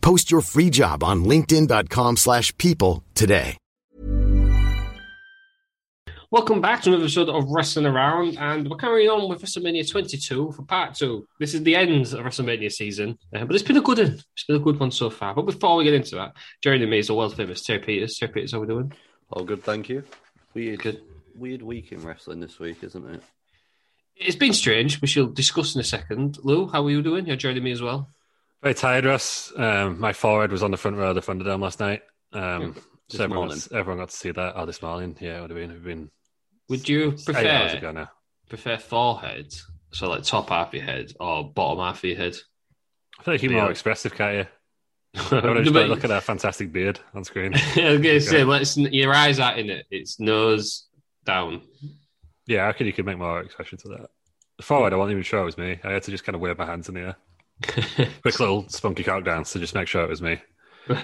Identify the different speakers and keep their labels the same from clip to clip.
Speaker 1: Post your free job on linkedin.com/people slash people today.
Speaker 2: Welcome back to another episode of Wrestling Around, and we're carrying on with WrestleMania 22 for part two. This is the end of WrestleMania season, uh, but it's been a good one. It's been a good one so far. But before we get into that, Jerry and me is the world famous Terry Peters. Terry Peters, how are we doing?
Speaker 3: All good, thank you. Weird,
Speaker 2: Good.
Speaker 3: weird week in wrestling this week, isn't it?
Speaker 2: It's been strange, which you'll discuss in a second. Lou, how are you doing? You're joining me as well.
Speaker 4: Very tired, Russ. Um, my forehead was on the front row of the Thunderdome last night. Um,
Speaker 3: This
Speaker 4: so everyone
Speaker 3: morning.
Speaker 4: got, everyone got to see that. Oh, this morning. Yeah, it would have been, it would have been
Speaker 2: Would you
Speaker 4: eight hours
Speaker 2: prefer
Speaker 4: ago now.
Speaker 2: prefer forehead, so like top half of your head or bottom half of your head?
Speaker 4: I feel like you're
Speaker 3: uh,
Speaker 2: Yeah.
Speaker 4: more expressive, can't you? I would have just like, look at that fantastic beard on screen.
Speaker 2: I was going to say,
Speaker 4: Okay.
Speaker 2: let's, your eyes aren't in it. It's nose down.
Speaker 4: yeah, I reckon you could make more expression to that. The Forward, I wasn't even sure it was me. I had to just kind of wave my hands in the air. Quick little spunky cock dance to just make sure it was me. Uh,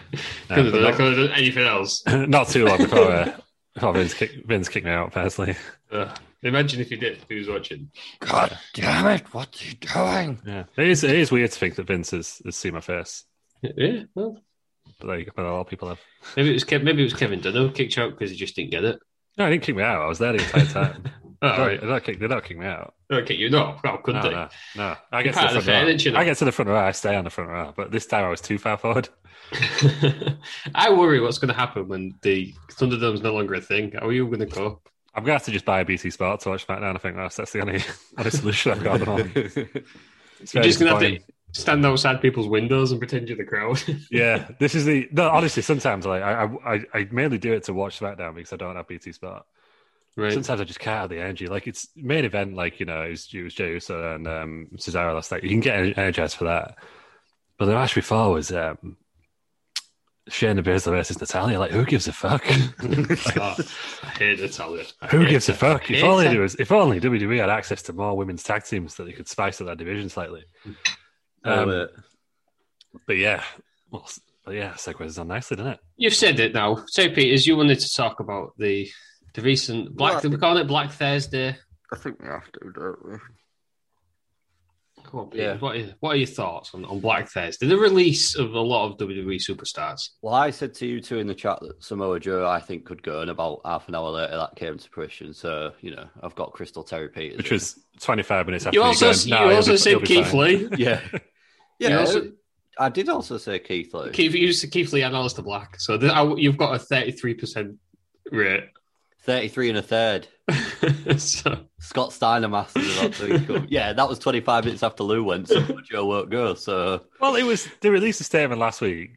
Speaker 2: Could've
Speaker 4: but
Speaker 2: done-
Speaker 4: not-
Speaker 2: could've done anything else.
Speaker 4: Not too long before, uh, before Vince, kick, Vince kicked me out, personally.
Speaker 2: Uh, imagine if you did. Who's watching?
Speaker 5: God damn it, what are you doing?
Speaker 4: Yeah. It is, it is weird to think that Vince has, has seen my face,
Speaker 2: Yeah, well,
Speaker 4: but, like, but a lot of people have.
Speaker 2: maybe it was Kev- maybe it was Kevin Dunham kicked you out because he just didn't get it.
Speaker 4: No, he didn't kick me out. I was there the entire time.
Speaker 2: Oh,
Speaker 4: Sorry, they don't kick. They don't kick me out.
Speaker 2: Okay, you know, well, could
Speaker 4: No,
Speaker 2: they?
Speaker 4: no, no. I
Speaker 2: You're
Speaker 4: get to
Speaker 2: part
Speaker 4: the
Speaker 2: of the
Speaker 4: front
Speaker 2: fair,
Speaker 4: row.
Speaker 2: aren't you, though?
Speaker 4: I get to the front row. I stay on the front row. But this time I was too far forward.
Speaker 2: I worry what's going to happen when the Thunderdome's no longer a thing. How are you going to go?
Speaker 4: I'm going to have to just buy a BT Sport to watch SmackDown. I think that's, that's the only, only solution I've got at the moment. It's
Speaker 2: You're
Speaker 4: very
Speaker 2: just going to have to
Speaker 4: disappointing.
Speaker 2: stand outside people's windows and pretend you're the crowd.
Speaker 4: Yeah, this is the. No, honestly, sometimes like, I, I, I- I mainly do it to watch SmackDown because I don't have BT Sport.
Speaker 2: right.
Speaker 4: Sometimes I just can't have the energy. Like it's main event, like you know, it was, it was Jey Uso and um, Cesaro last night. You can get ener- energized for that. But the match before was um, Shayna Baszler versus Natalia. Like, who gives a fuck?
Speaker 2: Oh, I hate Natalia. I
Speaker 4: who
Speaker 2: hate
Speaker 4: gives a
Speaker 2: her.
Speaker 4: fuck? If
Speaker 2: It's
Speaker 4: only
Speaker 2: a-
Speaker 4: there was, if only WWE had access to more women's tag teams that they could spice up their division slightly. Um,
Speaker 3: oh, wait.
Speaker 4: But yeah, well, s- but yeah, segues on nicely, doesn't it?
Speaker 2: You've said it now. So, Peters, you wanted to talk about the the recent Black.
Speaker 3: Black-
Speaker 2: We're calling it Black Thursday.
Speaker 5: I think we have to, don't we?
Speaker 2: Come on,
Speaker 3: Yeah.
Speaker 2: Pete, What, are, what are your thoughts on, on Black Thursday? The release of a lot of WWE superstars.
Speaker 3: Well, I said to you two in the chat that Samoa Joe, I think, could go, and about half an hour later, that came to fruition. So, you know, I've got Crystal Terry Peters.
Speaker 4: Which
Speaker 3: in.
Speaker 4: was 25 minutes after
Speaker 2: You also,
Speaker 4: going, "No,
Speaker 2: you
Speaker 4: he'll
Speaker 2: also
Speaker 4: be- he'll
Speaker 2: said
Speaker 4: be
Speaker 2: Keith
Speaker 4: fine."
Speaker 2: Lee.
Speaker 3: yeah,
Speaker 2: You
Speaker 3: yeah.
Speaker 2: also-
Speaker 3: I did also say Keith Lee.
Speaker 2: Keith, you said Keith Lee and Alistair Black. So th- I- you've got a 33% rate.
Speaker 3: Thirty-three and a third.
Speaker 2: so,
Speaker 3: Scott Steiner masters of that thing. Come- yeah, that was twenty-five minutes after Lou went. Samoa Joe won't go. So,
Speaker 4: Well, it was they released a statement last week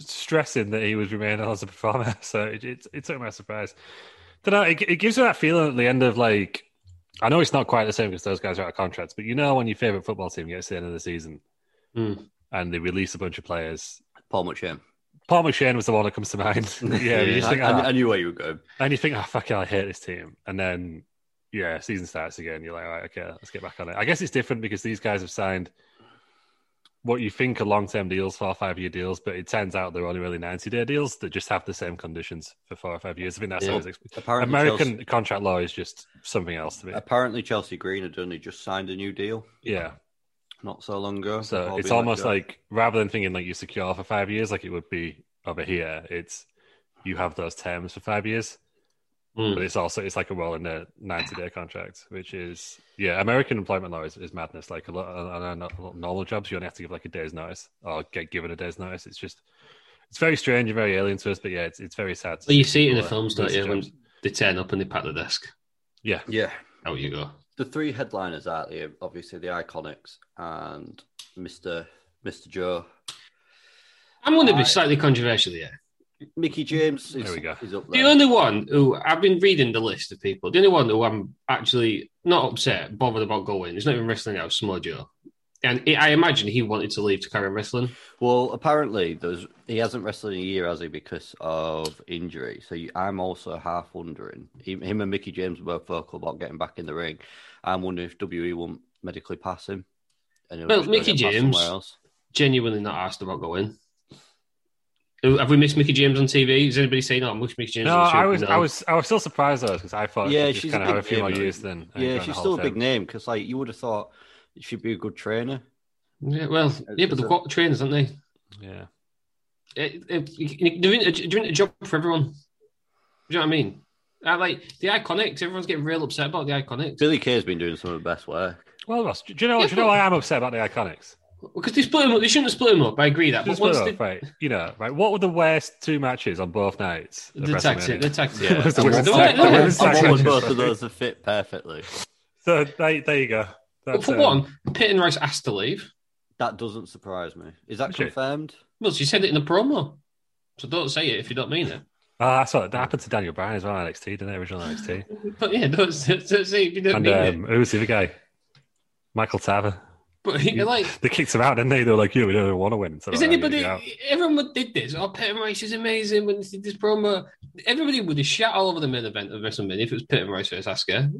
Speaker 4: stressing that he was remaining on as a performer, so it, it, it took me by surprise. Don't know, it, it gives you that feeling at the end of like, I know it's not quite the same because those guys are out of contracts, but you know when your favorite football team gets to the end of the season
Speaker 2: Hmm.
Speaker 4: and they release a bunch of players.
Speaker 3: Paul McShane.
Speaker 4: Paul McShane was the one that comes to mind. yeah, you just
Speaker 3: I,
Speaker 4: think,
Speaker 3: I-
Speaker 4: "Ah."
Speaker 3: I knew where you were going.
Speaker 4: and you think, oh fuck, it, I hate this team, and then yeah, season starts again. You're like, all right, okay, let's get back on it. I guess it's different because these guys have signed what you think are long term deals, four or five year deals, but it turns out they're only really ninety day deals that just have the same conditions for four or five years. I think that's
Speaker 3: Yeah.
Speaker 4: always exp-
Speaker 3: Apparently,
Speaker 4: American
Speaker 3: Chelsea,
Speaker 4: contract law is just something else to me.
Speaker 3: apparently Chelsea Green had only just signed a new deal
Speaker 4: yeah,
Speaker 3: not so long ago.
Speaker 4: so
Speaker 3: Before
Speaker 4: it's
Speaker 3: being let
Speaker 4: almost
Speaker 3: go.
Speaker 4: like rather than thinking like you're secure for five years, like it would be over here, it's you have those terms for five years.
Speaker 2: Mm.
Speaker 4: But it's also it's like a rolling uh, ninety day contract, which is yeah, American employment law is, is madness. Like a lot, a lot of normal jobs, you only have to give like a day's notice or get given a day's notice. It's just it's very strange and very alien to us, but yeah, it's it's very sad. to
Speaker 2: Well,
Speaker 4: see
Speaker 2: you see it in the
Speaker 4: people, uh,
Speaker 2: films, don't
Speaker 4: lose
Speaker 2: you?
Speaker 4: their
Speaker 2: When
Speaker 4: jobs.
Speaker 2: they turn up and they pat the desk.
Speaker 4: yeah,
Speaker 5: Yeah.
Speaker 2: Out you go.
Speaker 3: The three headliners out there, obviously the Iconics and Mister Mister Joe.
Speaker 2: I'm going to be
Speaker 3: I-
Speaker 2: slightly controversial here.
Speaker 3: Mickey James is,
Speaker 4: Mm-hmm. There we go.
Speaker 3: is up
Speaker 2: The
Speaker 3: there.
Speaker 2: only one who I've been reading the list of people, the only one who I'm actually not upset, bothered about going, is not even wrestling now, Samoa Joe. And I I imagine he wanted to leave to carry on wrestling.
Speaker 3: Well, apparently there's he hasn't wrestled in a year, has he, because of injury. So you, I'm also half wondering. Him, him and Mickey James were both vocal about getting back in the ring. I'm wondering if WWE won't medically pass him. And he'll
Speaker 2: Well,
Speaker 3: just go
Speaker 2: Mickey
Speaker 3: get passed
Speaker 2: James-
Speaker 3: somewhere else.
Speaker 2: Genuinely not asked about going. Who- Have we missed Mickey James on TV? Is anybody saying, "Oh, I wish Mickey James"?
Speaker 4: No,
Speaker 2: on the show?"
Speaker 4: I was,
Speaker 2: No.
Speaker 4: I was, I was still surprised though because I thought
Speaker 3: Yeah,
Speaker 4: she'd just
Speaker 3: she's a
Speaker 4: kind of have a
Speaker 3: big
Speaker 4: few more
Speaker 3: name, though.
Speaker 4: years then. uh, and go
Speaker 3: Yeah,
Speaker 4: in the
Speaker 3: she's
Speaker 4: Hall
Speaker 3: still
Speaker 4: of
Speaker 3: a big
Speaker 4: Fame.
Speaker 3: name because like you would have thought she'd be a good trainer.
Speaker 2: Yeah, well, yeah, but they've got trainers, haven't Eh, they?
Speaker 4: Yeah,
Speaker 2: it, it, doing, a- doing a job for everyone. Do you know what I mean? I, like the iconics, everyone's getting real upset about the iconics
Speaker 3: Billy Kay's been doing some of the best work.
Speaker 4: well, Ross, do you know,
Speaker 2: Yeah,
Speaker 4: do you know
Speaker 2: but-
Speaker 4: why I'm upset about the Iconics?
Speaker 2: because they split them up. They shouldn't have split them up. I agree that, but
Speaker 4: Just
Speaker 2: once
Speaker 4: put
Speaker 2: they,
Speaker 4: it up, right, you know, right. What were the worst two matches on both nights? of
Speaker 2: the tag team,
Speaker 4: WrestleMania?
Speaker 2: the tag team,
Speaker 4: It was the women's
Speaker 2: Don't worry,
Speaker 4: tag- the
Speaker 2: no.
Speaker 4: women's
Speaker 3: I
Speaker 4: tag
Speaker 3: wanted
Speaker 4: matches,
Speaker 3: both of
Speaker 4: right.
Speaker 3: those to fit perfectly.
Speaker 4: So they, there you go.
Speaker 2: But
Speaker 4: That's,
Speaker 2: for
Speaker 4: uh,
Speaker 2: one, Pitt and Rice asked to leave.
Speaker 3: That doesn't surprise me. Is that
Speaker 4: Is it?
Speaker 3: confirmed?
Speaker 2: Well, she said it in the promo, so don't say it if you don't mean it.
Speaker 4: Ah, that's what that happened to Daniel Bryan as well. on NXT, didn't it? Original NXT.
Speaker 2: But yeah, don't, don't say it if you don't
Speaker 4: and
Speaker 2: mean
Speaker 4: um,
Speaker 2: it.
Speaker 4: who was the other guy? Michael Taver.
Speaker 2: But like,
Speaker 4: They kicked him out, didn't they? They were like, "You, we don't want to win." So
Speaker 2: Is
Speaker 4: like,
Speaker 2: anybody?
Speaker 4: "You're out."
Speaker 2: Everyone would did this. Oh, Peyton Rice is amazing when they did this promo. Everybody would have shot all over the main event of WrestleMania if it was Peyton Rice versus Asuka.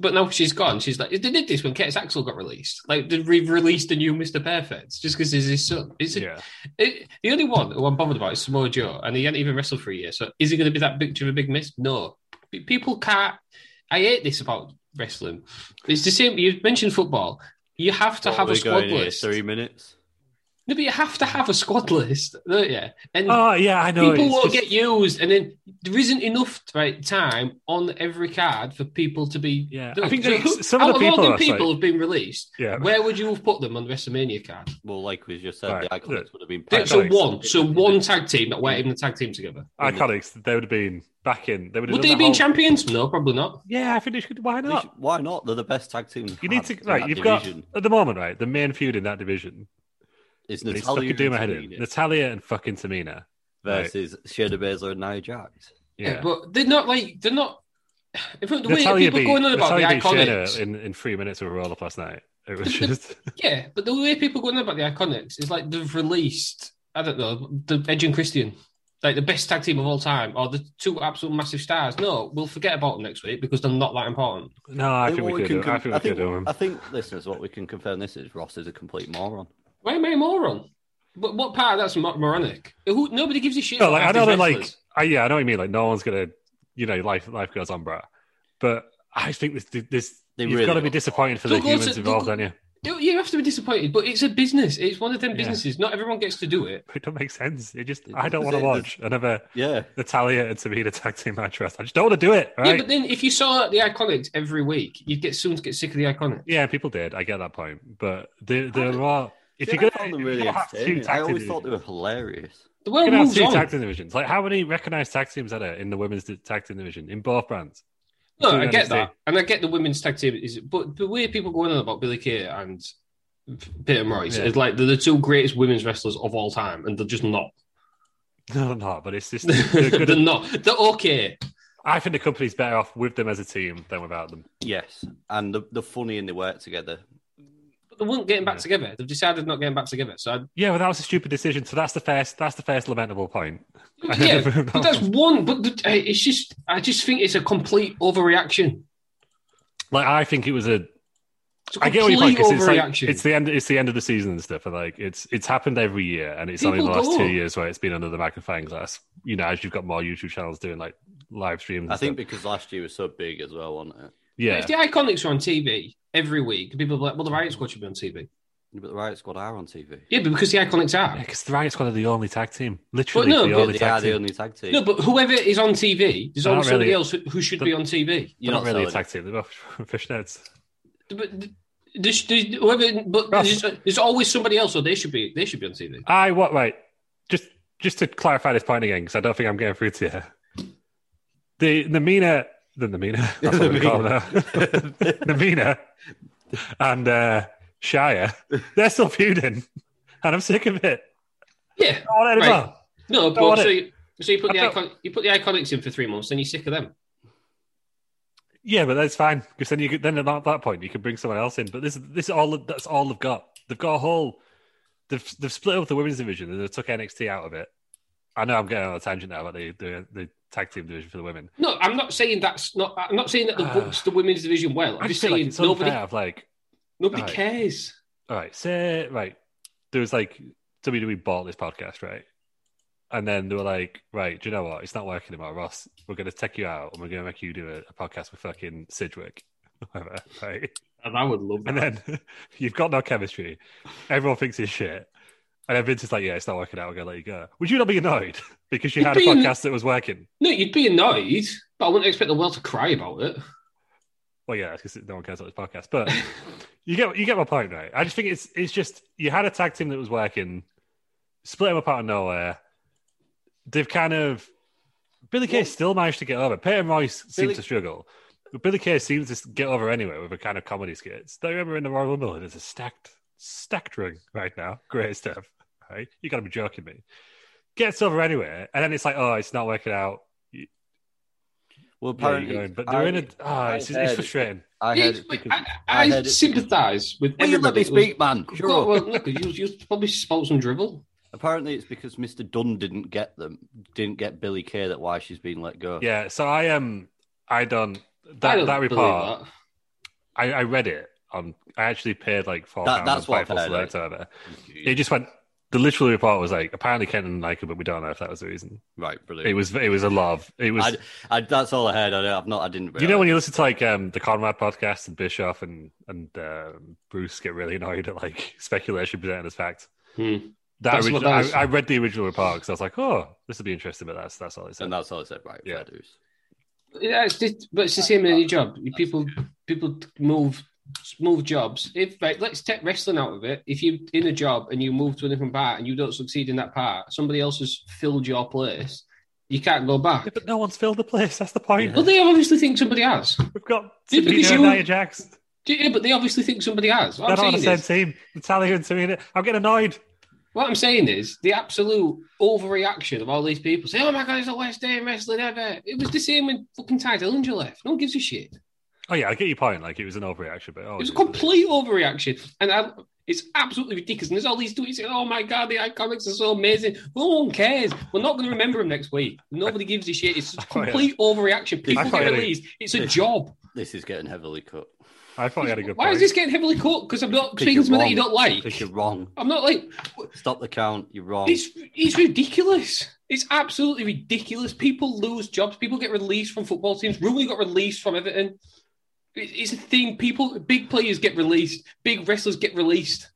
Speaker 2: But now she's gone. She's like they did this when Curtis Axel got released. Like they re released a new Mister Perfect just because he's his son. Is it,
Speaker 4: Yeah.
Speaker 2: it- the only one who I'm bothered about is Samoa Joe, and he hadn't even wrestled for a year. So is he going to be that big of a big miss? No. P- People can't. I hate this about wrestling. It's the same. You mentioned football. You have to
Speaker 3: What
Speaker 2: have
Speaker 3: were
Speaker 2: a
Speaker 3: they
Speaker 2: squad
Speaker 3: going here,
Speaker 2: list.
Speaker 3: Three minutes.
Speaker 2: No, but you have to have a squad list, don't you? And
Speaker 4: Oh yeah, I know.
Speaker 2: people
Speaker 4: it's
Speaker 2: won't
Speaker 4: just-
Speaker 2: get used, and then there isn't enough right time on every card for people to be.
Speaker 4: Yeah, I
Speaker 2: done.
Speaker 4: think
Speaker 2: So
Speaker 4: like,
Speaker 2: who-
Speaker 4: some of
Speaker 2: out of
Speaker 4: the
Speaker 2: all
Speaker 4: people
Speaker 2: them
Speaker 4: that's like-
Speaker 2: people have been released.
Speaker 4: Yeah.
Speaker 2: Where would you have put them on the WrestleMania card?
Speaker 3: Well, like we just said,
Speaker 4: Right,
Speaker 3: the iconics
Speaker 4: look.
Speaker 3: would have been
Speaker 4: Right,
Speaker 2: so
Speaker 4: sorry.
Speaker 2: one, so one tag team that weren't even a tag team together.
Speaker 4: Iconics. They would have been back in. They would have
Speaker 2: Would
Speaker 4: done
Speaker 2: they have
Speaker 4: that
Speaker 2: been
Speaker 4: whole-
Speaker 2: champions? No, probably not.
Speaker 4: Yeah, I think they should. Why
Speaker 3: They
Speaker 4: not?
Speaker 3: should- Why not? They're the best tag team.
Speaker 4: You need to
Speaker 3: had in
Speaker 4: right.
Speaker 3: that
Speaker 4: You've
Speaker 3: division.
Speaker 4: got at the moment right. The main feud in that division
Speaker 3: It's
Speaker 4: is
Speaker 3: Natalia
Speaker 4: fucking
Speaker 3: and
Speaker 4: do my head in.
Speaker 3: Tamina
Speaker 4: Natalia and fucking Tamina.
Speaker 3: versus Shayna Baszler and Nia Jax.
Speaker 4: Yeah,
Speaker 2: but they're not like they're not. If the way
Speaker 4: Natalia
Speaker 2: people
Speaker 4: beat,
Speaker 2: going on about
Speaker 4: Natalia
Speaker 2: the
Speaker 4: beat
Speaker 2: iconics,
Speaker 4: Shayna in, in three minutes of a roll up last night. It was just
Speaker 2: Yeah, but the way people go on about the Iconics is like they've released, I don't know, the Edge and Christian, like the best tag team of all time, or the two absolute massive stars. No, we'll forget about them next week because they're not that important.
Speaker 4: no. I think
Speaker 3: what
Speaker 4: we could. do-
Speaker 3: con-
Speaker 4: I think we could um, do them.
Speaker 3: I think listeners, what we can confirm this is Ross is a complete moron.
Speaker 2: Why am I a moron? But what part of that's mor- moronic? Who, nobody gives a shit.
Speaker 4: No,
Speaker 2: about
Speaker 4: like I
Speaker 2: these
Speaker 4: know that, like
Speaker 2: wrestlers.
Speaker 4: I, yeah, I know what you mean. Like no one's gonna, you know, life life goes on, bro. But I think this this
Speaker 3: They
Speaker 4: you've
Speaker 3: really
Speaker 4: got to be
Speaker 3: don't.
Speaker 4: disappointed for
Speaker 2: They'll
Speaker 4: the
Speaker 2: go to-
Speaker 4: humans
Speaker 2: they'll
Speaker 4: involved,
Speaker 2: go-
Speaker 4: don't you?
Speaker 2: you, you have to be disappointed, but it's a business. It's one of them
Speaker 4: Yeah.
Speaker 2: businesses. Not everyone gets to do it.
Speaker 4: It don't make sense. It just
Speaker 3: It
Speaker 4: I don't want to
Speaker 3: doesn't-
Speaker 4: watch another
Speaker 3: Yeah,
Speaker 4: Natalia and Tamina tag team match. Ross. I just don't want to do it. all
Speaker 2: Yeah,
Speaker 4: Right?
Speaker 2: but then if you saw the Iconics every week, you'd get soon to get sick of the Iconics.
Speaker 4: Yeah, people did. I get that point, but there there are. If
Speaker 3: See,
Speaker 4: you're
Speaker 3: I found
Speaker 4: gonna,
Speaker 3: them
Speaker 4: if
Speaker 3: really
Speaker 4: you're gonna have two
Speaker 3: entertaining. I
Speaker 4: tag team
Speaker 3: always thought
Speaker 4: divisions-
Speaker 3: they were hilarious.
Speaker 2: The
Speaker 4: you're
Speaker 2: world
Speaker 4: gonna have
Speaker 2: moves
Speaker 4: two
Speaker 2: on.
Speaker 4: tag team divisions. Like how many recognized tag teams are there in the women's di- tag team division in both brands?
Speaker 2: No,
Speaker 4: Two
Speaker 2: I get
Speaker 4: NXT.
Speaker 2: that, and I get the women's tag team. Is but the way people go on about Billy Kay and Peter Morris
Speaker 4: Yeah.
Speaker 2: is like they're the two greatest women's wrestlers of all time, and they're just not.
Speaker 4: No, no, but it's just
Speaker 2: they're
Speaker 4: they're good at-
Speaker 2: not. They're okay.
Speaker 4: I think the company's better off with them as a team than without them.
Speaker 3: Yes, and the the funny and they work together.
Speaker 2: But they weren't getting back
Speaker 4: Yeah.
Speaker 2: together. They've decided not getting back together. So I,
Speaker 4: Yeah, well, that was a stupid decision. So that's the first. That's the first lamentable point.
Speaker 2: yeah, but that's one. But the, I- it's just I just think it's a complete overreaction.
Speaker 4: like I think it was a.
Speaker 2: It's a
Speaker 4: I get what you're
Speaker 2: complete
Speaker 4: saying. 'cause It's, like,
Speaker 2: overreaction.
Speaker 4: it's the end. It's the end of the season and stuff. And like it's it's happened every year, and it's only the
Speaker 2: People
Speaker 4: last
Speaker 2: go.
Speaker 4: two years where it's been under the magnifying glass. You know, as you've got more YouTube channels doing like live streams. And
Speaker 3: I think
Speaker 4: stuff.
Speaker 3: because last year was so big as well, wasn't it?
Speaker 4: yeah,
Speaker 2: If the Iconics are on TV every week, people are like, "Well, the Riot Squad should be on TV."
Speaker 3: Yeah, But the Riot Squad are on TV.
Speaker 2: Yeah, but because the Iconics are.
Speaker 4: because the Riot Squad are the only tag team. Literally,
Speaker 2: no,
Speaker 4: the
Speaker 2: but
Speaker 3: Yeah,
Speaker 4: only
Speaker 3: they
Speaker 4: tag
Speaker 3: are
Speaker 4: team.
Speaker 3: the only tag team.
Speaker 2: No, but whoever is on TV, there's
Speaker 4: They're
Speaker 2: always
Speaker 4: not
Speaker 2: somebody
Speaker 4: really-
Speaker 2: else who, who should
Speaker 4: They're-
Speaker 2: be on TV.
Speaker 4: They're
Speaker 3: You're
Speaker 4: not really a
Speaker 3: selling
Speaker 4: tag team. They're both fishnets.
Speaker 2: But th- there's, there's, whoever, but
Speaker 4: Russ.
Speaker 2: there's, there's always somebody else, so they should be they should be on TV.
Speaker 4: I what right? Just just to clarify this point again, because I don't think I'm getting through to you. The the Mina, the the Mina, that's what we call her.
Speaker 3: it.
Speaker 4: the Mina and uh, Shire, they're still feuding, and I'm sick of it. Oh,
Speaker 2: Yeah,
Speaker 4: I want it
Speaker 2: Right.
Speaker 4: about.
Speaker 2: no,
Speaker 4: want
Speaker 2: but so
Speaker 4: it.
Speaker 2: you, so you put
Speaker 4: I
Speaker 2: the
Speaker 4: don't-
Speaker 2: icon, you put the Iconics in for three months, then you're sick of them.
Speaker 4: Yeah, but that's fine because then you could, then at that that point you could bring someone else in. But this this is all that's all they've got. They've got a whole. They've they've split up the women's division and they took NXT out of it. I know I'm getting on a tangent now about the, the the tag team division for the women.
Speaker 2: No, I'm not saying that's not. I'm not saying that the
Speaker 4: Ah.
Speaker 2: books the women's division well. I'm
Speaker 4: I
Speaker 2: just
Speaker 4: just feel like
Speaker 2: saying
Speaker 4: it's
Speaker 2: nobody
Speaker 4: unfair. Of like,
Speaker 2: nobody
Speaker 4: Right.
Speaker 2: cares.
Speaker 4: all right, say right, there was like WWE bought this podcast, right? And then they were like, right, do you know what? It's not working anymore, Ross. We're going to take you out and we're going to make you do a, a podcast with fucking Sidgwick, whatever, right?
Speaker 2: And I would love that.
Speaker 4: And then you've got no chemistry. Everyone thinks it's shit. And then Vince is like, yeah, it's not working out. We're going to let you go. Would you not be annoyed because you
Speaker 2: You'd
Speaker 4: had a
Speaker 2: be an-
Speaker 4: podcast that was working?
Speaker 2: no, you'd be annoyed, but I wouldn't expect the world to cry about it.
Speaker 4: Well, yeah, because no one cares about this podcast. But you get you get my point, right? I just think it's it's just you had a tag team that was working, split them up out of nowhere. They've kind of Billy Kay still managed to get over. Peyton Royce
Speaker 3: Billy-
Speaker 4: seems to struggle, but Billy Kay seems to s- get over anyway with a kind of comedy skits. Don't you remember in the Royal Rumble? There's a stacked stacked ring right now. Great stuff. Right? You got to be joking me. Gets over anyway, and then it's like, oh, it's not working out.
Speaker 3: well,
Speaker 4: Where are you
Speaker 3: apparently,
Speaker 4: going? But they're in a. Ah,
Speaker 3: I
Speaker 4: it's,
Speaker 3: heard
Speaker 4: it's
Speaker 3: it-
Speaker 4: frustrating.
Speaker 3: I
Speaker 2: Yeah,
Speaker 3: heard
Speaker 2: it's
Speaker 3: it
Speaker 2: like,
Speaker 3: because
Speaker 2: I,
Speaker 3: I
Speaker 2: I,
Speaker 3: heard it-
Speaker 2: sympathise with
Speaker 3: Will you
Speaker 2: everybody.
Speaker 3: let me
Speaker 2: It was-
Speaker 3: speak, man? Sure.
Speaker 2: Well, well, look, you, you probably spoke some dribble.
Speaker 3: Apparently, it's because Mr. Dunn didn't get them, didn't get Billy Kay, that why she's been let go.
Speaker 4: Yeah, so I um I don't
Speaker 2: I
Speaker 4: that
Speaker 2: don't
Speaker 4: that
Speaker 2: believe
Speaker 4: report
Speaker 2: that.
Speaker 4: I, I read it on I actually paid like four
Speaker 3: That-
Speaker 4: pounds
Speaker 3: that's
Speaker 4: and five
Speaker 3: what I
Speaker 4: pence
Speaker 3: heard,
Speaker 4: later over. It just went the literal report was like apparently Ken didn't like her, but we don't know if that was the reason.
Speaker 3: Right, brilliant.
Speaker 4: It was it was a love. It was
Speaker 3: I, I, that's all I heard. I, I've not. I didn't.
Speaker 4: you know when you listen to like um the Conrad podcast and Bischoff and and um Bruce get really annoyed at like speculation presented as fact.
Speaker 2: Hmm.
Speaker 4: That
Speaker 2: That's what
Speaker 4: original,
Speaker 2: that is.
Speaker 4: I, I read the original report because I was like, oh, this would be interesting, but that's that's all it said.
Speaker 3: and that's all I said. Right,
Speaker 4: Yeah.
Speaker 3: fair dues.
Speaker 2: Yeah, it's just, but it's the same in any job. People people move move jobs. If right, let's take wrestling out of it. If you're in a job and you move to a different part and you don't succeed in that part, somebody else has filled your place. You can't go
Speaker 4: Yeah,
Speaker 2: back.
Speaker 4: but no one's filled the place. That's the point.
Speaker 2: Well, they obviously think somebody has.
Speaker 4: We've got
Speaker 2: Yeah,
Speaker 4: Sabina
Speaker 2: because
Speaker 4: and
Speaker 2: you-
Speaker 4: Nia Jax.
Speaker 2: Yeah, but they obviously think somebody has. What
Speaker 4: They're
Speaker 2: I'm
Speaker 4: not on
Speaker 2: saying
Speaker 4: the
Speaker 2: is,
Speaker 4: same team. Natalia and Serena. I'm getting annoyed.
Speaker 2: What I'm saying is the absolute overreaction of all these people saying, "Oh my god, it's the worst day in wrestling ever." It was the same when fucking Ty Dillinger left. No one gives a shit.
Speaker 4: Oh yeah, I get your point. Like it was an overreaction, but oh,
Speaker 2: It was a complete overreaction, and I, it's absolutely ridiculous. And there's all these tweets saying, "Oh my god, the iconics are so amazing." No one cares. We're not going to remember them next week. Nobody gives a shit. It's a
Speaker 4: Oh, yeah.
Speaker 2: complete overreaction. People
Speaker 4: I
Speaker 2: get
Speaker 4: thought it-
Speaker 2: released. It's a job.
Speaker 3: This is getting heavily cut.
Speaker 4: I thought you had a good
Speaker 2: Why
Speaker 4: point.
Speaker 2: is this getting heavily caught? Because I'm not
Speaker 3: Because
Speaker 2: speaking
Speaker 3: you're
Speaker 2: to someone that
Speaker 3: wrong.
Speaker 2: you don't
Speaker 3: Because
Speaker 2: like.
Speaker 3: you're wrong.
Speaker 2: I'm not like
Speaker 3: Stop the count. You're wrong.
Speaker 2: It's it's ridiculous. It's absolutely ridiculous. People lose jobs. People get released from football teams. Rooney got released from Everton. It- It's a thing. People, big players get released. Big wrestlers get released.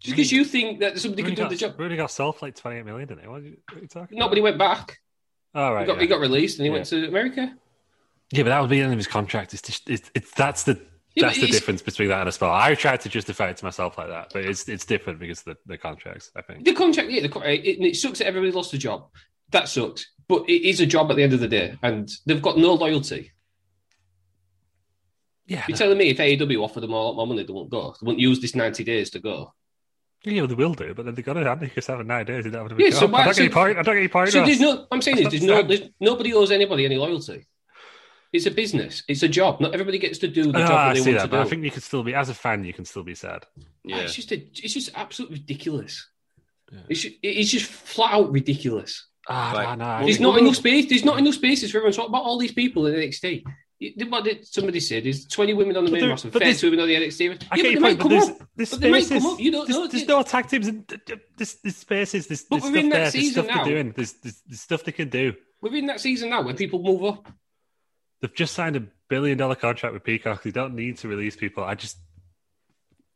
Speaker 2: Just because
Speaker 4: Hmm.
Speaker 2: you think that somebody
Speaker 4: Rooney
Speaker 2: can do
Speaker 4: got,
Speaker 2: the job.
Speaker 4: Rooney got sold for like 28 million, didn't he? What are you, what are you talking
Speaker 2: No, but he went back.
Speaker 4: All right.
Speaker 2: he, got,
Speaker 4: yeah.
Speaker 2: he got released and he
Speaker 4: Yeah.
Speaker 2: went to America.
Speaker 4: Yeah, but that would be the end of his contract. It's just it's, it's that's the
Speaker 2: Yeah,
Speaker 4: that's
Speaker 2: but
Speaker 4: the
Speaker 2: it's-
Speaker 4: difference between that and a spot. I tried to justify it to myself like that, but it's it's different because of the, the contracts. I think.
Speaker 2: The contract, yeah, the, co- it, it sucks that everybody lost a job. That sucks. But it is a job at the end of the day. And they've got no loyalty.
Speaker 4: Yeah.
Speaker 2: You're telling me if AEW offered them all more money, they won't go. They wouldn't use this 90 days to go.
Speaker 4: Yeah, well, they will do, but then they got it. I think it's having nine days. They don't have to be
Speaker 2: Yeah, so
Speaker 4: I
Speaker 2: why-
Speaker 4: don't
Speaker 2: so-
Speaker 4: get your point. I don't get your point.
Speaker 2: So
Speaker 4: Ross.
Speaker 2: there's no. I'm saying is there's no.
Speaker 4: Understand.
Speaker 2: There's, nobody owes anybody any loyalty. It's a business. It's a job. Not everybody gets to do the
Speaker 4: No,
Speaker 2: job
Speaker 4: Ah, I
Speaker 2: that
Speaker 4: see
Speaker 2: they want
Speaker 4: that,
Speaker 2: to
Speaker 4: but
Speaker 2: do.
Speaker 4: I think you can still be as a fan, you can still be sad.
Speaker 2: Ah,
Speaker 3: yeah.
Speaker 2: It's just a, It's just absolutely ridiculous. It's just, it's just flat out ridiculous.
Speaker 4: Ah,
Speaker 3: Right.
Speaker 4: no, no, I
Speaker 2: There's
Speaker 4: think-
Speaker 2: not enough space. There's not enough spaces for everyone. So what about all these people in NXT? You- What did somebody said is 20 women on the
Speaker 4: But
Speaker 2: main
Speaker 4: there-
Speaker 2: roster,
Speaker 4: but there's-
Speaker 2: 32 women on the NXT. roster.
Speaker 4: I
Speaker 2: Yeah,
Speaker 4: get
Speaker 2: but they
Speaker 4: your
Speaker 2: might
Speaker 4: point,
Speaker 2: come
Speaker 4: there's,
Speaker 2: up.
Speaker 4: there's
Speaker 2: But they might
Speaker 4: spaces.
Speaker 2: come up. You don't
Speaker 4: there's,
Speaker 2: know.
Speaker 4: There's no tag teams. In, there's, there's spaces. There's,
Speaker 2: But
Speaker 4: there's
Speaker 2: we're in that
Speaker 4: stuff there. There's
Speaker 2: season
Speaker 4: stuff
Speaker 2: now.
Speaker 4: they're doing. There's, there's, there's stuff they can do.
Speaker 2: We're in that season now where people move up.
Speaker 4: They've just signed a billion dollar contract with Peacock. They don't need to release people. I just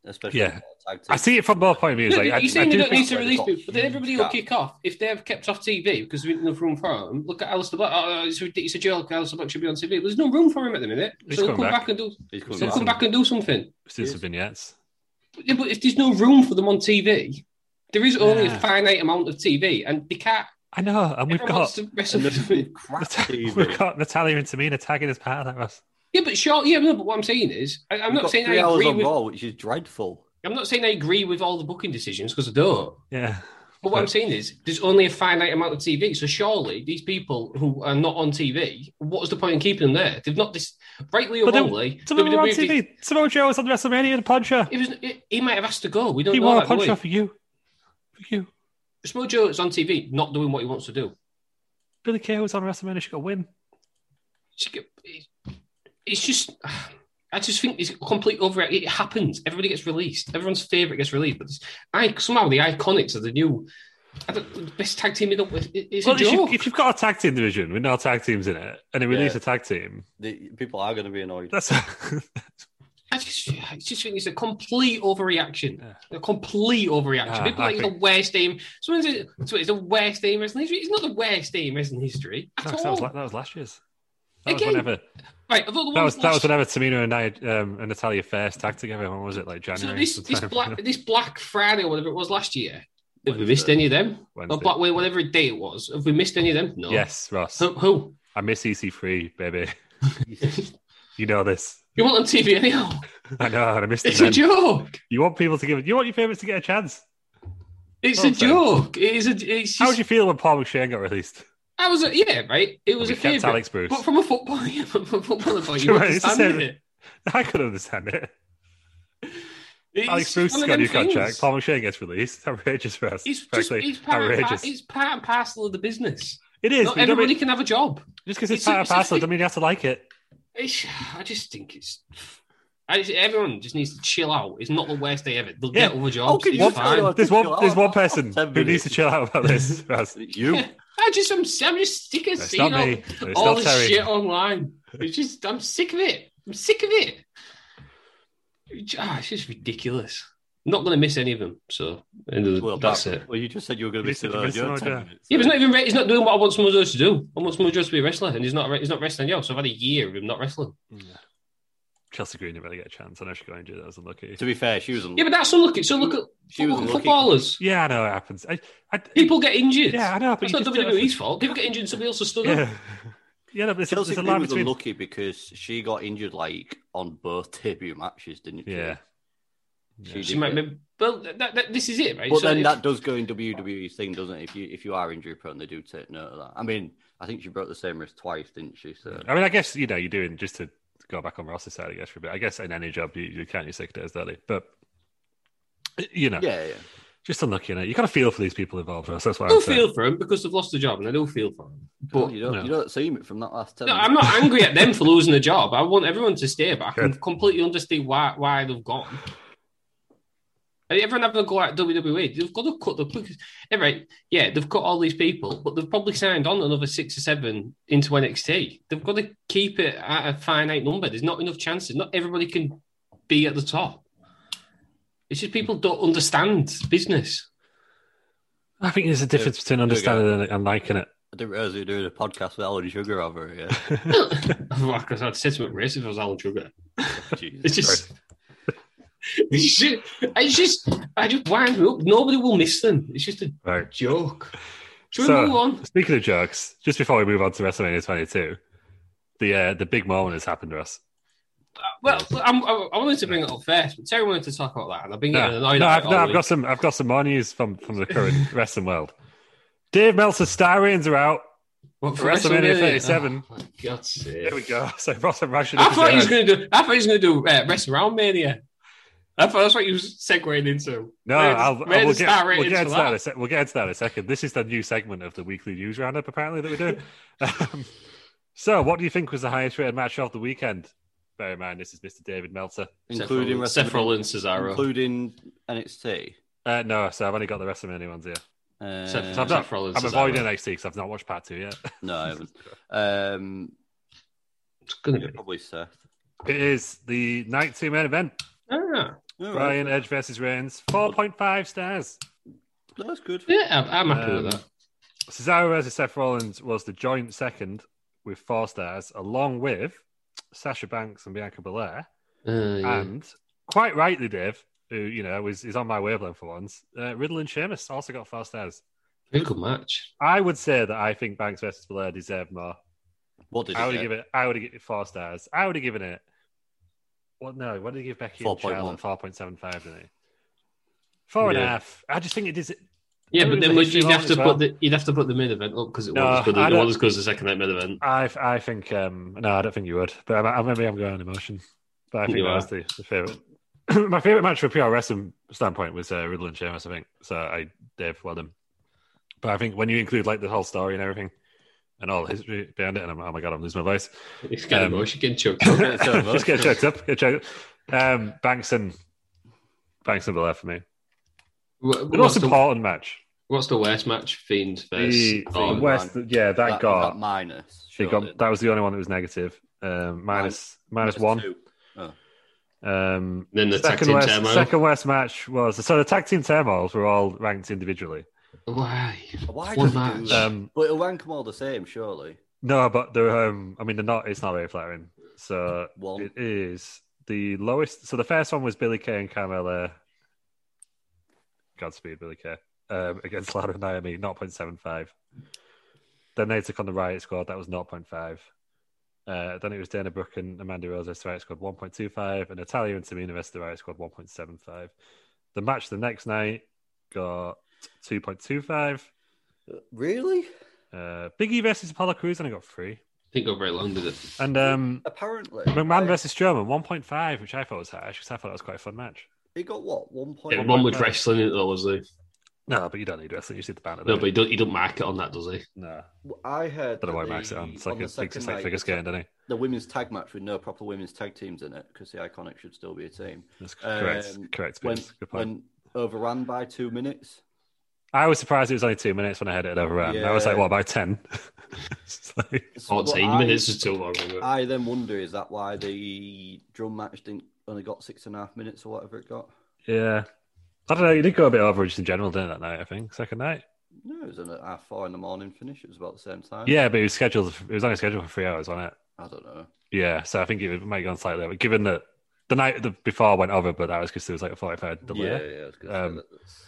Speaker 3: especially
Speaker 4: Yeah.
Speaker 3: for tag
Speaker 4: I
Speaker 3: team.
Speaker 4: see it from both point of views.
Speaker 2: No,
Speaker 4: Like, I,
Speaker 2: you're saying you
Speaker 4: I do
Speaker 2: don't
Speaker 4: think-
Speaker 2: need to release people, but then everybody will
Speaker 3: Yeah.
Speaker 2: kick off if they're kept off TV because there isn't enough room for them. Look at Alistair Black. Oh, it's, ridiculous. it's a joke. Alistair Black should be on TV. But there's no room for him at the minute.
Speaker 4: He's
Speaker 2: so he'll
Speaker 4: coming
Speaker 2: come back.
Speaker 4: back.
Speaker 2: and do.
Speaker 3: He's
Speaker 2: So
Speaker 3: coming
Speaker 2: he'll come
Speaker 3: back.
Speaker 2: back and do something.
Speaker 4: see some vignettes.
Speaker 2: But, yeah, but if there's no room for them on TV, there is only
Speaker 4: Yeah.
Speaker 2: a finite amount of TV, and they can't.
Speaker 4: I know, and we've
Speaker 2: everyone wants
Speaker 4: got
Speaker 2: to wrestle.
Speaker 3: And the crap
Speaker 4: Nat-
Speaker 3: TV.
Speaker 4: we've got Natalia and Tamina tagging as part of that. Ross.
Speaker 2: yeah, but sure. Yeah, no, but what I'm saying is, I, I'm
Speaker 3: We've
Speaker 2: not
Speaker 3: got
Speaker 2: saying I
Speaker 3: three hours
Speaker 2: agree
Speaker 3: on
Speaker 2: with.
Speaker 3: Raw, which is dreadful.
Speaker 2: I'm not saying I agree with all the booking decisions because I don't.
Speaker 4: Yeah,
Speaker 2: But what I'm saying is, there's only a finite amount of TV. So surely these people who are not on TV, what's the point in keeping them there? They've not this rightly or
Speaker 4: But then-
Speaker 2: wrongly.
Speaker 4: some of them were on
Speaker 2: WWE
Speaker 4: TV. Samoa Joe was on WrestleMania and Puncher.
Speaker 2: It was, it, he might have asked to go. We don't
Speaker 4: He
Speaker 2: know.
Speaker 4: won a
Speaker 2: That,
Speaker 4: puncher
Speaker 2: do
Speaker 4: for you. For you.
Speaker 2: we? Smojo is on TV, not doing what he wants to do.
Speaker 4: Billy Kay was on WrestleMania. She got a win.
Speaker 2: It's, it's just, I just think it's complete over. It happens. Everybody gets released. Everyone's favorite gets released. But it's, I somehow the iconics are the new. I don't, the best tag team in the world. It- It's
Speaker 4: Well,
Speaker 2: a
Speaker 4: if, you,
Speaker 2: joke.
Speaker 4: if you've got a tag team division with no tag teams in it, and they release
Speaker 3: Yeah.
Speaker 4: a tag team,
Speaker 3: The, people are going to be annoyed.
Speaker 4: that's
Speaker 2: I just, I just think it's a complete overreaction.
Speaker 4: Yeah.
Speaker 2: A complete overreaction.
Speaker 4: Ah,
Speaker 2: People
Speaker 4: I
Speaker 2: like it's the
Speaker 4: think-
Speaker 2: worst team. Someone says so it's the worst team in wrestling history. It's not the worst team in wrestling history at
Speaker 4: No, 'cause that,
Speaker 2: all.
Speaker 4: was, la- that was last year's. That
Speaker 2: Again,
Speaker 4: was whenever
Speaker 2: right, of all the
Speaker 4: that
Speaker 2: ones
Speaker 4: was that was
Speaker 2: last-
Speaker 4: whenever Tamina and I um, and Natalia first tagged together. When was it? Like
Speaker 2: So
Speaker 4: January.
Speaker 2: this this
Speaker 4: sometime?
Speaker 2: black this Black Friday or whatever it was last year. Have we
Speaker 3: Wednesday.
Speaker 2: missed any of them?
Speaker 4: Wednesday.
Speaker 2: Or Oh, Black Way, whatever day it was. Have we missed any of them? No.
Speaker 4: yes, Ross.
Speaker 2: Who? who?
Speaker 4: I miss EC3, baby. you know this.
Speaker 2: You want on TV anyhow?
Speaker 4: I know. and I miss
Speaker 2: It's
Speaker 4: it.
Speaker 2: a joke.
Speaker 4: You want people to give. You want your favorites to get a chance.
Speaker 2: It's
Speaker 4: Oh,
Speaker 2: a
Speaker 4: fair.
Speaker 2: joke. It is a. It's
Speaker 4: How
Speaker 2: just,
Speaker 4: would you feel when Paul McShane got released?
Speaker 2: I was a, yeah, right. It was
Speaker 4: We
Speaker 2: a
Speaker 4: kept
Speaker 2: favourite.
Speaker 4: Alex Bruce.
Speaker 2: But from a football, yeah, from a footballer point, you
Speaker 4: Sure, it's the
Speaker 2: understand
Speaker 4: same.
Speaker 2: it.
Speaker 4: I could understand it.
Speaker 2: It's
Speaker 4: Alex Bruce
Speaker 2: one
Speaker 4: has
Speaker 2: of
Speaker 4: got a
Speaker 2: them
Speaker 4: new
Speaker 2: things.
Speaker 4: contract. Paul McShane gets released. Outrageous for us.
Speaker 2: It's just
Speaker 4: Frankly,
Speaker 2: it's part, and par-
Speaker 4: outrageous.
Speaker 2: it's part and parcel of the business.
Speaker 4: it is.
Speaker 2: Not
Speaker 4: but you don't
Speaker 2: everybody
Speaker 4: mean-
Speaker 2: can have a job.
Speaker 4: just because
Speaker 2: it's
Speaker 4: it's
Speaker 2: a-
Speaker 4: part and
Speaker 2: it's a
Speaker 4: parcel
Speaker 2: thing.
Speaker 4: doesn't mean you have to like it.
Speaker 2: It's, I just think it's. I just, everyone just needs to chill out. It's not the worst day ever. They'll get
Speaker 4: Yeah. Oh,
Speaker 2: other jobs.
Speaker 3: can you
Speaker 2: it's
Speaker 3: just go
Speaker 2: fine.
Speaker 3: to-
Speaker 4: There's
Speaker 3: chill
Speaker 4: one.
Speaker 3: out.
Speaker 4: There's one person
Speaker 3: Ten
Speaker 4: who needs to
Speaker 3: minutes.
Speaker 4: chill out about this. Raz.
Speaker 3: you.
Speaker 2: I just I'm, I'm just sick of
Speaker 4: It's
Speaker 2: seeing
Speaker 4: not
Speaker 2: all,
Speaker 4: me. It's
Speaker 2: all
Speaker 4: not
Speaker 2: this
Speaker 4: Terry.
Speaker 2: shit online. It's just I'm sick of it. I'm sick of it. It's- ah, it's just ridiculous. I'm not going to miss any of them. So end of the-
Speaker 3: Well,
Speaker 2: that's it.
Speaker 3: Well, you just said you were going to
Speaker 4: You
Speaker 3: be
Speaker 4: said you
Speaker 3: Samoa
Speaker 4: missed
Speaker 3: Joe.
Speaker 4: Samoa
Speaker 3: ten
Speaker 4: Joe.
Speaker 3: minutes.
Speaker 2: Yeah, but he's not even. re- He's not doing what I want Samoa Joe to do. I want Samoa Joe to be a wrestler, and he's not. re- He's not wrestling now. So I've had a year of him not wrestling.
Speaker 4: Chelsea Green didn't really get a chance. I know she got injured. That was unlucky.
Speaker 3: To be fair, she was.
Speaker 2: Yeah, but that's unlucky. So look at
Speaker 3: She was
Speaker 2: look at
Speaker 3: unlucky.
Speaker 2: footballers.
Speaker 4: Yeah, I know it happens. I, I,
Speaker 2: People get injured.
Speaker 4: Yeah, I know, but
Speaker 2: That's
Speaker 4: you
Speaker 2: not
Speaker 4: just don't have
Speaker 2: WWE's fault. People get injured, and somebody else has stood up.
Speaker 4: yeah, yeah. No, but there's, a-
Speaker 3: Chelsea
Speaker 4: there's a
Speaker 3: Green
Speaker 4: line
Speaker 3: was
Speaker 4: between.
Speaker 3: unlucky because she got injured like on both debut matches, didn't she?
Speaker 4: Yeah,
Speaker 3: She,
Speaker 2: She
Speaker 3: did
Speaker 2: might.
Speaker 3: get-
Speaker 2: Be, well, that, that, this is it, right?
Speaker 3: But
Speaker 2: So
Speaker 3: then
Speaker 2: if-
Speaker 3: that does go in WWE's thing, doesn't it? If you if you are injury prone, they do take note of that. I mean, I think she broke the same wrist twice, didn't she? So
Speaker 4: I mean, I guess you know you're doing just to go back on Ross's side, I guess for a bit. I guess in any job you, you count your sick days daily, but you know,
Speaker 3: yeah, yeah.
Speaker 4: just unlucky. You, know? you got to feel for these people involved. Ross. That's why
Speaker 2: I
Speaker 4: I'm
Speaker 2: do
Speaker 4: saying.
Speaker 2: feel for them because they've lost a job, and I do feel for them.
Speaker 3: But you don't
Speaker 4: no.
Speaker 3: you don't seem it from that last ten.
Speaker 2: No, I'm not angry at them for losing a job. I want everyone to stay, but I can completely understand why why they've gone. And Everyone having a go at WWE, they've got to cut the quickest. Yeah, right, yeah, they've cut all these people, but they've probably signed on another six or seven into NXT. They've got to keep it at a finite number. There's not enough chances. Not everybody can be at the top. It's just people don't understand business.
Speaker 4: I think there's a difference between
Speaker 3: there we go.
Speaker 4: understanding and, and liking it.
Speaker 3: I didn't realize we were doing a podcast with Alan Sugar over here.
Speaker 2: Because I'd say something racist if I was Alan Sugar.
Speaker 3: Jesus
Speaker 2: It's just. It's just, it's just, I just wind me up. Nobody will miss them. It's just a
Speaker 4: Right.
Speaker 2: joke. Should we move
Speaker 4: So,
Speaker 2: on?
Speaker 4: speaking of jokes, just before we move on to WrestleMania 22, the uh, the big moment has happened to us.
Speaker 2: Well, I'm, I I wanted to bring it up first, but Terry wanted to talk about that, and I've been getting
Speaker 4: No,
Speaker 2: annoyed.
Speaker 4: no,
Speaker 2: at
Speaker 4: I've,
Speaker 2: it all
Speaker 4: no I've
Speaker 2: week.
Speaker 4: got some. I've got some more news from from the current wrestling world. Dave Meltzer's Starians are out.
Speaker 2: Well, for
Speaker 4: WrestleMania 37.
Speaker 2: Oh, my God's sake.
Speaker 4: There we go. So Ross and Rush.
Speaker 2: I thought he was going to do. I thought he was going to do uh, Wrestle Round Mania. I thought that's what he was segueing into.
Speaker 4: No,
Speaker 2: Where's-
Speaker 4: I'll,
Speaker 2: where's
Speaker 4: I'll, we'll,
Speaker 2: the star
Speaker 4: get, we'll
Speaker 2: ratings
Speaker 4: get
Speaker 2: for
Speaker 4: into that. in a sec. We'll get into that in a second. This is the new segment of the weekly news roundup, apparently that we do. um, so, what do you think was the highest rated match of the weekend? Bear in mind, this is Mr. David Meltzer.
Speaker 3: including
Speaker 2: Seth
Speaker 3: WrestleMania,
Speaker 2: Rollins, Cesaro,
Speaker 3: including NXT.
Speaker 4: Uh, no, so I've only got the WrestleMania ones here.
Speaker 3: Uh,
Speaker 2: Seth-
Speaker 4: So I've not,
Speaker 2: Seth Rollins
Speaker 4: I'm
Speaker 2: is
Speaker 4: avoiding
Speaker 2: out.
Speaker 4: NXT because I've not watched part two yet.
Speaker 3: no, I haven't. Um,
Speaker 2: It's gonna be-
Speaker 3: probably Seth.
Speaker 4: It is the night two main event.
Speaker 2: Ah,
Speaker 4: Brian Edge versus Reigns, 4.5 stars.
Speaker 3: That's good.
Speaker 2: yeah, I'm, I'm happy
Speaker 4: Um,
Speaker 2: with that.
Speaker 4: Cesaro versus Seth Rollins was the joint second with four stars, along with Sasha Banks and Bianca Belair.
Speaker 2: Uh, yeah.
Speaker 4: And quite rightly, Dave, who, you know, is, is on my wavelength for once, uh, Riddle and Sheamus also got four stars.
Speaker 2: Very good match.
Speaker 4: I would say that I think Banks versus Belair deserved more.
Speaker 3: What did
Speaker 4: I would
Speaker 3: you
Speaker 4: have
Speaker 3: give it?
Speaker 4: given it. I would have given it four stars. I would have given it. Well, no. What did he give Becky and
Speaker 3: 4.1.
Speaker 4: Charlotte? Four point seven five, didn't he? Four and a
Speaker 2: Yeah.
Speaker 4: half. I just think it is.
Speaker 2: Yeah,
Speaker 4: It
Speaker 2: but
Speaker 4: was
Speaker 2: then
Speaker 4: a
Speaker 2: would
Speaker 4: history
Speaker 2: you'd have
Speaker 4: moment
Speaker 2: to
Speaker 4: as well.
Speaker 2: put the you'd have to put the main event up because it
Speaker 4: No,
Speaker 2: was good.
Speaker 4: I
Speaker 2: It
Speaker 4: don't-
Speaker 2: was good as the second night main event.
Speaker 4: I I think um no, I don't think you would. But I, I maybe I'm going on emotion. But I think
Speaker 2: You
Speaker 4: that was
Speaker 2: are.
Speaker 4: the, the favorite. My favorite match from a pure wrestling standpoint was uh, Riddle and Sheamus. I think so. I Dave, well done. But I think when you include like the whole story and everything, and all the history behind it, and I'm, oh my god, I'm losing my voice.
Speaker 2: It's kind
Speaker 4: Um,
Speaker 2: of emotional, getting choked up.
Speaker 3: Okay, so
Speaker 4: Just get checked up. Get checked. Um, Banks and Banks and Belair for me.
Speaker 2: What-
Speaker 4: The
Speaker 2: What's
Speaker 4: most
Speaker 2: the,
Speaker 4: important match.
Speaker 2: what's the worst match? Fiend versus
Speaker 4: The, the
Speaker 2: Orton.
Speaker 3: worst-
Speaker 4: West. Yeah, that, got,
Speaker 3: that minus.
Speaker 4: they got-
Speaker 3: surely.
Speaker 4: That was the only one that was negative. Um, minus minus one.
Speaker 3: two. Oh.
Speaker 4: Um,
Speaker 2: Then the tag
Speaker 4: second
Speaker 2: team
Speaker 4: West.
Speaker 2: turmoil.
Speaker 4: Second West match was so the tag team turmoils were all ranked individually.
Speaker 2: Why?
Speaker 3: Why
Speaker 2: One
Speaker 3: does it do
Speaker 2: match.
Speaker 3: that?
Speaker 4: Um,
Speaker 3: But it'll rank them all the same, surely.
Speaker 4: No, but they're um. I mean, they're not. It's not very flattering. So
Speaker 3: One.
Speaker 4: it is the lowest. So the first one was Billy Kay and Carmella. Godspeed, Billy Kay. Um, against Lana and Naomi, 0.75. Then they took on the Riot Squad. That was 0.5. Uh, then it was Dana Brooke and Amanda Rose versus the Riot Squad, 1.25. And Natalia and Tamina versus the Riot Squad, 1.75. The match the next night got 2.25.
Speaker 3: Really?
Speaker 4: Uh, Biggie versus Apollo Crews, and I got three.
Speaker 2: Didn't go very long, did it?
Speaker 4: And um,
Speaker 3: Apparently.
Speaker 4: McMahon
Speaker 3: Right.
Speaker 4: versus Strowman, 1.5, which I thought was harsh because I thought that was quite a fun match.
Speaker 3: He got what? One point.
Speaker 2: Yeah,
Speaker 3: one
Speaker 2: one
Speaker 3: point
Speaker 2: with
Speaker 3: five?
Speaker 2: wrestling in it though, was he?
Speaker 4: No, but you don't need wrestling. You see the banner.
Speaker 2: No,
Speaker 4: don't
Speaker 2: but he
Speaker 4: you?
Speaker 2: don't he don't mark it on that, does he?
Speaker 4: no.
Speaker 3: I heard.
Speaker 4: don't know why
Speaker 3: that
Speaker 4: he marks it on.
Speaker 3: the-
Speaker 4: It's like
Speaker 3: the
Speaker 4: a big
Speaker 3: second
Speaker 4: six
Speaker 3: night,
Speaker 4: figure
Speaker 3: the,
Speaker 4: skin, doesn't he?
Speaker 3: the women's tag match with no proper women's tag teams in it because the Iconic should still be a team.
Speaker 4: That's correct.
Speaker 3: Um,
Speaker 4: correct.
Speaker 3: When,
Speaker 4: Spence. Good point.
Speaker 3: when overran by two minutes.
Speaker 4: I was surprised it was only two minutes when I had it over round. I was like,
Speaker 3: Yeah.
Speaker 4: what, by 10? It's like-
Speaker 3: So what
Speaker 2: Fourteen
Speaker 3: I-
Speaker 2: minutes is too long. Isn't it?
Speaker 3: I then wonder is that why the drum match didn't only got six and a half minutes or whatever it got?
Speaker 4: yeah. I don't know. You did go a bit over just in general, didn't it, that night, I think? Second night?
Speaker 3: No, it was an half four in the morning finish. It was about the same time.
Speaker 4: Yeah, but it was scheduled. It was only scheduled for three hours, wasn't it?
Speaker 3: I don't know.
Speaker 4: Yeah, so I think it might have gone slightly over. Given that the night the- before went over, but that was because there was like a 45 delay.
Speaker 3: Yeah, yeah. I was gonna say
Speaker 4: Um,
Speaker 3: that that's-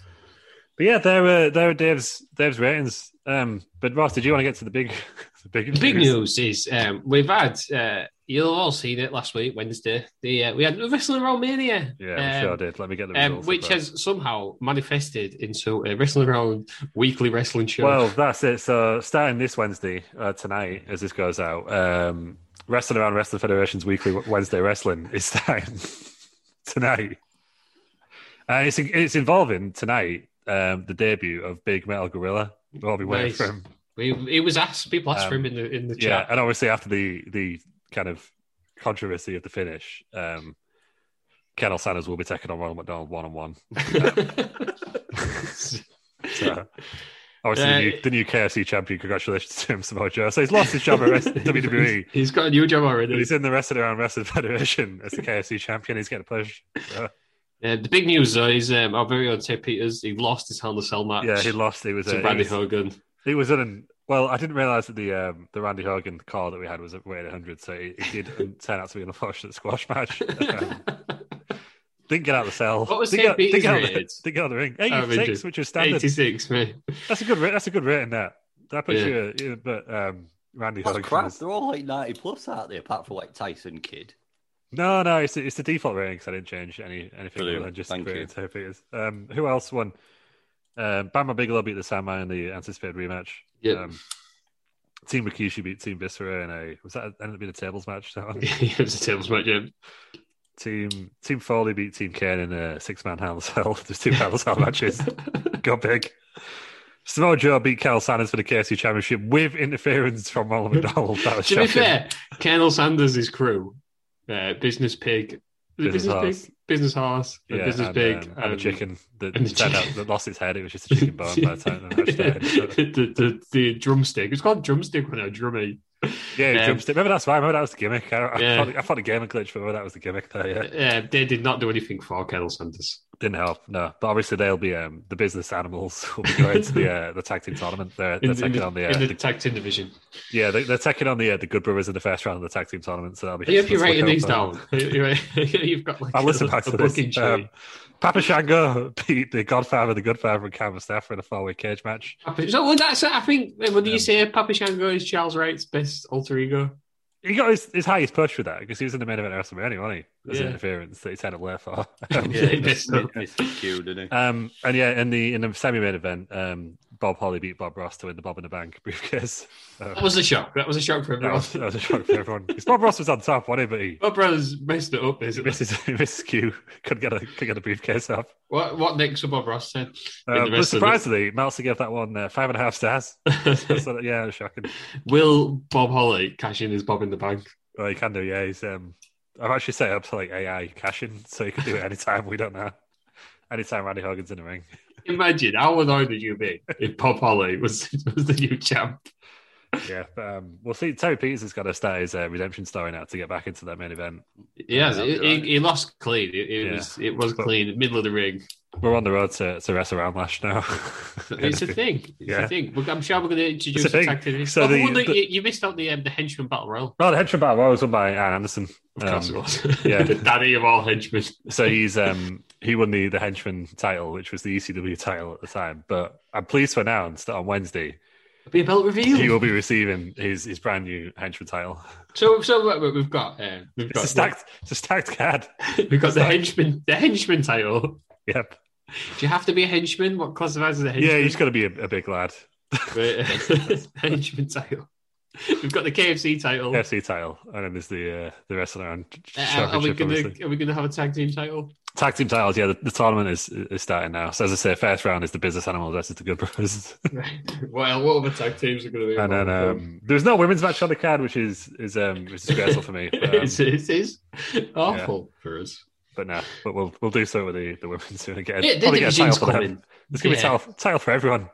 Speaker 4: But yeah, there were there were Dave's Dave's ratings. Um, but Ross, did you want to get to the big, the big,
Speaker 2: The big news is um, we've had uh, you'll have all seen it last week Wednesday. The uh, we had Wrestling Around Mania,
Speaker 4: Yeah, we
Speaker 2: um,
Speaker 4: sure did. Let me get the
Speaker 2: um,
Speaker 4: results.
Speaker 2: which
Speaker 4: up there.
Speaker 2: has somehow manifested into a Wrestling Around weekly wrestling show.
Speaker 4: well, that's it. So starting this Wednesday uh, tonight, as this goes out, um, wrestling around Wrestling Federation's weekly Wednesday wrestling is starting tonight. Uh, it's it's involving tonight um, the debut of Big Metal Gorilla. We'll all be waiting
Speaker 2: Nice.
Speaker 4: for him.
Speaker 2: we, it was asked people asked for
Speaker 4: Um,
Speaker 2: him in the in the
Speaker 4: yeah,
Speaker 2: chat.
Speaker 4: and obviously after the the kind of controversy of the finish, um, Kendall Sanders will be taking on Ronald McDonald one on one. So obviously the, new,
Speaker 2: Uh,
Speaker 4: the new KFC champion. Congratulations to him, Samoa Joe. So he's lost his job at rest- WWE.
Speaker 2: He's got a new job
Speaker 4: E, But
Speaker 2: already.
Speaker 4: he's in the Wrestling Around Wrestling Federation as the KFC champion. He's getting pushed. So,
Speaker 2: Uh, the big news though is um, our very own Ted Peters. He lost his Hell in a Cell match.
Speaker 4: yeah, he lost. He was
Speaker 2: to
Speaker 4: uh,
Speaker 2: Randy
Speaker 4: he was,
Speaker 2: Hogan.
Speaker 4: He was in. An, well, I didn't realize that the um, the Randy Hogan call that we had was at weight 100, so it, it did turn out to be an unfortunate squash match. Um, Didn't get out of the cell.
Speaker 2: What was
Speaker 4: didn't get,
Speaker 2: St.
Speaker 4: didn't get out,
Speaker 2: Peter's
Speaker 4: of the,
Speaker 2: rated?
Speaker 4: didn't get out of the ring.
Speaker 2: Oh, we
Speaker 4: 86,
Speaker 2: did.
Speaker 4: which is standard.
Speaker 2: Eighty-six, mate.
Speaker 4: That's a good. ra- That's a good rating. That that puts
Speaker 2: Yeah.
Speaker 4: you. you- But um, Randy
Speaker 3: That's
Speaker 4: Hogan.
Speaker 3: crap.
Speaker 4: is-
Speaker 3: They're all like 90 plus, aren't they? Apart from like Tyson Kidd.
Speaker 4: No, no, it's it's the default rating because I didn't change any anything. other
Speaker 3: Brilliant.
Speaker 4: than just
Speaker 3: Thank
Speaker 4: creating two figures. Um, who else won? Um, Bama Bigelow beat the Sandman in the anticipated rematch.
Speaker 2: Yeah.
Speaker 4: Um, Team Rikishi beat Team Viscera in a was that ended up being a tables match? That one.
Speaker 2: it was a tables match. Yeah.
Speaker 4: Team Team Foley beat Team Kane in a six man hell in a cell. There's two hell in a cell matches. Go big. Samoa Joe beat Cal Sanders for the KFC Championship with interference from Ronald McDonald. That was
Speaker 2: to be
Speaker 4: shocking.
Speaker 2: fair, uh, Colonel Sanders' his crew, uh, business pig, the
Speaker 4: Business
Speaker 2: business,
Speaker 4: horse.
Speaker 2: pig, business horse, and
Speaker 4: Yeah,
Speaker 2: business
Speaker 4: and,
Speaker 2: pig,
Speaker 4: um, and the chicken that,
Speaker 2: and the
Speaker 4: turned
Speaker 2: chicken.
Speaker 4: out that lost its head. It was just a chicken bone by the time the match started.
Speaker 2: the, the, the drumstick. It's called drumstick when I drummy.
Speaker 4: Yeah, he
Speaker 2: Um,
Speaker 4: jumps it. Remember that's right. Remember that was the gimmick. I, I,
Speaker 2: Yeah.
Speaker 4: thought, I thought the game had glitched, but remember that was the gimmick there. Yeah,
Speaker 2: Yeah, Uh, they did not do anything for Colonel Sanders.
Speaker 4: didn't help. No, but obviously they'll be um, the business animals. will be going to the uh, the tag team tournament. They're,
Speaker 2: In,
Speaker 4: they're
Speaker 2: in
Speaker 4: taking
Speaker 2: the,
Speaker 4: on the,
Speaker 2: in
Speaker 4: uh,
Speaker 2: the
Speaker 4: the-
Speaker 2: tag team division.
Speaker 4: yeah they, they're taking on the uh, the Good Brothers in the first round of the tag team tournament. So that'll be.
Speaker 2: I hope you're
Speaker 4: that's what
Speaker 2: writing
Speaker 4: they'll
Speaker 2: these
Speaker 4: do.
Speaker 2: down. You've got like
Speaker 4: I'll listen
Speaker 2: a-
Speaker 4: back
Speaker 2: a
Speaker 4: to
Speaker 2: booking
Speaker 4: this.
Speaker 2: sheet.
Speaker 4: Um, Papa Shango beat the Godfather, the Godfather, and Canvas Staffer in a four-way cage match.
Speaker 2: Papa- so well, that's I think when you
Speaker 4: Um,
Speaker 2: say Papa Shango is Charles Wright's best alter ego.
Speaker 4: He got his, his highest push with that because he was in the main event of WrestleMania, wasn't he? As
Speaker 2: Yeah.
Speaker 4: an interference that he turned up there for.
Speaker 2: Yeah, he did.
Speaker 3: Mr. Q, didn't he?
Speaker 4: Um, and yeah, in the in the semi-main event, um, Bob Holly beat Bob Ross to win the Bob in the Bank briefcase. Um,
Speaker 2: That was a shock. That was a shock for
Speaker 4: that
Speaker 2: everyone.
Speaker 4: was, uh, that was a shock for everyone because Bob Ross was on top, wasn't he? But he,
Speaker 2: My brother's messed it up,
Speaker 4: he
Speaker 2: isn't it?
Speaker 4: misses, he misses Q, could get a could get a briefcase up.
Speaker 2: What what next for Bob Ross said?
Speaker 4: Um, but
Speaker 2: rest of
Speaker 4: surprisingly, Meltzer gave that one uh, five and a half stars. so, yeah, it was shocking.
Speaker 2: Will Bob Holly cash in his Bob in the bank?
Speaker 4: Well, you can do, yeah. He's, um, I've actually set it up to like AI caching, so you can do it anytime. We don't know. Anytime Randy Hogan's in the ring.
Speaker 2: Imagine how annoyed would you be if Bob Holly was was the new champ?
Speaker 4: Yeah, but, um, we'll see. Terry Peters has got to start his uh, redemption story now to get back into that main event.
Speaker 2: Yes,
Speaker 3: that'd
Speaker 2: he,
Speaker 3: be right.
Speaker 2: he, he lost clean. It, it
Speaker 4: Yeah.
Speaker 2: was it was
Speaker 4: But-
Speaker 2: clean, middle of the ring.
Speaker 4: We're on the road to, to WrestleMania Lash now.
Speaker 2: It's a thing. It's
Speaker 4: Yeah.
Speaker 2: a thing. We're- I'm sure we're going to introduce
Speaker 4: It's a
Speaker 2: the
Speaker 4: thing.
Speaker 2: tag team.
Speaker 4: So
Speaker 2: Oh,
Speaker 4: the-
Speaker 2: well,
Speaker 4: the-
Speaker 2: you, you missed out the um, the henchman battle royal.
Speaker 4: Well, the headshot battle royal was won by Aaron Anderson.
Speaker 2: Of course, it
Speaker 4: Um,
Speaker 2: was.
Speaker 4: yeah.
Speaker 2: the daddy of all henchmen.
Speaker 4: so he's um, he won the the henchman title, which was the ECW title at the time. But I'm pleased to announce that on Wednesday
Speaker 2: Be a belt
Speaker 4: he
Speaker 2: reveal.
Speaker 4: will be receiving his his brand new henchman title.
Speaker 2: So so what- what we've got uh, we've
Speaker 4: It's
Speaker 2: got
Speaker 4: a stacked it's a stacked card.
Speaker 2: we've got the henchman the henchman title.
Speaker 4: Yep.
Speaker 2: Do you have to be a henchman? What classifies as a henchman?
Speaker 4: Yeah, he's got to be a, a big lad.
Speaker 2: Right. henchman title. We've got the KFC title.
Speaker 4: FC title, and then there's the uh, the wrestling around
Speaker 2: Oh. Uh, are we
Speaker 4: championship.
Speaker 2: gonna
Speaker 4: obviously.
Speaker 2: are we gonna have a tag team title?
Speaker 4: Tag team titles, yeah. The, the tournament is is starting now. So as I say, first round is the business animals versus the good brothers.
Speaker 2: Right. Well, what other tag teams are going to be?
Speaker 4: And then
Speaker 2: involved?
Speaker 4: um, there's no women's match on the card, which is is um, which is disgraceful for me. But, um,
Speaker 2: it's, it is awful for us.
Speaker 4: but no, but we'll we'll do so with the, the women's soon again.
Speaker 2: Yeah, the
Speaker 4: Probably get a title
Speaker 2: division's
Speaker 4: for
Speaker 2: coming.
Speaker 4: them. There's gonna
Speaker 2: Yeah.
Speaker 4: be a title, title for everyone.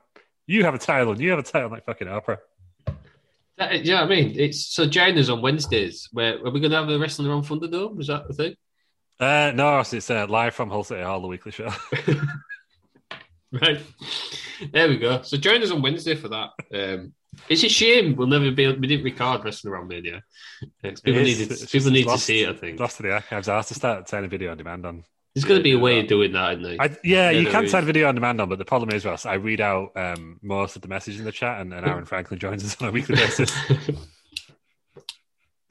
Speaker 4: You have a title, and you have a title like fucking opera.
Speaker 2: That, you know what I mean? It's so join us on Wednesdays. Where are we going to have the wrestling around Thunderdome? Is that the thing?
Speaker 4: Uh, no, it's- it's uh, live from Hull City Hall, the weekly show.
Speaker 2: Right. There we go. So join us on Wednesday for that. Um, it's a shame we'll never be. We didn't record wrestling around Mania. Yeah, 'cause people
Speaker 4: It is-
Speaker 2: need to,
Speaker 4: it's just-
Speaker 2: people
Speaker 4: it's
Speaker 2: need
Speaker 4: lost-
Speaker 2: to see it. I think
Speaker 4: Lost to the archives. I have to start turning video on demand on.
Speaker 2: there's going to be a
Speaker 4: yeah,
Speaker 2: way
Speaker 4: yeah.
Speaker 2: of doing that, isn't there?
Speaker 4: I, yeah,
Speaker 2: Yeah,
Speaker 4: you
Speaker 2: there
Speaker 4: can
Speaker 2: is.
Speaker 4: turn video on demand on, but the problem is, Ross, I read out um, most of the message in the chat, and, and Aaron Franklin joins us on a weekly basis.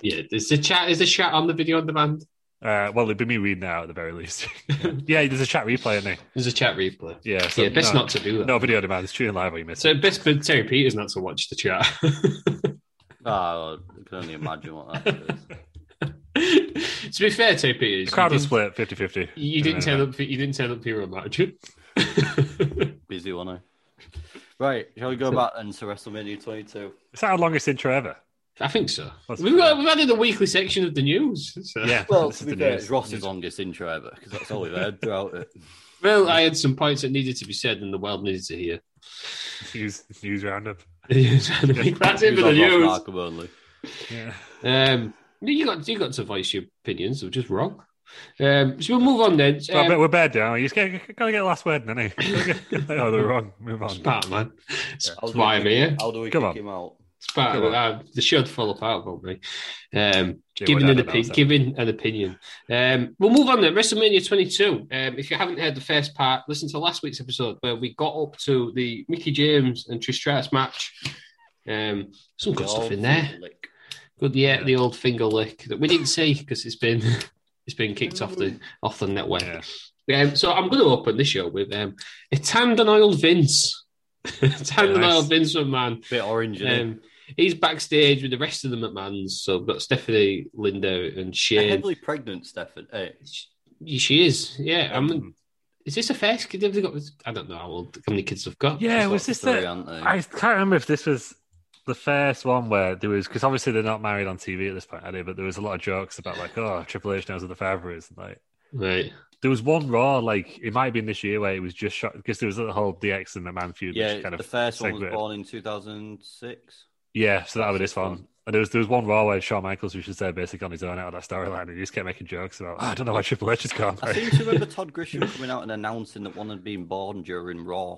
Speaker 2: yeah. Is the chat? Is the chat on the video on demand?
Speaker 4: Uh, well, it'd be me reading out at the very least. yeah, there's a chat replay, isn't there?
Speaker 2: There's a chat replay.
Speaker 4: Yeah, so
Speaker 2: yeah. Best
Speaker 4: no,
Speaker 2: not to do that.
Speaker 4: No video demand. It's tune in live or you miss
Speaker 2: So
Speaker 4: it.
Speaker 2: best for Terry Peters not to watch the chat.
Speaker 3: Oh, I can only imagine what that is.
Speaker 2: to be fair, Terry Peters,
Speaker 4: The crowd
Speaker 2: you
Speaker 4: was
Speaker 2: didn't-
Speaker 4: split 50 50.
Speaker 2: You didn't turn up. For, you didn't turn up for your own match.
Speaker 3: Busy one, eh? Right, shall we go back then to WrestleMania 22?
Speaker 4: Is that our longest intro ever?
Speaker 2: I think so.
Speaker 4: That's
Speaker 2: we've, got, we've added a weekly section of the news. so-
Speaker 4: Yeah.
Speaker 3: Well,
Speaker 4: this
Speaker 3: to
Speaker 4: is
Speaker 3: be
Speaker 4: the
Speaker 3: fair,
Speaker 4: news.
Speaker 3: it's Ross's longest intro ever because that's all we've heard throughout it.
Speaker 2: Well, I had some points that needed to be said, and the world needed to hear.
Speaker 4: news, news roundup.
Speaker 2: That's it for the
Speaker 3: We've got Ross
Speaker 2: news.
Speaker 3: Markham only.
Speaker 4: Yeah.
Speaker 2: Um, you got you got to voice your opinions. They're just wrong. Um, so we'll move on then.
Speaker 4: Well, I bet
Speaker 2: Um,
Speaker 4: we're bad now. You just got to get the last word, didn't you? oh, they're wrong. Move on.
Speaker 2: Spartan, man. That's
Speaker 3: How do
Speaker 2: why
Speaker 3: we
Speaker 2: I'm
Speaker 3: kick-
Speaker 2: here.
Speaker 3: How do we
Speaker 4: Come
Speaker 3: kick
Speaker 4: on.
Speaker 3: him out?
Speaker 2: Spartan,
Speaker 4: Go on.
Speaker 2: uh, the show'd fall apart, won't they? Um,
Speaker 4: Yeah,
Speaker 2: giving an
Speaker 4: well, I don't know,
Speaker 2: opinion.
Speaker 4: so-
Speaker 2: Giving an opinion. Um, we'll move on then. WrestleMania 22. Um, if you haven't heard the first part, listen to last week's episode where we got up to the Mickey James and Trish Stratus match. Um, some good
Speaker 3: The
Speaker 2: stuff
Speaker 3: old
Speaker 2: in there.
Speaker 3: lick.
Speaker 2: Good, yeah,
Speaker 4: Yeah.
Speaker 2: the old finger lick that we didn't see because it's been it's been kicked off the off the network.
Speaker 4: Mm. Yeah.
Speaker 2: Um, so I'm going to open this show with um, a tanned and oiled Vince. tanned and
Speaker 4: Nice.
Speaker 2: oiled Vince McMahon.
Speaker 3: Bit orange, isn't it?
Speaker 2: Um, he's backstage with the rest of the McMahons. So we've got Stephanie, Linda, and
Speaker 3: A
Speaker 2: Shane.
Speaker 3: heavily pregnant, Stefan. Hey,
Speaker 2: She, she is, yeah. I
Speaker 3: Mm.
Speaker 2: mean, is this a first kid? Have they got? I don't know how old how many kids they've got.
Speaker 4: Yeah, was this
Speaker 3: That's three,
Speaker 4: the.
Speaker 3: aren't they?
Speaker 4: I can't remember if this was the first one where there was because obviously they're not married on TV at this point, are they? But there was a lot of jokes about like, oh, Triple H knows who the father is, and like
Speaker 2: right.
Speaker 4: there was one Raw like it might have been this year where it was just shot because there was the whole DX and the Man feud. which
Speaker 3: Yeah,
Speaker 4: kind
Speaker 3: the
Speaker 4: of
Speaker 3: first one was
Speaker 4: segmented.
Speaker 3: born in 2006.
Speaker 4: Yeah, so that'll be this one. And there was there was one Raw where Shawn Michaels was just there basically on his own out of that storyline, and he just kept making jokes about, "Oh, I don't know why Triple H is gone.
Speaker 3: I seem to remember Todd Grisham coming out and announcing that one had been born during Raw.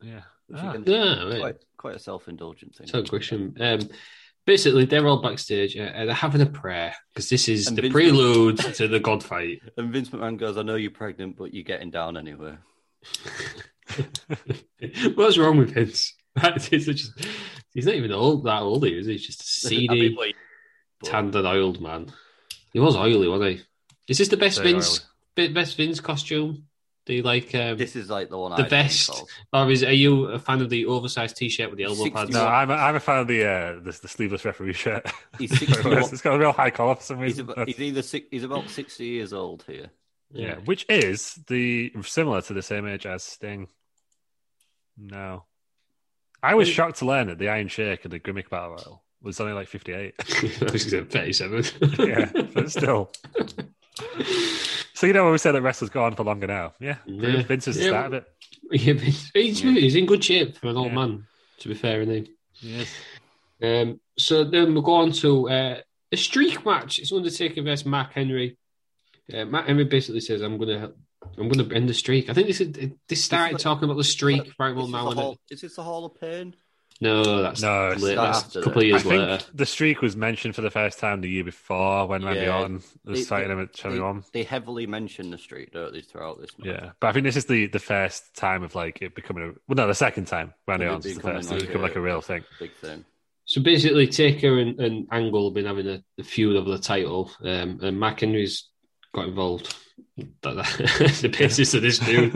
Speaker 4: yeah.
Speaker 3: Which
Speaker 4: Ah.
Speaker 3: again,
Speaker 2: yeah, right.
Speaker 3: quite, quite a self-indulgent thing.
Speaker 2: Todd Grisham. Um, basically, they're all backstage uh, and they're having a prayer because this is
Speaker 3: And
Speaker 2: the
Speaker 3: Vince-
Speaker 2: prelude to the God fight.
Speaker 3: And Vince McMahon goes, "I know you're pregnant, but you're getting down anyway."
Speaker 2: What's wrong with Vince? He's just- he's not even old that old, is he? He's just a
Speaker 3: I mean,
Speaker 2: seedy,
Speaker 3: like, but-
Speaker 2: tanned and oiled man. He was oily, wasn't he? Is this the best
Speaker 4: Very
Speaker 2: Vince be- best Vince costume? The like, um,
Speaker 3: This is like the one.
Speaker 2: The
Speaker 3: I
Speaker 2: best.
Speaker 3: Think of.
Speaker 2: or is are you a fan of the oversized T-shirt with the elbow
Speaker 3: 60
Speaker 2: pads?
Speaker 4: No, I'm a, I'm a fan of the uh, the, the sleeveless referee shirt.
Speaker 3: He's
Speaker 4: it's got a real high collar for some
Speaker 3: He's,
Speaker 4: reason.
Speaker 3: about, he's either six, he's about sixty years old here.
Speaker 4: yeah. which is the similar to the same age as Sting. No, I was shocked to learn that the Iron Sheik and the Gimmick Battle Royal was only like 58.
Speaker 2: I was going to say 37.
Speaker 4: yeah, but still. So you know when we said that wrestlers go on for longer now? Yeah,
Speaker 2: Yeah.
Speaker 4: Vince has
Speaker 2: Yeah.
Speaker 4: started it.
Speaker 2: Yeah, but he's, he's,
Speaker 3: Yeah.
Speaker 2: he's in good shape for an old
Speaker 4: Yeah.
Speaker 2: man, to be fair, isn't
Speaker 4: Yes.
Speaker 2: he? Um, so then we'll go on to uh, a streak match. It's Undertaker versus Mark Henry. Uh, Mark Henry basically says, "I'm gonna, I'm gonna end the streak." I think this is, this started
Speaker 3: like-
Speaker 2: talking about the streak right well
Speaker 3: Is this
Speaker 2: now.
Speaker 3: the
Speaker 2: isn't it?
Speaker 3: Hall- is this the Hall of Pain?
Speaker 2: No, Oh, that's
Speaker 4: No, it's
Speaker 2: later.
Speaker 3: not
Speaker 2: that's
Speaker 3: after
Speaker 2: a couple of
Speaker 3: that.
Speaker 4: I
Speaker 2: years
Speaker 4: think
Speaker 2: later.
Speaker 4: the streak was mentioned for the first time the year before when Randy
Speaker 3: Yeah.
Speaker 4: Orton was
Speaker 3: They-
Speaker 4: fighting him at
Speaker 3: They,
Speaker 4: Channel One.
Speaker 3: they heavily mention the street, don't they, throughout this? match?
Speaker 4: Yeah, but I think this is the the first time of like it becoming a well, no, the second time Randy
Speaker 3: It
Speaker 4: Orton's the
Speaker 3: becoming
Speaker 4: first. It's
Speaker 3: like
Speaker 4: become
Speaker 3: a-
Speaker 4: like a real thing.
Speaker 3: big thing.
Speaker 2: So basically, Taker and, and Angle have been having a, a feud over the title, um, and Mark Henry's got involved. That, that's the basis of this feud.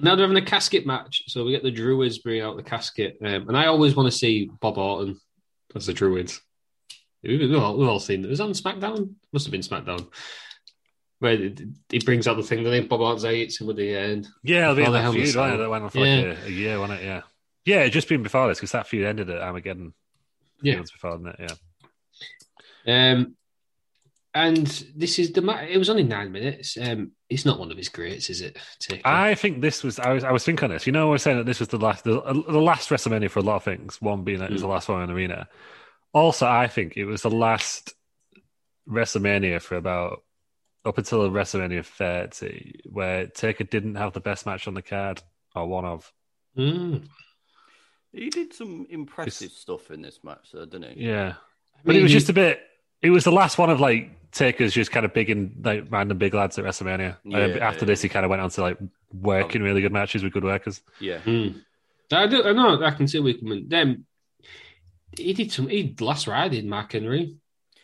Speaker 2: now they're having a casket match, so we get the Druids bringing out the casket, um, and I always want to see Bob Orton as the Druids. We've, we've all, we've all seen it. It was on SmackDown. Must have been SmackDown. Where he brings out the thing, the name Bob Orton's hates him at the uh, end.
Speaker 4: Yeah, it'll be
Speaker 2: Before the
Speaker 4: in that
Speaker 2: Hell in a
Speaker 4: feud, wasn't it?
Speaker 2: Cell.
Speaker 4: That went on for
Speaker 2: Yeah.
Speaker 4: like a, a year, wasn't it? Yeah, yeah, it just been before this because that feud ended at Armageddon. a few
Speaker 2: Yeah.
Speaker 4: months before, didn't it? Yeah.
Speaker 2: Um, and this is the ma- it was only nine minutes. Um, it's not one of his greats, is it? Taker?
Speaker 4: I think this was I was I was thinking on this. You know, I was saying that this was the last the, the last WrestleMania for a lot of things. One being that it was
Speaker 2: Mm.
Speaker 4: the last one in the arena. Also, I think it was the last WrestleMania for about up until WrestleMania 30, where Taker didn't have the best match on the card or one of.
Speaker 2: Mm.
Speaker 3: He did some impressive stuff in this match, though, didn't he?
Speaker 4: Yeah,
Speaker 2: I
Speaker 4: but
Speaker 2: mean,
Speaker 4: it was
Speaker 2: you-
Speaker 4: just a bit. It was the last one of like Taker's just kind of big and like random big lads at WrestleMania. And
Speaker 3: Yeah.
Speaker 4: after this, he kind of went on to like work in really good matches with good workers.
Speaker 3: Yeah.
Speaker 2: Mm. I do. I know. I can see we can. Then he did some. He last ride Mark Henry,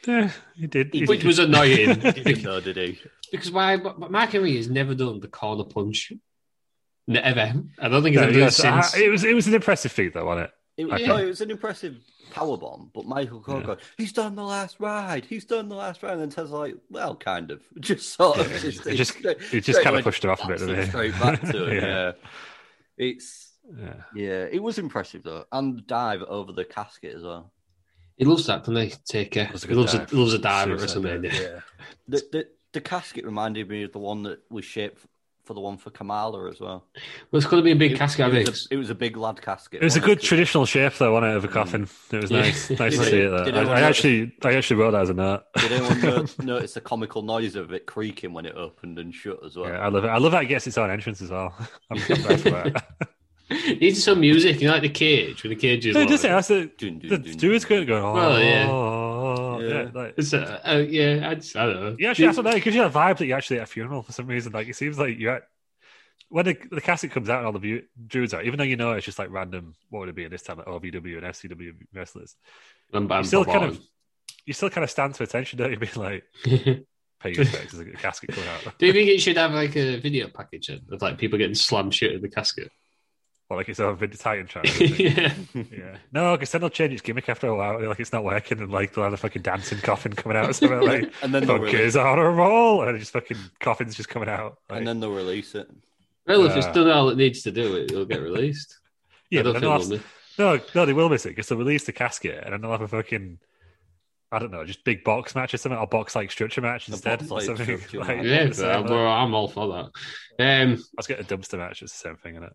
Speaker 4: Yeah, he did.
Speaker 3: He
Speaker 2: which was annoying
Speaker 3: He didn't know, did he?
Speaker 2: because why? But Mark Henry has never done the corner punch. Never. I don't think he's
Speaker 4: No,
Speaker 2: ever done it
Speaker 4: yes, I-
Speaker 2: since.
Speaker 4: it was it was an impressive feat though, wasn't it?
Speaker 3: It,
Speaker 4: Okay.
Speaker 3: no, it was an impressive power bomb, but Michael Cole goes, "He's done the last ride. He's done the last ride." And then Ted's like, "Well, kind of, just sort of." Just,
Speaker 4: It just
Speaker 3: straight-
Speaker 4: it just
Speaker 3: straight
Speaker 4: kind of
Speaker 3: went
Speaker 4: pushed her off a bit,
Speaker 3: absolutely
Speaker 4: didn't it?
Speaker 3: Straight back to it. yeah.
Speaker 4: yeah.
Speaker 3: it's
Speaker 4: yeah.
Speaker 3: yeah, it was impressive though, and the dive over the casket as well.
Speaker 2: he loves that, doesn't he? Taker.
Speaker 4: was a
Speaker 2: He
Speaker 4: good
Speaker 2: loves
Speaker 4: dive.
Speaker 2: a, loves a dive at
Speaker 4: Suicide dive,
Speaker 2: WrestleMania.
Speaker 3: The, the the casket reminded me of the one that was shaped for the one for Kamala as well.
Speaker 2: Well, it's going to be a big
Speaker 3: It-
Speaker 2: casket. I
Speaker 3: It
Speaker 2: think.
Speaker 3: was, a, it was a big lad casket.
Speaker 4: It was a
Speaker 3: wasn't
Speaker 4: good traditional shape though, wasn't it, of a coffin. It was
Speaker 2: Yeah.
Speaker 4: nice. Nice to
Speaker 3: Did
Speaker 4: see
Speaker 3: it-
Speaker 4: it
Speaker 3: did anyone
Speaker 4: though. I, I
Speaker 3: notice-
Speaker 4: actually I actually wrote that as a note.
Speaker 3: Did anyone no- notice the comical noise of it creaking when it opened and shut as well?
Speaker 4: Yeah, I love it. I love that it gets its own entrance as well. I'm I'm glad for that.
Speaker 2: Needs some music, you know, like the cage when the cage is.
Speaker 4: No, it
Speaker 2: low.
Speaker 4: does it. That's the
Speaker 3: Dun, dun,
Speaker 4: the
Speaker 3: dun,
Speaker 4: dude's
Speaker 3: dun.
Speaker 4: going going. Oh,
Speaker 2: Well, yeah.
Speaker 4: oh, yeah.
Speaker 3: Yeah.
Speaker 4: like-
Speaker 2: It's uh, uh, yeah, I, just, I don't know.
Speaker 4: Yeah, actually, I don't know. It gives you a vibe that you're actually at a funeral for some reason. Like it seems like you're at when the, the casket comes out and all the bu- druids out, even though you know it's just like random. What would it be in this time? Like OVW and FCW wrestlers.
Speaker 2: I'm, I'm
Speaker 4: You still kind of you still kind of stand to attention, don't you? Being like
Speaker 2: Do
Speaker 4: pay your respects as a casket coming out,
Speaker 2: you think it should have like a video package then, of like people getting slam shit in the casket?
Speaker 4: or like it's over the Titan channel. isn't it?
Speaker 2: yeah,
Speaker 4: yeah, no, because then they'll change its gimmick after a while. Like it's not working, and like they'll have a fucking dancing coffin coming out. Or something like
Speaker 3: And then they'll release,
Speaker 4: fuckers on a roll, and it's just fucking coffins just coming out. Like,
Speaker 3: and then they'll release it.
Speaker 2: well, if it's
Speaker 4: Uh.
Speaker 2: done all it needs to do, it, it'll get released.
Speaker 4: yeah,
Speaker 2: I don't think
Speaker 4: but then they'll
Speaker 2: we'll
Speaker 4: have-
Speaker 2: miss-
Speaker 4: No, no, they will miss it because they'll release the casket and then they'll have a fucking, I don't know, just big box match or something, or box like structure match
Speaker 3: A
Speaker 4: instead. or
Speaker 3: box-like
Speaker 4: something.
Speaker 3: structure
Speaker 4: Like,
Speaker 3: match.
Speaker 2: Yeah,
Speaker 4: the same,
Speaker 2: but
Speaker 4: like-
Speaker 2: well, I'm all for that. Um,
Speaker 4: let's get a dumpster match. It's the same thing, isn't it?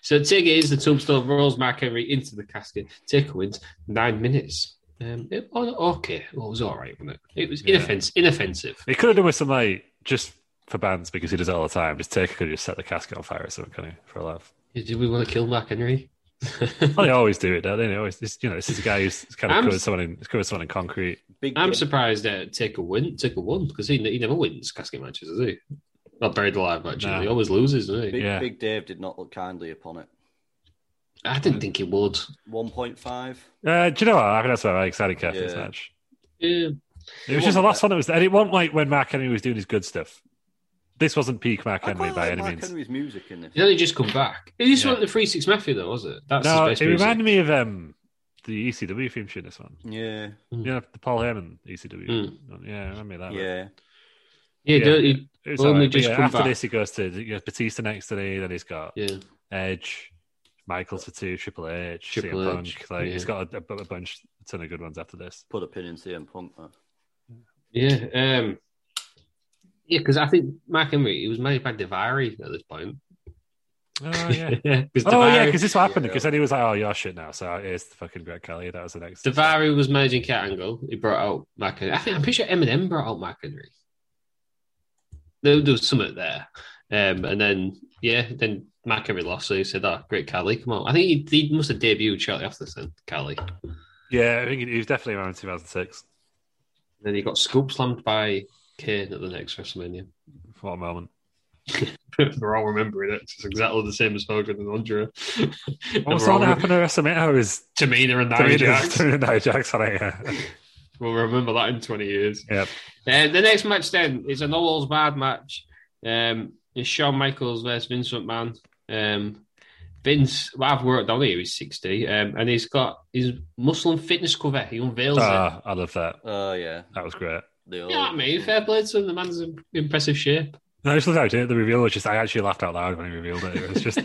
Speaker 2: so Tig is the tombstone rolls Mark Henry into the casket. Taker wins nine minutes. Um, it, oh, okay, well, it was all right, wasn't it? It was
Speaker 4: Yeah.
Speaker 2: inoffensive. Inoffensive.
Speaker 4: He could have done with some like just for bands because he does it all the time. Just take could have just set the casket on fire or something, can he? For a laugh.
Speaker 2: Did we want to kill Mark Henry?
Speaker 4: Well, they always do it, don't they? they always, this, you know, this is a guy who's kind of
Speaker 2: I'm-
Speaker 4: covered someone in he's covered someone in concrete.
Speaker 3: Big
Speaker 2: I'm
Speaker 3: game.
Speaker 2: surprised that Taker win, Taker won because he, he never wins casket matches, does he? Not buried alive matches.
Speaker 4: Nah.
Speaker 2: He always loses, doesn't he?
Speaker 3: Big,
Speaker 4: Yeah.
Speaker 3: Big Dave did not look kindly upon it.
Speaker 2: I didn't think he would.
Speaker 3: 1.5.
Speaker 4: Uh, do you know what? I think that's what I excited care for this
Speaker 3: Yeah.
Speaker 4: match.
Speaker 2: Yeah,
Speaker 4: It was just the last one that was, and it wasn't like when Mark Henry was doing his good stuff. This wasn't peak Mark
Speaker 3: I
Speaker 4: Henry
Speaker 3: quite
Speaker 4: by
Speaker 3: like
Speaker 4: any
Speaker 3: Mark
Speaker 4: means.
Speaker 3: Henry's music in this.
Speaker 2: he only just come back. He just
Speaker 4: Yeah.
Speaker 2: wasn't the three six Mafia though, was it? That's
Speaker 4: no,
Speaker 2: his best
Speaker 4: it
Speaker 2: music.
Speaker 4: reminded me of um, the ECW theme tune. This one,
Speaker 3: Yeah,
Speaker 4: you know, the Paul Heyman ECW.
Speaker 2: Hmm.
Speaker 4: one. Yeah, I remember that. one.
Speaker 3: yeah.
Speaker 2: Yeah,
Speaker 4: Yeah.
Speaker 2: don't he-
Speaker 4: It was
Speaker 2: Only
Speaker 4: alright, but
Speaker 2: just
Speaker 4: yeah,
Speaker 2: come
Speaker 4: after
Speaker 2: back.
Speaker 4: this, he goes to he goes Batista next to me. Then he's got
Speaker 2: yeah.
Speaker 4: Edge, Michaels for two, Triple H,
Speaker 2: Triple
Speaker 4: CM
Speaker 2: H,
Speaker 4: Punk. Like he's
Speaker 2: yeah.
Speaker 4: got a, a, a bunch, a ton of good ones after this.
Speaker 3: Put a pin in CM Punk. Though.
Speaker 2: Yeah, um, yeah, because I think Mark Henry he was made by Divari at this point.
Speaker 4: Oh yeah.
Speaker 2: yeah, because
Speaker 4: Oh yeah,
Speaker 2: Divari,
Speaker 4: because this happened
Speaker 3: Yeah.
Speaker 4: because then he was like, "Oh, you're shit now." So it's the fucking Greg Kelly. That was the next.
Speaker 2: Divari was managing Cat Angle. He brought out Mark Henry. I think I'm pretty sure Eminem brought out Mark Henry. There, there was something there, um, and then yeah, then Mark Henry lost. So he said, "Oh, great, Cali, come on." I think he, he must have debuted shortly after this then, Cali.
Speaker 4: Yeah, I think he was definitely around 2006.
Speaker 2: Then he got scoop slammed by Kane at the next WrestleMania.
Speaker 4: What a moment!
Speaker 2: We're all remembering it. It's exactly the same as Hogan and Andre.
Speaker 4: What was that happened at WrestleMania? Was
Speaker 2: Tamina and Nia
Speaker 4: Nia
Speaker 2: Jax.
Speaker 4: Jax on it? Yeah.
Speaker 2: We'll remember that in 20 years.
Speaker 4: Yep.
Speaker 2: Uh, the next match then is a no holds barred match. Um, it's Shawn Michaels versus Vince McMahon. Um, Vince, what I've worked on here is 60, um, and he's got his muscle and fitness cover. He unveils it.
Speaker 4: Ah, I love that.
Speaker 3: Oh yeah.
Speaker 4: That was great.
Speaker 3: The
Speaker 2: You know what I
Speaker 3: old-
Speaker 2: mean? Fair play to him. The man's in impressive shape.
Speaker 4: No, I just loved how he did it. The reveal was just, I actually laughed out loud when he revealed it. It was just,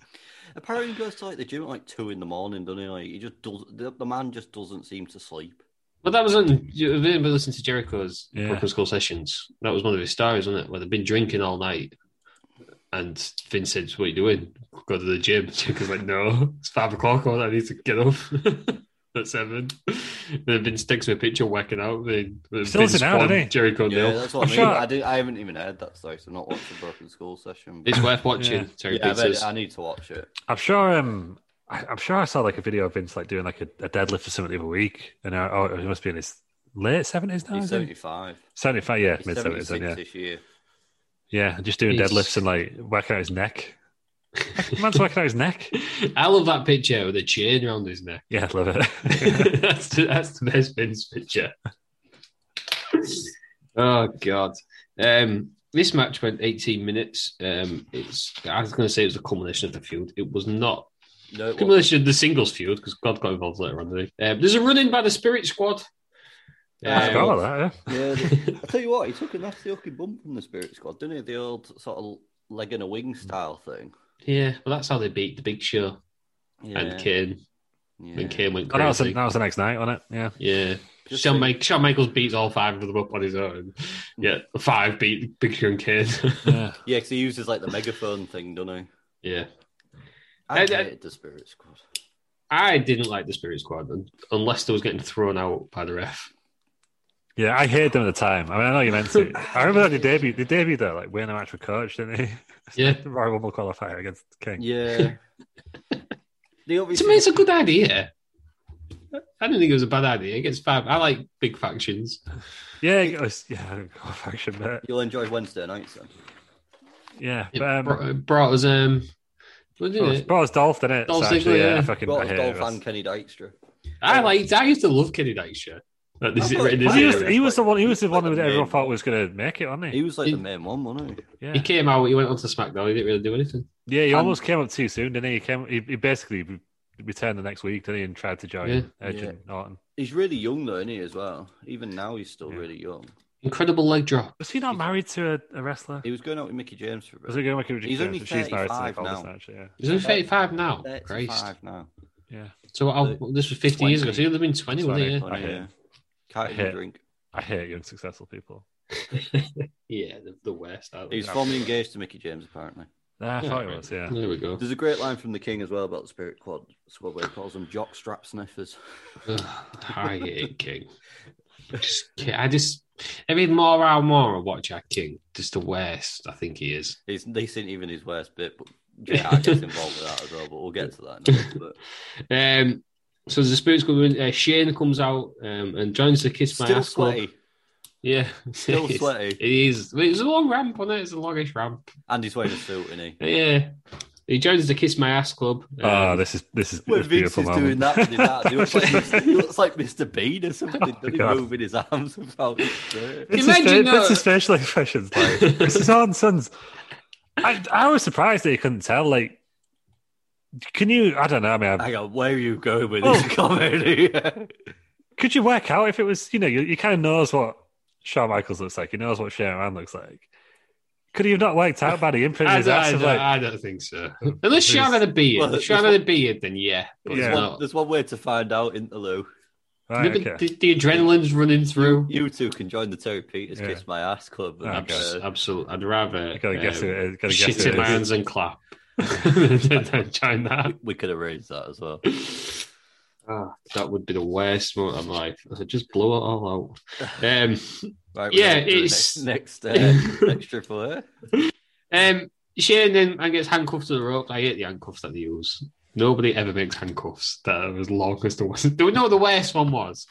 Speaker 3: Apparently, he goes to like the gym at like two in the morning, doesn't he? Like, he just does. The, the man just doesn't seem to sleep.
Speaker 2: But that was on. You have been listening to Jericho's
Speaker 4: Yeah.
Speaker 2: Brooklyn School sessions. That was one of his stories, wasn't it? Where they've been drinking all night, and Vince said, "What are you doing? Go to the gym." Jericho's like, "No, it's five o'clock. I need to get up at seven. Then Vince takes me a picture working out. Then then
Speaker 4: Still
Speaker 2: Vince
Speaker 4: doesn't know,
Speaker 2: spawned
Speaker 4: does he?
Speaker 2: Jericho
Speaker 3: Yeah,
Speaker 2: nil.
Speaker 3: that's what I mean.
Speaker 4: I'm sure-
Speaker 3: I, did, I haven't even heard that story, so I've not watched the Broken School session.
Speaker 2: It's worth watching.
Speaker 4: Yeah.
Speaker 2: Terry
Speaker 3: yeah, I, bet-
Speaker 2: Peters.
Speaker 3: I need to watch it.
Speaker 4: I'm sure, um, I, I'm sure I saw like a video of Vince like doing like a, a deadlift or something the other week. And I, oh, he must be in his late 70s now.
Speaker 3: He's
Speaker 4: is he?
Speaker 3: seventy-five.
Speaker 4: 75, yeah,
Speaker 3: He's
Speaker 4: mid 70s.
Speaker 3: seventy-six
Speaker 4: then, Yeah.
Speaker 3: this year.
Speaker 4: yeah, just doing
Speaker 2: He's-
Speaker 4: deadlifts and like working out his neck. The Man's working out his neck.
Speaker 2: I love that picture with a chain around his neck.
Speaker 4: Yeah, I love it.
Speaker 2: that's the, that's the best Vince picture. oh god, um, this match went 18 minutes. Um, it's I was going to say it was the culmination of the feud. It was not
Speaker 3: No, it wasn't.
Speaker 2: culmination of the singles feud because God got involved later on. didn't he? Um, there's a running by the Spirit Squad.
Speaker 4: I
Speaker 3: Um,
Speaker 4: forgot about that.
Speaker 3: Yeah, the- I tell you what, he took a nasty looking bump from the Spirit Squad, didn't he? The old sort of leg and a wing style thing.
Speaker 2: yeah, well, that's how they beat the Big Show
Speaker 3: Yeah,
Speaker 2: and Kane
Speaker 3: yeah.
Speaker 2: when Kane went
Speaker 4: Oh, that, was
Speaker 2: crazy.
Speaker 4: the, that was the next night, wasn't it? Yeah.
Speaker 2: yeah,
Speaker 3: Just
Speaker 2: Shawn,
Speaker 3: think-
Speaker 2: Mike, Shawn Michaels beats all five of them up on his own. Yeah, five beat Big Show and Kane.
Speaker 4: Yeah.
Speaker 3: Yeah, because he uses like the megaphone thing, doesn't he?
Speaker 2: yeah.
Speaker 3: I
Speaker 2: And, uh,
Speaker 3: hated the Spirit Squad.
Speaker 2: I didn't like the Spirit Squad un- unless they was getting thrown out by the ref.
Speaker 4: Yeah, I hated them at the time. I mean, I know you meant to. I remember that they debuted, they debuted though, like winning a match with Coach, didn't they?
Speaker 2: Yeah,
Speaker 4: the Royal Rumble qualifier against King.
Speaker 3: Yeah. the
Speaker 2: to
Speaker 3: obviously,
Speaker 2: me, it's a good idea. I didn't think it was a bad idea. It gets five. I like big factions.
Speaker 4: Yeah, it was, yeah, qualification, but
Speaker 3: you'll enjoy Wednesday nights then.
Speaker 4: yeah,
Speaker 2: It
Speaker 4: but um,
Speaker 2: brought, it brought us um. what did
Speaker 4: well,
Speaker 2: it?
Speaker 4: Oh, it's- well, it's Dolph, didn't it?
Speaker 2: Dolph
Speaker 4: so actually,
Speaker 2: Ziggler,
Speaker 4: yeah,
Speaker 2: yeah.
Speaker 4: I fucking I
Speaker 3: Brought
Speaker 4: hate
Speaker 3: Dolph
Speaker 4: it.
Speaker 3: and Kenny Dykstra.
Speaker 2: I liked. I used to love Kenny Dykstra. At this,
Speaker 3: I thought-
Speaker 2: in this
Speaker 4: Well, he, was,
Speaker 2: era.
Speaker 4: he was the one. He was the
Speaker 3: He's
Speaker 4: one
Speaker 3: like
Speaker 4: that
Speaker 3: the
Speaker 4: everyone
Speaker 3: main
Speaker 4: thought
Speaker 3: one.
Speaker 4: was going to make it, wasn't
Speaker 3: He
Speaker 4: he?
Speaker 3: was like
Speaker 2: He-
Speaker 3: the main one, wasn't he?
Speaker 4: Yeah,
Speaker 2: He came out. He went onto SmackDown. He didn't really do anything.
Speaker 4: yeah. He
Speaker 3: and-
Speaker 4: almost came up too soon, didn't he? He came. He, he basically re- returned the next week, didn't he, and tried to join
Speaker 2: Yeah.
Speaker 4: Edge
Speaker 3: Yeah.
Speaker 4: and Norton.
Speaker 3: He's really young though, isn't he? As well, even now he's still
Speaker 4: Yeah.
Speaker 3: really young.
Speaker 2: Incredible leg drop.
Speaker 4: Was he not married to a, a wrestler?
Speaker 3: He was going out with Mickey James for a bit.
Speaker 4: Was he going to
Speaker 3: He's only
Speaker 4: She's married to
Speaker 3: 35
Speaker 4: Nicole,
Speaker 3: now.
Speaker 4: isn't she? actually. Yeah,
Speaker 2: He's only thirty-five now. oh, Christ.
Speaker 3: 35 now.
Speaker 4: yeah.
Speaker 2: So i this was fifty years ago. So he'd have been twenty, wouldn't
Speaker 4: I
Speaker 3: Funny,
Speaker 4: hate
Speaker 3: yeah.
Speaker 4: it.
Speaker 3: Can't even
Speaker 4: Yeah.
Speaker 3: drink.
Speaker 4: I hate young successful people.
Speaker 2: he? Yeah, the, the worst. aren't they?
Speaker 3: He's formally engaged to Mickey James, apparently.
Speaker 4: Ah, I thought it was, yeah.
Speaker 2: There we go.
Speaker 3: There's a great line from the King as well about the Spirit Quad Squad where he calls them jock strap sniffers.
Speaker 2: I hate King. Just, I just every more and more I watch our King, just the worst. I think he is.
Speaker 3: He's, this isn't even his worst bit, but yeah, I gets involved with that as well. But we'll get to that. In a bit,
Speaker 2: Um, so the spirits come in. Uh, Shane comes out um, and joins the
Speaker 3: but
Speaker 2: Kiss My
Speaker 3: still
Speaker 2: Ass Club.
Speaker 3: sweaty,
Speaker 2: Yeah,
Speaker 3: still
Speaker 2: It is-
Speaker 3: sweaty,
Speaker 2: It is. It's a long ramp on it. It's a longish ramp.
Speaker 3: and he's wearing a suit, isn't he?
Speaker 2: Yeah, he joins the Kiss My Ass Club.
Speaker 4: Oh,
Speaker 2: Um,
Speaker 4: this is this is
Speaker 3: When
Speaker 4: this
Speaker 3: Vince
Speaker 4: beautiful
Speaker 3: is doing
Speaker 4: moment.
Speaker 3: that, he did that. He looks, like, Mr. he looks like Mr. Bean or something.
Speaker 4: Oh,
Speaker 3: He's
Speaker 4: God.
Speaker 3: moving his arms about his shirt.
Speaker 4: This is,
Speaker 2: Imagine
Speaker 4: fa- this
Speaker 2: that.
Speaker 4: is facial expressions. Like this is on sons. I, I was surprised that you couldn't tell. Like, can you? I don't know. I mean, I-
Speaker 3: Hang on, where are you going with
Speaker 2: Oh.
Speaker 3: this comedy?
Speaker 4: could you work out if it was? You know, you, you kind of knows what Shawn Michaels looks like. He knows what Shane Moran looks like. Could he have not worked out by the imprint in
Speaker 2: I,
Speaker 4: his
Speaker 2: don't, I,
Speaker 4: ass? of
Speaker 2: don't,
Speaker 4: Like,
Speaker 2: I don't think so. Unless Sean had a beard.
Speaker 3: Well,
Speaker 2: if Sean
Speaker 3: there's
Speaker 2: had a beard, then yeah. But
Speaker 4: Yeah.
Speaker 2: yeah.
Speaker 3: Well,
Speaker 2: Not.
Speaker 3: there's one way to find out, isn't there, Lou?
Speaker 4: right,
Speaker 2: the,
Speaker 4: okay.
Speaker 2: the, the adrenaline's running through.
Speaker 3: You two can join the Terry Peters
Speaker 4: Yeah.
Speaker 3: Kiss My Ass Club. And,
Speaker 4: Okay.
Speaker 3: uh,
Speaker 2: Absolutely. I'd rather uh,
Speaker 4: I gotta guess who it is. Gotta guess
Speaker 2: shit
Speaker 4: who
Speaker 2: in
Speaker 4: it
Speaker 2: my
Speaker 4: is.
Speaker 2: hands and clap. Don't join that.
Speaker 3: we- we could arrange that as well.
Speaker 2: Ah, that would be the worst moment of my life. I said, just blow it all out. Um,
Speaker 3: Right,
Speaker 2: Yeah,
Speaker 3: we're gonna do the
Speaker 2: it's-
Speaker 3: next next, uh, next triple A.
Speaker 2: um, Shane then I gets handcuffed to the rope. I hate the handcuffs that they use. Nobody ever makes handcuffs that are as long as the one. Do we know what the worst one was?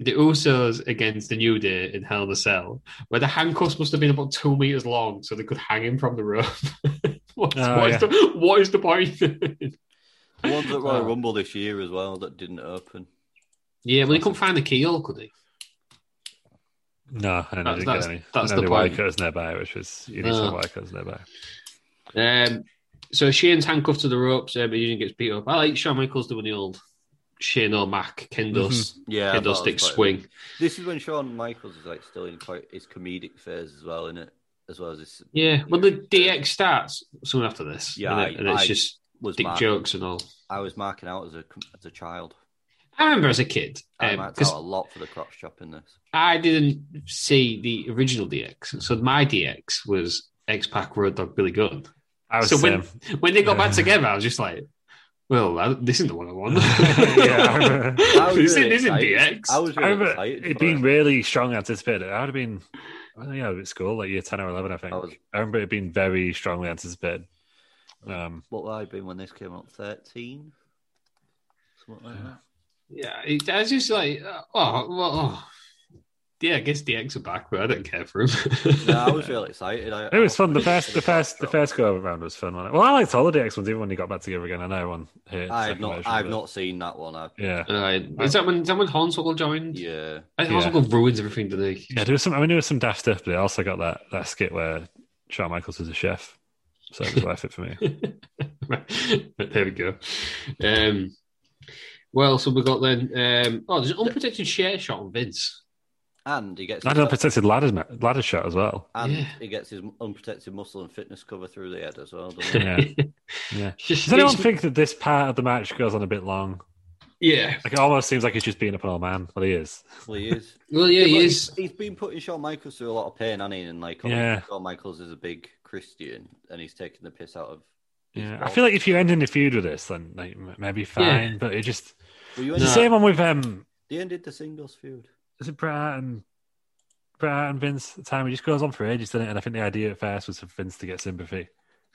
Speaker 2: The Usos against the New Day in Hell in a Cell, where the handcuffs must have been about two meters long so they could hang him from the rope. What's-
Speaker 4: Oh,
Speaker 2: what, is
Speaker 4: yeah.
Speaker 2: the, what is the point?
Speaker 3: The ones at Royal
Speaker 2: Oh.
Speaker 3: Rumble this year as well that didn't open.
Speaker 2: Yeah, well, he couldn't find the keel, could he?
Speaker 4: No, I
Speaker 2: That's-
Speaker 4: didn't get
Speaker 2: that's-
Speaker 4: any.
Speaker 2: that's
Speaker 4: I
Speaker 2: the
Speaker 4: know wire
Speaker 2: point. Uh.
Speaker 4: cutters nearby, which was you need
Speaker 2: No.
Speaker 4: some wire cutters nearby.
Speaker 2: Um, so Shane's handcuffed to the ropes, um, and Union gets beat up. I like Shawn Michaels doing the old Shane O'Mac kendo, s-
Speaker 3: Mm-hmm. Yeah, I thought it
Speaker 2: kendo
Speaker 3: was
Speaker 2: stick
Speaker 3: quite-
Speaker 2: swing.
Speaker 3: This is when Shawn Michaels is like still in quite his comedic phase as well, isn't it? As well as this
Speaker 2: Yeah, well, the DX starts soon after this.
Speaker 3: Yeah,
Speaker 2: innit? and
Speaker 3: I-
Speaker 2: it's
Speaker 3: I
Speaker 2: just
Speaker 3: was
Speaker 2: dick
Speaker 3: mark-
Speaker 2: jokes and all.
Speaker 3: I was marking out as a as a child.
Speaker 2: I remember as a kid
Speaker 3: I
Speaker 2: um,
Speaker 3: marked
Speaker 2: 'cause
Speaker 3: out a lot for the crotch chop in this.
Speaker 2: I didn't see the original DX, so my DX was X Pac Road Dog Billy Gunn.
Speaker 4: I was
Speaker 2: So when
Speaker 4: same.
Speaker 2: when they got back
Speaker 4: Yeah.
Speaker 2: together, I was just like, "Well, I, this isn't the one I want."
Speaker 4: Yeah.
Speaker 3: I was
Speaker 2: this,
Speaker 3: really
Speaker 2: isn't
Speaker 3: excited.
Speaker 2: DX.
Speaker 3: I was
Speaker 4: I
Speaker 3: really
Speaker 4: remember
Speaker 3: excited.
Speaker 4: it
Speaker 3: for
Speaker 4: being really strong anticipated. I would have been, I don't know, at school, like year 10 or 11, I think.
Speaker 3: I
Speaker 4: I,
Speaker 3: was-
Speaker 4: remember it being very strongly anticipated. Um,
Speaker 3: What would I have been when this came out? Thirteen, something like that.
Speaker 2: Yeah, it, I was just like, uh, oh, well, oh. yeah, I guess DX are back, but I don't care for him.
Speaker 3: No, I was really excited. I,
Speaker 4: it was fun. The
Speaker 3: I-
Speaker 4: first, the first, the first go round was fun. wasn't it? Well, I liked all the DX ones, even when they got back together again. I know everyone hated the
Speaker 3: I've
Speaker 4: second
Speaker 3: not,
Speaker 4: version,
Speaker 3: I've
Speaker 4: but-
Speaker 3: not seen that one. I've,
Speaker 4: Yeah.
Speaker 2: Uh, is that when is that when Hornswoggle joined?
Speaker 3: yeah,
Speaker 2: I think
Speaker 4: Yeah.
Speaker 2: Hornswoggle ruins everything, doesn't he?
Speaker 4: Yeah, there was some, I mean, there was some daft stuff, but they also got that, that skit where Shawn Michaels was a chef. So it was worth it for me.
Speaker 2: there we go. Um, well, so we got then. Um, oh, there's an unprotected share shot on Vince.
Speaker 3: and he gets
Speaker 4: I had an unprotected ladder, ma- ladder shot as well.
Speaker 3: and
Speaker 2: Yeah.
Speaker 3: he gets his unprotected muscle and fitness cover through the head as well. Doesn't he?
Speaker 4: Yeah. yeah.
Speaker 2: Just,
Speaker 4: Does anyone
Speaker 2: it's-
Speaker 4: think that this part of the match goes on a bit long?
Speaker 2: yeah.
Speaker 4: Like, it almost seems like he's just being up an old man. Well, he is.
Speaker 3: well, he is.
Speaker 2: Well, yeah,
Speaker 3: but
Speaker 2: he
Speaker 3: he's-
Speaker 2: is.
Speaker 3: He's been putting Shawn Michaels through a lot of pain, hasn't he? And like, obviously
Speaker 4: Yeah.
Speaker 3: Shawn Michaels is a big Christian, and he's taking the piss out of. his
Speaker 4: Yeah, I
Speaker 3: fault.
Speaker 4: feel like if you're ending the feud with this, then like m- maybe fine. But it just
Speaker 3: Well, you
Speaker 4: it's
Speaker 3: ended,
Speaker 4: the same one with um,
Speaker 3: they ended the singles feud.
Speaker 4: is it Brat and Brat and Vince? At the time it just goes on for ages, didn't it? And I think the idea at first was for Vince to get sympathy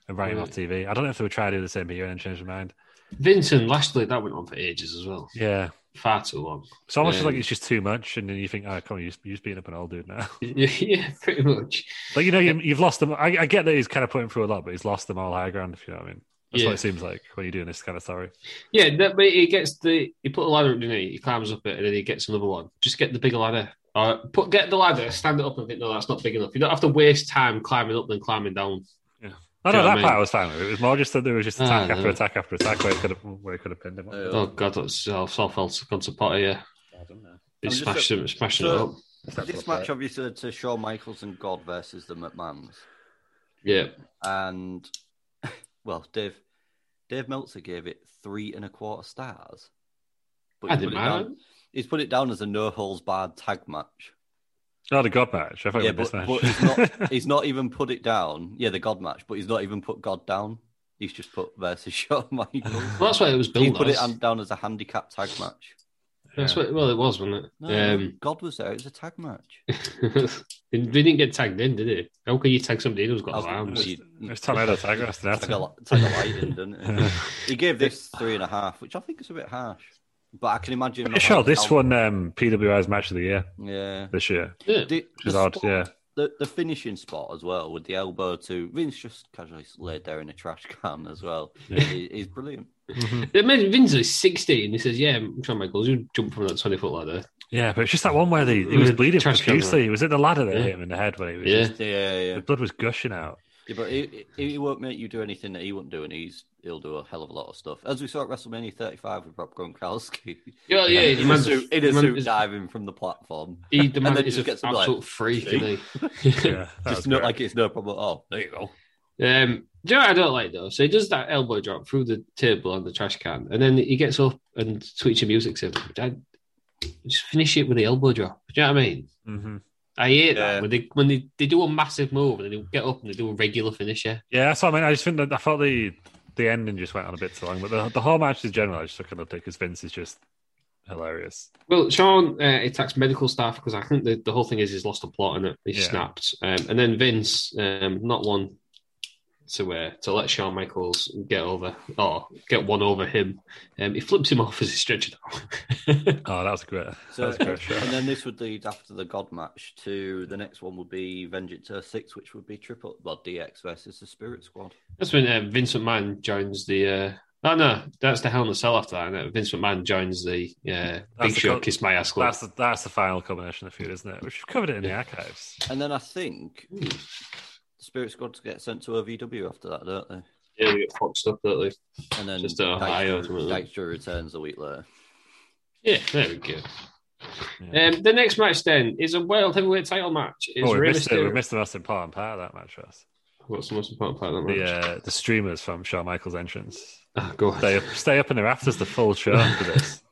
Speaker 4: and write him off TV. I don't know if they would try to do the same here and then change their mind.
Speaker 2: Vince and Lashley that went on for ages as well.
Speaker 4: Yeah,
Speaker 2: Far too long.
Speaker 4: it's almost just like
Speaker 2: Um,
Speaker 4: it's just too much, and then you think, oh, come on, you you're just being up an old dude now.
Speaker 2: yeah, pretty much.
Speaker 4: like you know, you, you've lost them. I, I get that he's kind of putting through a lot, but he's lost them all high ground. If you know what I mean. That's
Speaker 2: Yeah.
Speaker 4: what it seems like when you're doing this kind of story.
Speaker 2: Yeah, that, but he gets the he put a ladder up, didn't he? He climbs up it and then he gets another one. Just get the bigger ladder. Or put get the ladder, stand it up and think, no, that's not big enough. You don't have to waste time climbing up and climbing down.
Speaker 4: No,
Speaker 2: Do
Speaker 4: no,
Speaker 2: you know
Speaker 4: that
Speaker 2: what I
Speaker 4: part
Speaker 2: mean?
Speaker 4: I was fine with. It was more just that there was just
Speaker 2: Ah,
Speaker 4: attack
Speaker 2: no.
Speaker 4: after attack after attack where it could have where it could have pinned him.
Speaker 3: Uh,
Speaker 2: Oh god, that's uh, self else gone to pot here.
Speaker 4: I don't know.
Speaker 2: He
Speaker 3: I'm just
Speaker 2: smashed
Speaker 3: a-
Speaker 2: him, smashing
Speaker 3: so-
Speaker 2: it up.
Speaker 3: This match obviously led to Shawn Michaels and God versus the McMahons,
Speaker 2: Yeah,
Speaker 3: and well, Dave, Dave Meltzer gave it three and a quarter stars. But
Speaker 2: I
Speaker 3: he's
Speaker 2: didn't
Speaker 3: put it down-
Speaker 2: mind.
Speaker 3: He's put it down as a no holds barred tag match.
Speaker 4: Oh, the God match. I thought
Speaker 3: yeah,
Speaker 4: it was
Speaker 3: but,
Speaker 4: this match.
Speaker 3: but he's not. He's not even put it down. Yeah, the God match, but he's not even put God down. He's just put versus Shawn Michaels.
Speaker 2: Well, that's what it was built
Speaker 3: he put it
Speaker 2: as.
Speaker 3: on- down as a handicap tag match.
Speaker 2: That's what, well, it was, wasn't it?
Speaker 3: No,
Speaker 2: Um,
Speaker 3: God was there. It was a tag match.
Speaker 2: they didn't get tagged in, did they? How can you tag somebody who's got
Speaker 3: I'll-
Speaker 2: arms?
Speaker 3: you-
Speaker 4: It's Tornado Tiger. That's
Speaker 3: Tag a,
Speaker 4: nasty.
Speaker 3: li- tag a light in, didn't it? He gave this three and a half, which I think is a bit harsh. But I can imagine.
Speaker 4: Pretty sure this one um, PWI's match of the year
Speaker 3: Yeah.
Speaker 4: this year.
Speaker 2: Yeah.
Speaker 3: The,
Speaker 4: Which
Speaker 3: the
Speaker 4: is odd.
Speaker 3: spot-
Speaker 4: Yeah.
Speaker 3: the, the finishing spot as well with the elbow to Vince just casually laid there in a trash can as well. He- he's brilliant.
Speaker 2: I mean, Vince is 60 and he says, Yeah, Shawn Michaels, you jump from that 20 foot ladder.
Speaker 4: Yeah, but it's just that one where the, he was
Speaker 2: Mm,
Speaker 4: bleeding
Speaker 2: trash can,
Speaker 4: profusely. Was it the ladder that
Speaker 2: Yeah.
Speaker 4: hit him in the head when he was?
Speaker 2: Yeah.
Speaker 4: just-
Speaker 3: Yeah, yeah, yeah.
Speaker 4: the blood was gushing out.
Speaker 3: Yeah, but he, he he won't make you do anything that he wouldn't do, and he's he'll do a hell of a lot of stuff. As we saw at WrestleMania 35 with Rob Gronkowski.
Speaker 2: Yeah, yeah,
Speaker 3: in a
Speaker 2: demands-
Speaker 3: suit, in a
Speaker 2: demands-
Speaker 3: suit diving from the platform.
Speaker 2: He
Speaker 3: And then
Speaker 2: demanded he's
Speaker 3: just
Speaker 2: an
Speaker 3: gets up like,
Speaker 2: absolute freak,
Speaker 3: "See?"
Speaker 2: isn't he?
Speaker 4: Yeah, that was
Speaker 3: Just not
Speaker 4: great.
Speaker 3: like it's no problem at all. There you go.
Speaker 2: Um, do you know what I don't like though? So he does that elbow drop through the table on the trash can, and then he gets up and switches music to him. Just finish it with the elbow drop. Do you know what I mean?
Speaker 4: Mhm.
Speaker 2: I hate
Speaker 3: Yeah.
Speaker 2: that when they when they, they do a massive move and then they get up and they do a regular finisher.
Speaker 4: Yeah, that's what I mean. I just think that I thought the the ending just went on a bit too long, but the the whole match in general, I just took a look at because Vince is just hilarious.
Speaker 2: Well, Sean uh, attacks medical staff because I think the, the whole thing is he's lost a plot and he
Speaker 4: Yeah.
Speaker 2: snapped. Um, and then Vince, um, not one to uh, to let Shawn Michaels get over or get one over him. Um, he flips him off as he's stretching out.
Speaker 4: Oh, that was great. that
Speaker 3: So,
Speaker 4: was a great. Show.
Speaker 3: and then this would lead after the God match to the next one would be Vengeance 6, which would be triple, well, DX versus the Spirit Squad.
Speaker 2: That's when um, Vince McMahon joins the. Uh, oh no, that's the Hell in a Cell after that. Isn't it? Vince McMahon joins the uh, Big
Speaker 4: the
Speaker 2: Show
Speaker 4: co-
Speaker 2: Kiss My Ass Club.
Speaker 4: That's the, that's the final combination of the feud, isn't it? Which we've covered it in the archives.
Speaker 3: And then I think the Spirit Squad get sent to OVW after that, don't they?
Speaker 2: yeah, they get foxed up, don't they?
Speaker 3: And then
Speaker 2: Just Ohio or something.
Speaker 3: Dykstra returns a week later.
Speaker 2: Yeah, there we go. Um, the next match then is a world heavyweight title match. It's
Speaker 4: oh, we
Speaker 2: Rey
Speaker 4: missed, it. we
Speaker 2: Mysterio-
Speaker 4: missed the most important part of that match for us.
Speaker 2: What's the most important part of that match?
Speaker 4: The uh, the streamers from Shawn Michaels' entrance.
Speaker 2: Oh, go on.
Speaker 4: Stay up, stay up in their afters the full show for this.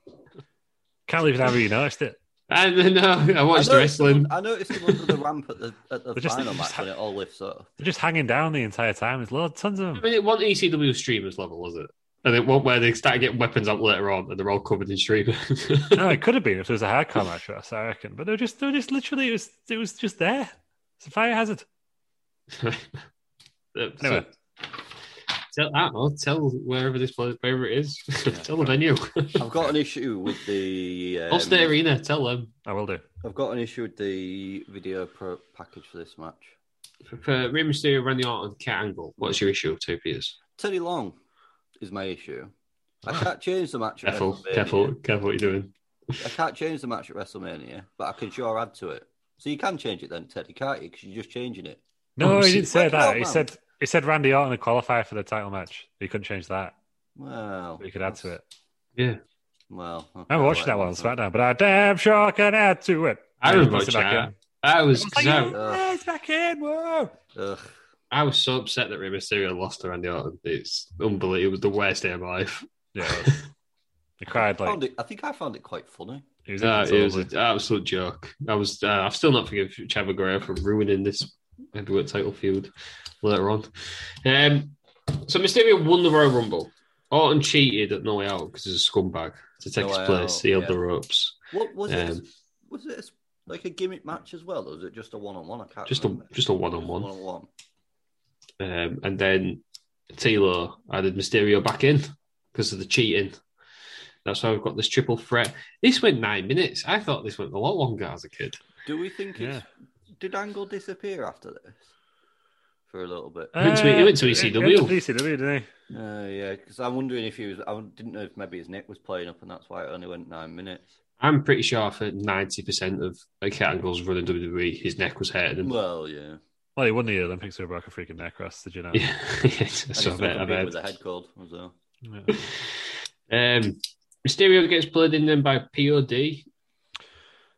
Speaker 4: Can't believe how you noticed it.
Speaker 2: I don't know. I watched
Speaker 3: I noticed
Speaker 2: wrestling.
Speaker 3: Them, I noticed them under the ramp at the, at the
Speaker 4: They just-
Speaker 3: final
Speaker 4: they just
Speaker 3: match when it all lifts up.
Speaker 4: They're just hanging down the entire time. There's loads, tons of
Speaker 2: I
Speaker 4: them.
Speaker 2: mean, it wasn't ECW streamers level, was it? And it wasn't where they started getting weapons out later on and they're all covered in streamers.
Speaker 4: No, it could have been if there was a hardcore match for us, I reckon. But they were just, they were just literally, it was, it was just there. It's a fire hazard.
Speaker 2: Uh,
Speaker 4: Anyway.
Speaker 2: So, Uh, tell, I don't know, tell wherever this place, wherever it is, tell the venue.
Speaker 3: I've got an issue with the. Um,
Speaker 2: Ulster Arena, tell them.
Speaker 4: I will do.
Speaker 3: I've got an issue with the video pro package for this match.
Speaker 2: For Rey Mysterio, Randy Orton, Cat Angle, what's your issue with two Peters?
Speaker 3: Teddy Long is my issue. I
Speaker 4: Ah.
Speaker 3: can't change the match. at
Speaker 2: Careful,
Speaker 3: WrestleMania.
Speaker 2: careful, careful what you're doing.
Speaker 3: I can't change the match at WrestleMania, but I can sure add to it. So you can change it then, Teddy, can't you? Because you're just changing it.
Speaker 2: Oh,
Speaker 4: No, he
Speaker 2: so-
Speaker 4: didn't say
Speaker 3: Work it
Speaker 4: that.
Speaker 3: out,
Speaker 4: He
Speaker 3: man.
Speaker 4: said he said Randy Orton would qualify for the title match. He couldn't change that.
Speaker 3: Well,
Speaker 4: But he could add to it.
Speaker 2: Yeah.
Speaker 3: Well, okay,
Speaker 4: I remember watching that one on SmackDown, but I damn sure can add to it.
Speaker 2: I
Speaker 4: And he
Speaker 2: remember
Speaker 4: puts it back
Speaker 2: watching
Speaker 4: in.
Speaker 2: I was,
Speaker 4: Everyone's
Speaker 2: 'cause
Speaker 4: like,
Speaker 2: I,
Speaker 3: out.
Speaker 4: "Yeah, it's back in. Whoa.
Speaker 3: Ugh.
Speaker 2: I was so upset that Rey Mysterio lost to Randy Orton. It's unbelievable. It was the worst day of my life.
Speaker 4: Yeah. it was- He cried
Speaker 3: I,
Speaker 4: like
Speaker 3: found it, I think I found it quite funny.
Speaker 4: he was
Speaker 2: Uh, it was
Speaker 4: inconsolable.
Speaker 2: an absolute joke. I was, uh, I've still not forgiven Chad McGuire for ruining this heavyweight title feud later on. Um, so Mysterio won the Royal Rumble. Orton cheated at No Way Out because he's a scumbag to take
Speaker 3: No
Speaker 2: his
Speaker 3: Way
Speaker 2: place.
Speaker 3: Out,
Speaker 2: he held
Speaker 3: yeah.
Speaker 2: the ropes.
Speaker 3: What was it?
Speaker 2: Um,
Speaker 3: Was it a- like a gimmick match as well, or was it just a one-on-one? I can't
Speaker 2: Just a-
Speaker 3: remember.
Speaker 2: just a one-on-one.
Speaker 3: Just a one-on-one.
Speaker 2: Um, and then Taylor added Mysterio back in because of the cheating. That's why we've got this triple threat. This went nine minutes. I thought this went a lot longer as a kid.
Speaker 3: Do we think it's did Angle disappear after this for a little bit?
Speaker 2: He went to- he went to E
Speaker 4: Uh,
Speaker 2: ECW.
Speaker 4: went to ECW, didn't he?
Speaker 3: Uh, yeah, because I'm wondering if he was. I didn't know if maybe his neck was playing up, and that's why it only went nine minutes.
Speaker 2: I'm pretty sure for 90% of like, Angle's running WWE, his neck was hurting. him.
Speaker 3: Well, yeah,
Speaker 4: Well, he won the Olympics with a broken freaking neck cross. Did you know?
Speaker 2: Yeah,
Speaker 3: and
Speaker 2: so I
Speaker 3: he's not
Speaker 2: bet, I
Speaker 3: competing
Speaker 2: bet.
Speaker 3: with a head cold as well.
Speaker 4: Yeah.
Speaker 2: Um, Mysterio gets blood in them by POD.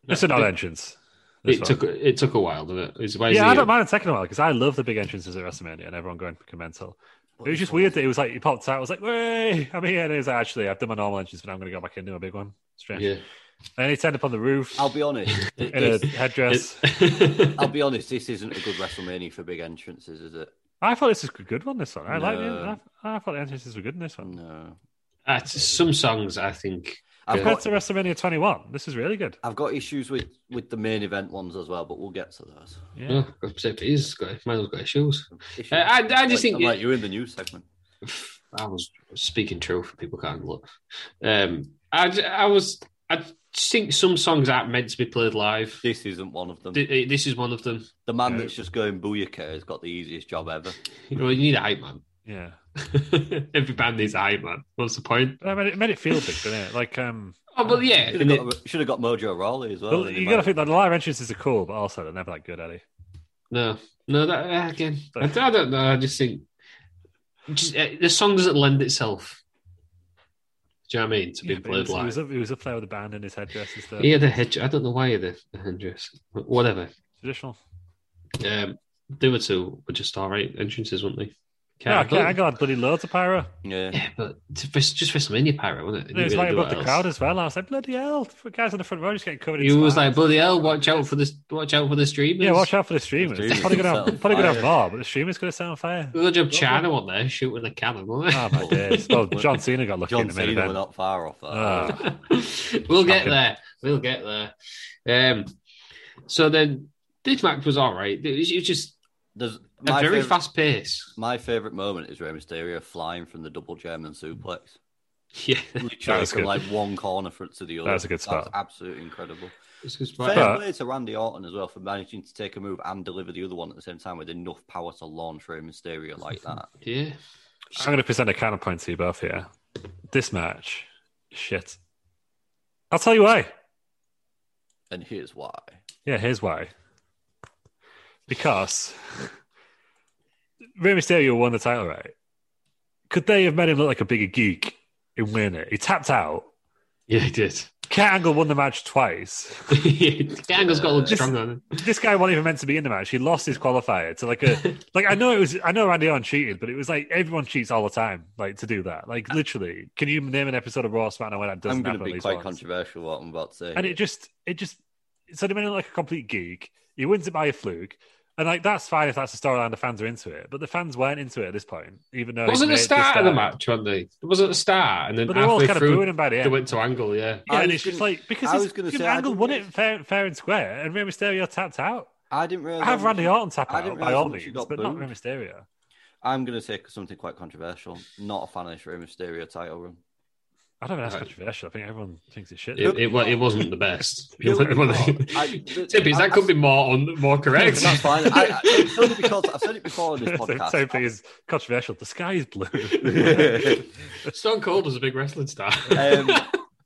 Speaker 4: It's an odd entrance. this
Speaker 2: It
Speaker 4: one.
Speaker 2: took it took a while, didn't it? It's- why is
Speaker 4: yeah,
Speaker 2: he-
Speaker 4: I don't mind it taking a while because I love the big entrances at WrestleMania and everyone going fucking mental. It was just weird that it was like he popped out. I was like, "Way, I'm here!" And it was like, actually, I've done my normal entrance, but I'm going to go back into a big one. Strange.
Speaker 2: Yeah.
Speaker 4: And he turned up on the roof
Speaker 3: I'll be honest. it-
Speaker 4: in a
Speaker 3: this-
Speaker 4: headdress.
Speaker 3: I'll be honest. This isn't a good WrestleMania for big entrances, is it?
Speaker 4: I thought this was a good one. This one, I like.
Speaker 3: No.
Speaker 4: The, I, I thought the entrances were good in this one.
Speaker 3: No.
Speaker 2: Uh, some songs, I think.
Speaker 3: I've
Speaker 4: Compared
Speaker 3: got,
Speaker 4: to WrestleMania 21, this is really good.
Speaker 3: I've got issues with with the main event ones as well, but we'll get to those.
Speaker 4: Yeah.
Speaker 2: Yeah, except it is. Got, might as well got issues.
Speaker 3: Issues.
Speaker 2: Uh, I, I just
Speaker 3: Like-
Speaker 2: think
Speaker 3: I'm like you're in the news segment.
Speaker 2: I was speaking truth. People can't look. Um, I, j- I was. I think some songs aren't meant to be played live.
Speaker 3: This isn't one of them.
Speaker 2: Th- eh, This is one of them.
Speaker 3: The man
Speaker 4: No.
Speaker 3: that's just going booyaka has got the easiest job ever.
Speaker 2: You know, you need a hype man.
Speaker 4: Yeah.
Speaker 2: Every band needs a hype man. What's the point?
Speaker 4: But I mean, it made it feel big, didn't it? Like, um,
Speaker 2: Oh, but yeah,
Speaker 3: Should
Speaker 2: and
Speaker 3: have
Speaker 2: it-
Speaker 3: got, should have got Mojo Rawley as well.
Speaker 4: the-
Speaker 3: He
Speaker 4: you
Speaker 3: might-
Speaker 4: got to think that the live entrances are cool, but also they're never that good, Eddie.
Speaker 2: no, no. That uh, again, I, I don't know. I just think just, uh, the song doesn't lend itself. Do you know what I mean? To be
Speaker 4: Yeah, but he
Speaker 2: played
Speaker 4: was, he
Speaker 2: live.
Speaker 4: was up, he was up there with the band in his headdress and stuff.
Speaker 2: He had a hedge. I don't know why he had a a headdress. Whatever.
Speaker 4: Traditional.
Speaker 2: Um, they were two were just all right entrances, weren't they?
Speaker 4: Yeah, I
Speaker 2: Can't-
Speaker 4: can't, I got bloody loads of pyro.
Speaker 3: Yeah.
Speaker 2: Yeah, but to, just just WrestleMania pirate, wasn't it?
Speaker 4: It was
Speaker 2: Didn't
Speaker 4: like
Speaker 2: really do
Speaker 4: about the
Speaker 2: what else.
Speaker 4: crowd as well. I was like, bloody hell, the guys on the front row just getting covered in
Speaker 2: He was
Speaker 4: spikes.
Speaker 2: like, bloody hell, watch out for this, watch out for the streamers.
Speaker 4: yeah, watch out for the streamers.
Speaker 3: streamers
Speaker 4: Probably gonna,
Speaker 3: set on
Speaker 4: have- probably gonna have
Speaker 3: fire.
Speaker 4: more, but the streamers gonna set on fire.
Speaker 2: Good job, China on there shooting a cannon, wasn't
Speaker 3: Ah,
Speaker 4: Oh my days! Oh, John Cena got lucky in
Speaker 3: John
Speaker 4: the main
Speaker 3: Cena were
Speaker 4: event.
Speaker 3: not far off that.
Speaker 4: Ah.
Speaker 2: it? we'll get
Speaker 4: Shocking.
Speaker 2: there. We'll get there. Um, so then this match was all right. It was, it was just
Speaker 3: There's
Speaker 2: a
Speaker 3: my
Speaker 2: very
Speaker 3: favorite,
Speaker 2: fast pace.
Speaker 3: My favorite moment is Rey Mysterio flying from the double German suplex,
Speaker 2: Yeah,
Speaker 4: That
Speaker 3: literally
Speaker 4: was
Speaker 3: from
Speaker 4: good.
Speaker 3: like one corner for, to the other.
Speaker 4: was a good spot.
Speaker 3: That's absolutely incredible.
Speaker 2: It's just
Speaker 3: Fair
Speaker 2: right.
Speaker 3: play to Randy Orton as well for managing to take a move and deliver the other one at the same time with enough power to launch Rey Mysterio like that.
Speaker 2: yeah.
Speaker 4: I'm going to present a counterpoint to you both here. This match, shit. I'll tell you why.
Speaker 3: And here's why.
Speaker 4: Yeah, here's why. Because Rey Mysterio won the title, right? Could they have made him look like a bigger geek in winning it? He tapped out.
Speaker 2: Yeah, it did.
Speaker 4: Kurt Angle wone the match twice.
Speaker 2: Gangle's got to look
Speaker 3: Just-
Speaker 2: strong on it.
Speaker 4: this guy wasn't even meant to be in the match. He lost his qualifier to like a like. I know it was. I know Randy Orton cheated, but it was like everyone cheats all the time. Like to do that. Like literally, can you name an episode of Raw SmackDown where that doesn't
Speaker 3: I'm going
Speaker 4: happen?
Speaker 3: to
Speaker 4: at
Speaker 3: be
Speaker 4: least
Speaker 3: quite
Speaker 4: once?
Speaker 3: controversial what I'm about to say.
Speaker 4: And it just, it just, so they made him look like a complete geek. He wins it by a fluke, and like that's fine if that's the storyline. The fans are into it, but the fans weren't into it at this point. Even though
Speaker 2: Wasn't
Speaker 4: he
Speaker 2: the
Speaker 4: made
Speaker 2: start of the
Speaker 4: start.
Speaker 2: match, weren't they? It wasn't the start, and then
Speaker 4: But they were all
Speaker 2: halfway
Speaker 4: kind of
Speaker 2: through,
Speaker 4: booing him by the
Speaker 2: they
Speaker 4: end.
Speaker 2: went to Angle. Yeah,
Speaker 4: Yeah,
Speaker 3: I
Speaker 4: and
Speaker 3: was
Speaker 4: it's just
Speaker 3: gonna-
Speaker 4: like because
Speaker 3: I
Speaker 4: he's-
Speaker 3: was gonna
Speaker 4: because
Speaker 3: say, I
Speaker 4: Angle
Speaker 3: don't
Speaker 4: won
Speaker 3: think-
Speaker 4: it fair, fair and square, and Rey Mysterio tapped out.
Speaker 3: I didn't realize.
Speaker 4: Have Randy Orton tap
Speaker 3: I didn't
Speaker 4: out by all
Speaker 3: realise
Speaker 4: means,
Speaker 3: she
Speaker 4: but
Speaker 3: got
Speaker 4: not
Speaker 3: booed.
Speaker 4: Rey Mysterio.
Speaker 3: I'm going to say something quite controversial. Not a fan of this Rey Mysterio title run.
Speaker 4: I don't think that's
Speaker 2: Right.
Speaker 4: controversial. I think everyone thinks it's shit.
Speaker 2: it, it, wa- it wasn't the best.
Speaker 3: No,
Speaker 2: It wasn't-
Speaker 3: I-
Speaker 2: Tippies, that could be more on more correct.
Speaker 3: That's fine. I, I, it's only because I've said it before on this
Speaker 4: Same
Speaker 3: podcast.
Speaker 4: same thing is controversial. The sky is blue.
Speaker 2: Stone Cold was a big wrestling star.
Speaker 3: um,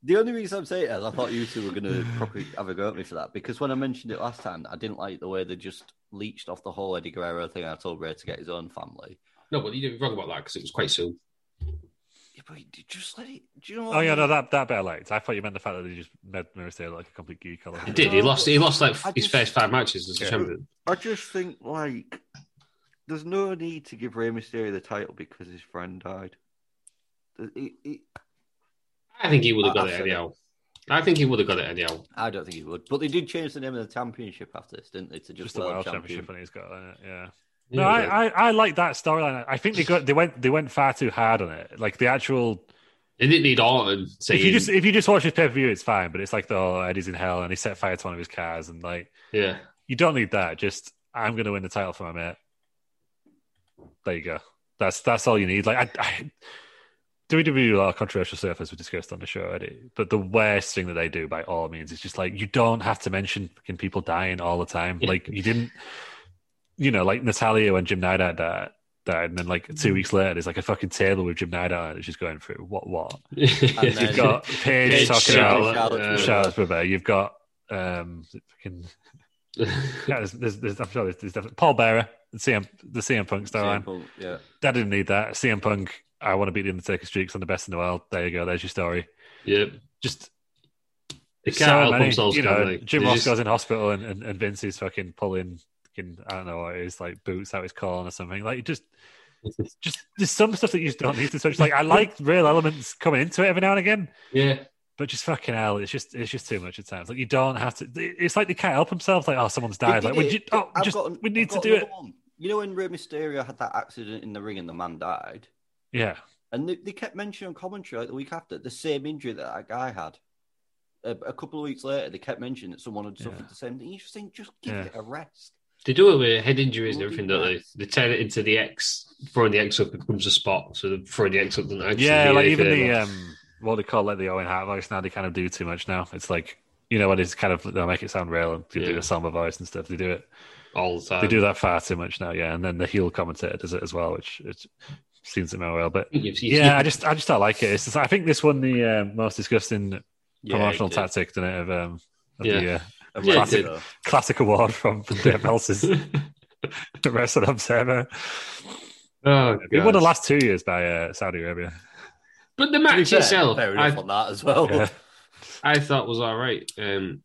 Speaker 3: the only reason I'm saying it is I thought you two were going to probably have a go at me for that because when I mentioned it last time, I didn't like the way they just leached off the whole Eddie Guerrero thing. I told Ray to get his own family.
Speaker 2: no, but you did wrong about that because it was quite soon.
Speaker 3: Yeah, but you just let it. Do you know? What
Speaker 4: oh
Speaker 3: I
Speaker 4: yeah,
Speaker 3: mean?
Speaker 4: no, that that better liked. I thought you meant the fact that they just made Rey Mysterio look like a complete geek. all over.
Speaker 2: He did. He lost. He lost like
Speaker 3: I
Speaker 2: his
Speaker 3: just-
Speaker 2: first five matches as a
Speaker 3: Yeah.
Speaker 2: champion.
Speaker 3: I just think like there's no need to give Rey Mysterio the title because his friend died. It- it-
Speaker 2: I think he would have got
Speaker 3: I- I
Speaker 2: it
Speaker 3: said
Speaker 2: anyhow. I think he would have got it anyhow.
Speaker 3: I don't think he would, but they did change the name of the championship after this, didn't they? To just,
Speaker 4: Just the
Speaker 3: world,
Speaker 4: world
Speaker 3: championship.
Speaker 4: championship when he's got on it. Yeah. No, I, I, I like that storyline. I think they got they went they went far too hard on it. Like the actual
Speaker 2: They didn't need Orton saying.
Speaker 4: if you just if you just watch his pay per view, it's fine. But it's like the oh, Eddie's in hell and he set fire to one of his cars and like
Speaker 2: yeah,
Speaker 4: you don't need that. Just I'm going to win the title for my mate. There you go. That's that's all you need. Like I, I WWE are controversial surface we discussed on the show already. But the worst thing that they do by all means is just like you don't have to mention fucking people dying all the time.
Speaker 2: Yeah.
Speaker 4: Like you didn't you know, like Natalia when Jim Night died died and then like two weeks later there's like a fucking table with Jim Night on it that's just going through what what.
Speaker 3: And then-
Speaker 4: You've got Paige
Speaker 2: Paige
Speaker 4: talking
Speaker 2: Charlotte,
Speaker 4: about
Speaker 2: uh,
Speaker 4: Charlotte's brother. You've got um is it fucking yeah, there's, there's, there's, I'm sure there's, there's definitely Paul Bearer, the CM, the CM Punk
Speaker 3: CM
Speaker 4: storyline.
Speaker 3: Punk, yeah,
Speaker 4: That didn't need that. CM Punk, I want to beat the Undertaker streaks on the best in the world. There you go. There's your story.
Speaker 2: yep.
Speaker 4: Just
Speaker 2: They can't
Speaker 4: so
Speaker 2: help
Speaker 4: many,
Speaker 2: themselves,
Speaker 4: you
Speaker 2: can
Speaker 4: know,
Speaker 2: they?
Speaker 4: Jim
Speaker 2: They
Speaker 4: Ross
Speaker 2: just-
Speaker 4: goes in hospital and, and, and Vince is fucking pulling, fucking, I don't know what it is, like boots out his colon or something. Like, just, just, there's some stuff that you just don't need to touch. Like, I like real elements coming into it every now and again,
Speaker 2: Yeah,
Speaker 4: But just fucking hell, it's just it's just too much at times. Like you don't have to. It's like they can't help themselves. Like oh, someone's died. Like would you? Oh,
Speaker 3: I've
Speaker 4: just
Speaker 3: got-
Speaker 4: we need
Speaker 3: I've
Speaker 4: to
Speaker 3: got
Speaker 4: do it.
Speaker 3: another one. You know when Rey Mysterio had that accident in the ring and the man died,
Speaker 4: Yeah,
Speaker 3: and they, they kept mentioning on commentary like, the week after the same injury that that guy had. A, a couple of weeks later, they kept mentioning that someone had suffered
Speaker 4: Yeah.
Speaker 3: the same thing. You just think, just give
Speaker 4: Yeah.
Speaker 3: it a rest.
Speaker 2: They do it with head injuries and everything, don't they? They turn it into the X, throwing the X up it becomes a spot. So they're throwing the X up the X.
Speaker 4: yeah. Like even the um, what they call like the Owen Hart voice now. They kind of do too much now. It's like you know when it's kind of they make it sound real and they do
Speaker 2: Yeah.
Speaker 4: a somber voice and stuff. They do it.
Speaker 2: all the time.
Speaker 4: They do that far too much now. Yeah, and then the heel commentator does it as well, which it seems to me well. But
Speaker 2: You've- you've-
Speaker 4: yeah, I just I just don't like it. It's just, I think this won the uh, most disgusting
Speaker 3: Yeah,
Speaker 4: promotional
Speaker 3: it did.
Speaker 4: tactic, didn't it? Of, um, of
Speaker 2: Yeah.
Speaker 4: the uh,
Speaker 3: A
Speaker 2: Yeah, it
Speaker 3: rest,
Speaker 2: did.
Speaker 3: though.
Speaker 4: classic award from from Dave Meltzer's Wrestling Observer.
Speaker 2: oh,
Speaker 4: It won
Speaker 2: God.
Speaker 4: the last two years by uh, Saudi Arabia.
Speaker 2: But the
Speaker 3: To be
Speaker 2: match
Speaker 3: fair,
Speaker 2: itself,
Speaker 3: fair
Speaker 2: I,
Speaker 3: enough on that as well.
Speaker 4: Yeah.
Speaker 2: I thought was all right. Um,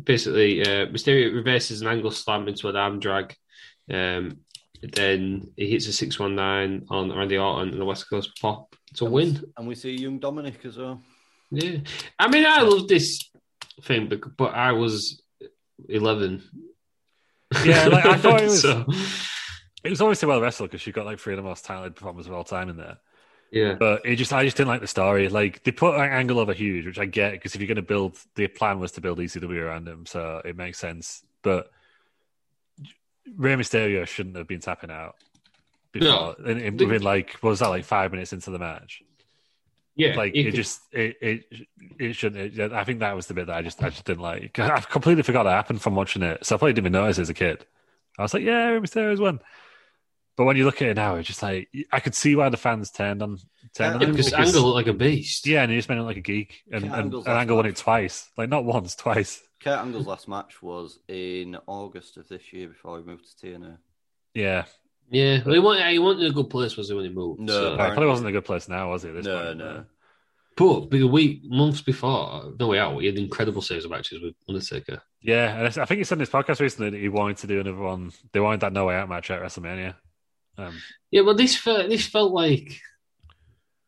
Speaker 2: basically, uh, Mysterio reverses an angle slam into an arm drag. Um, then he hits a 619 on Randy Orton and the West Coast pop to win.
Speaker 3: And we see young Dominic as well.
Speaker 2: Yeah, I mean, I love this thing, but, but I was eleven.
Speaker 4: Yeah, like, I thought it was-
Speaker 2: So,
Speaker 4: It was obviously well wrestled because she got like three of the most talented performers of all time in there.
Speaker 2: yeah,
Speaker 4: But it just I just didn't like the story. Like they put like, Angle over huge, which I get because if you're going to build, the plan was to build ECW around him, so it makes sense. But Rey Mysterio shouldn't have been tapping out. Before, and it, within like what was that like five minutes into the match?
Speaker 2: yeah.
Speaker 4: like
Speaker 2: you
Speaker 4: it
Speaker 2: could-
Speaker 4: just it it it shouldn't. It, I think that was the bit that I just I just didn't like. I completely forgot that happened from watching it, so I probably didn't even notice as a kid. I was like, yeah, Rey Mysterio's one. But when you look at it now, it's just like I could see why the fans turned on
Speaker 3: Uh,
Speaker 4: turned on
Speaker 2: yeah,
Speaker 4: him
Speaker 2: because Angle looked like a beast.
Speaker 4: yeah, and he just made it like a geek, and, and,
Speaker 3: Angle's
Speaker 4: and Angle won
Speaker 3: awesome.
Speaker 4: it twice, like not once, twice.
Speaker 3: Kurt Angle's last match was in August of this year before he moved to TNA.
Speaker 4: Yeah,
Speaker 2: yeah. Well, he wasn't. He wasn't in a good place, was he, when he moved?
Speaker 3: No.
Speaker 2: So-
Speaker 4: Well, it probably wasn't a good place now, was it? at this
Speaker 3: No,
Speaker 4: point?
Speaker 3: no.
Speaker 2: But the week, months before, no way out. He had incredible series of matches with Undertaker.
Speaker 4: Yeah, and I I think he said in his podcast recently that he wanted to do another one. They wanted that No Way Out match at WrestleMania. Um,
Speaker 2: Yeah, but this felt this felt like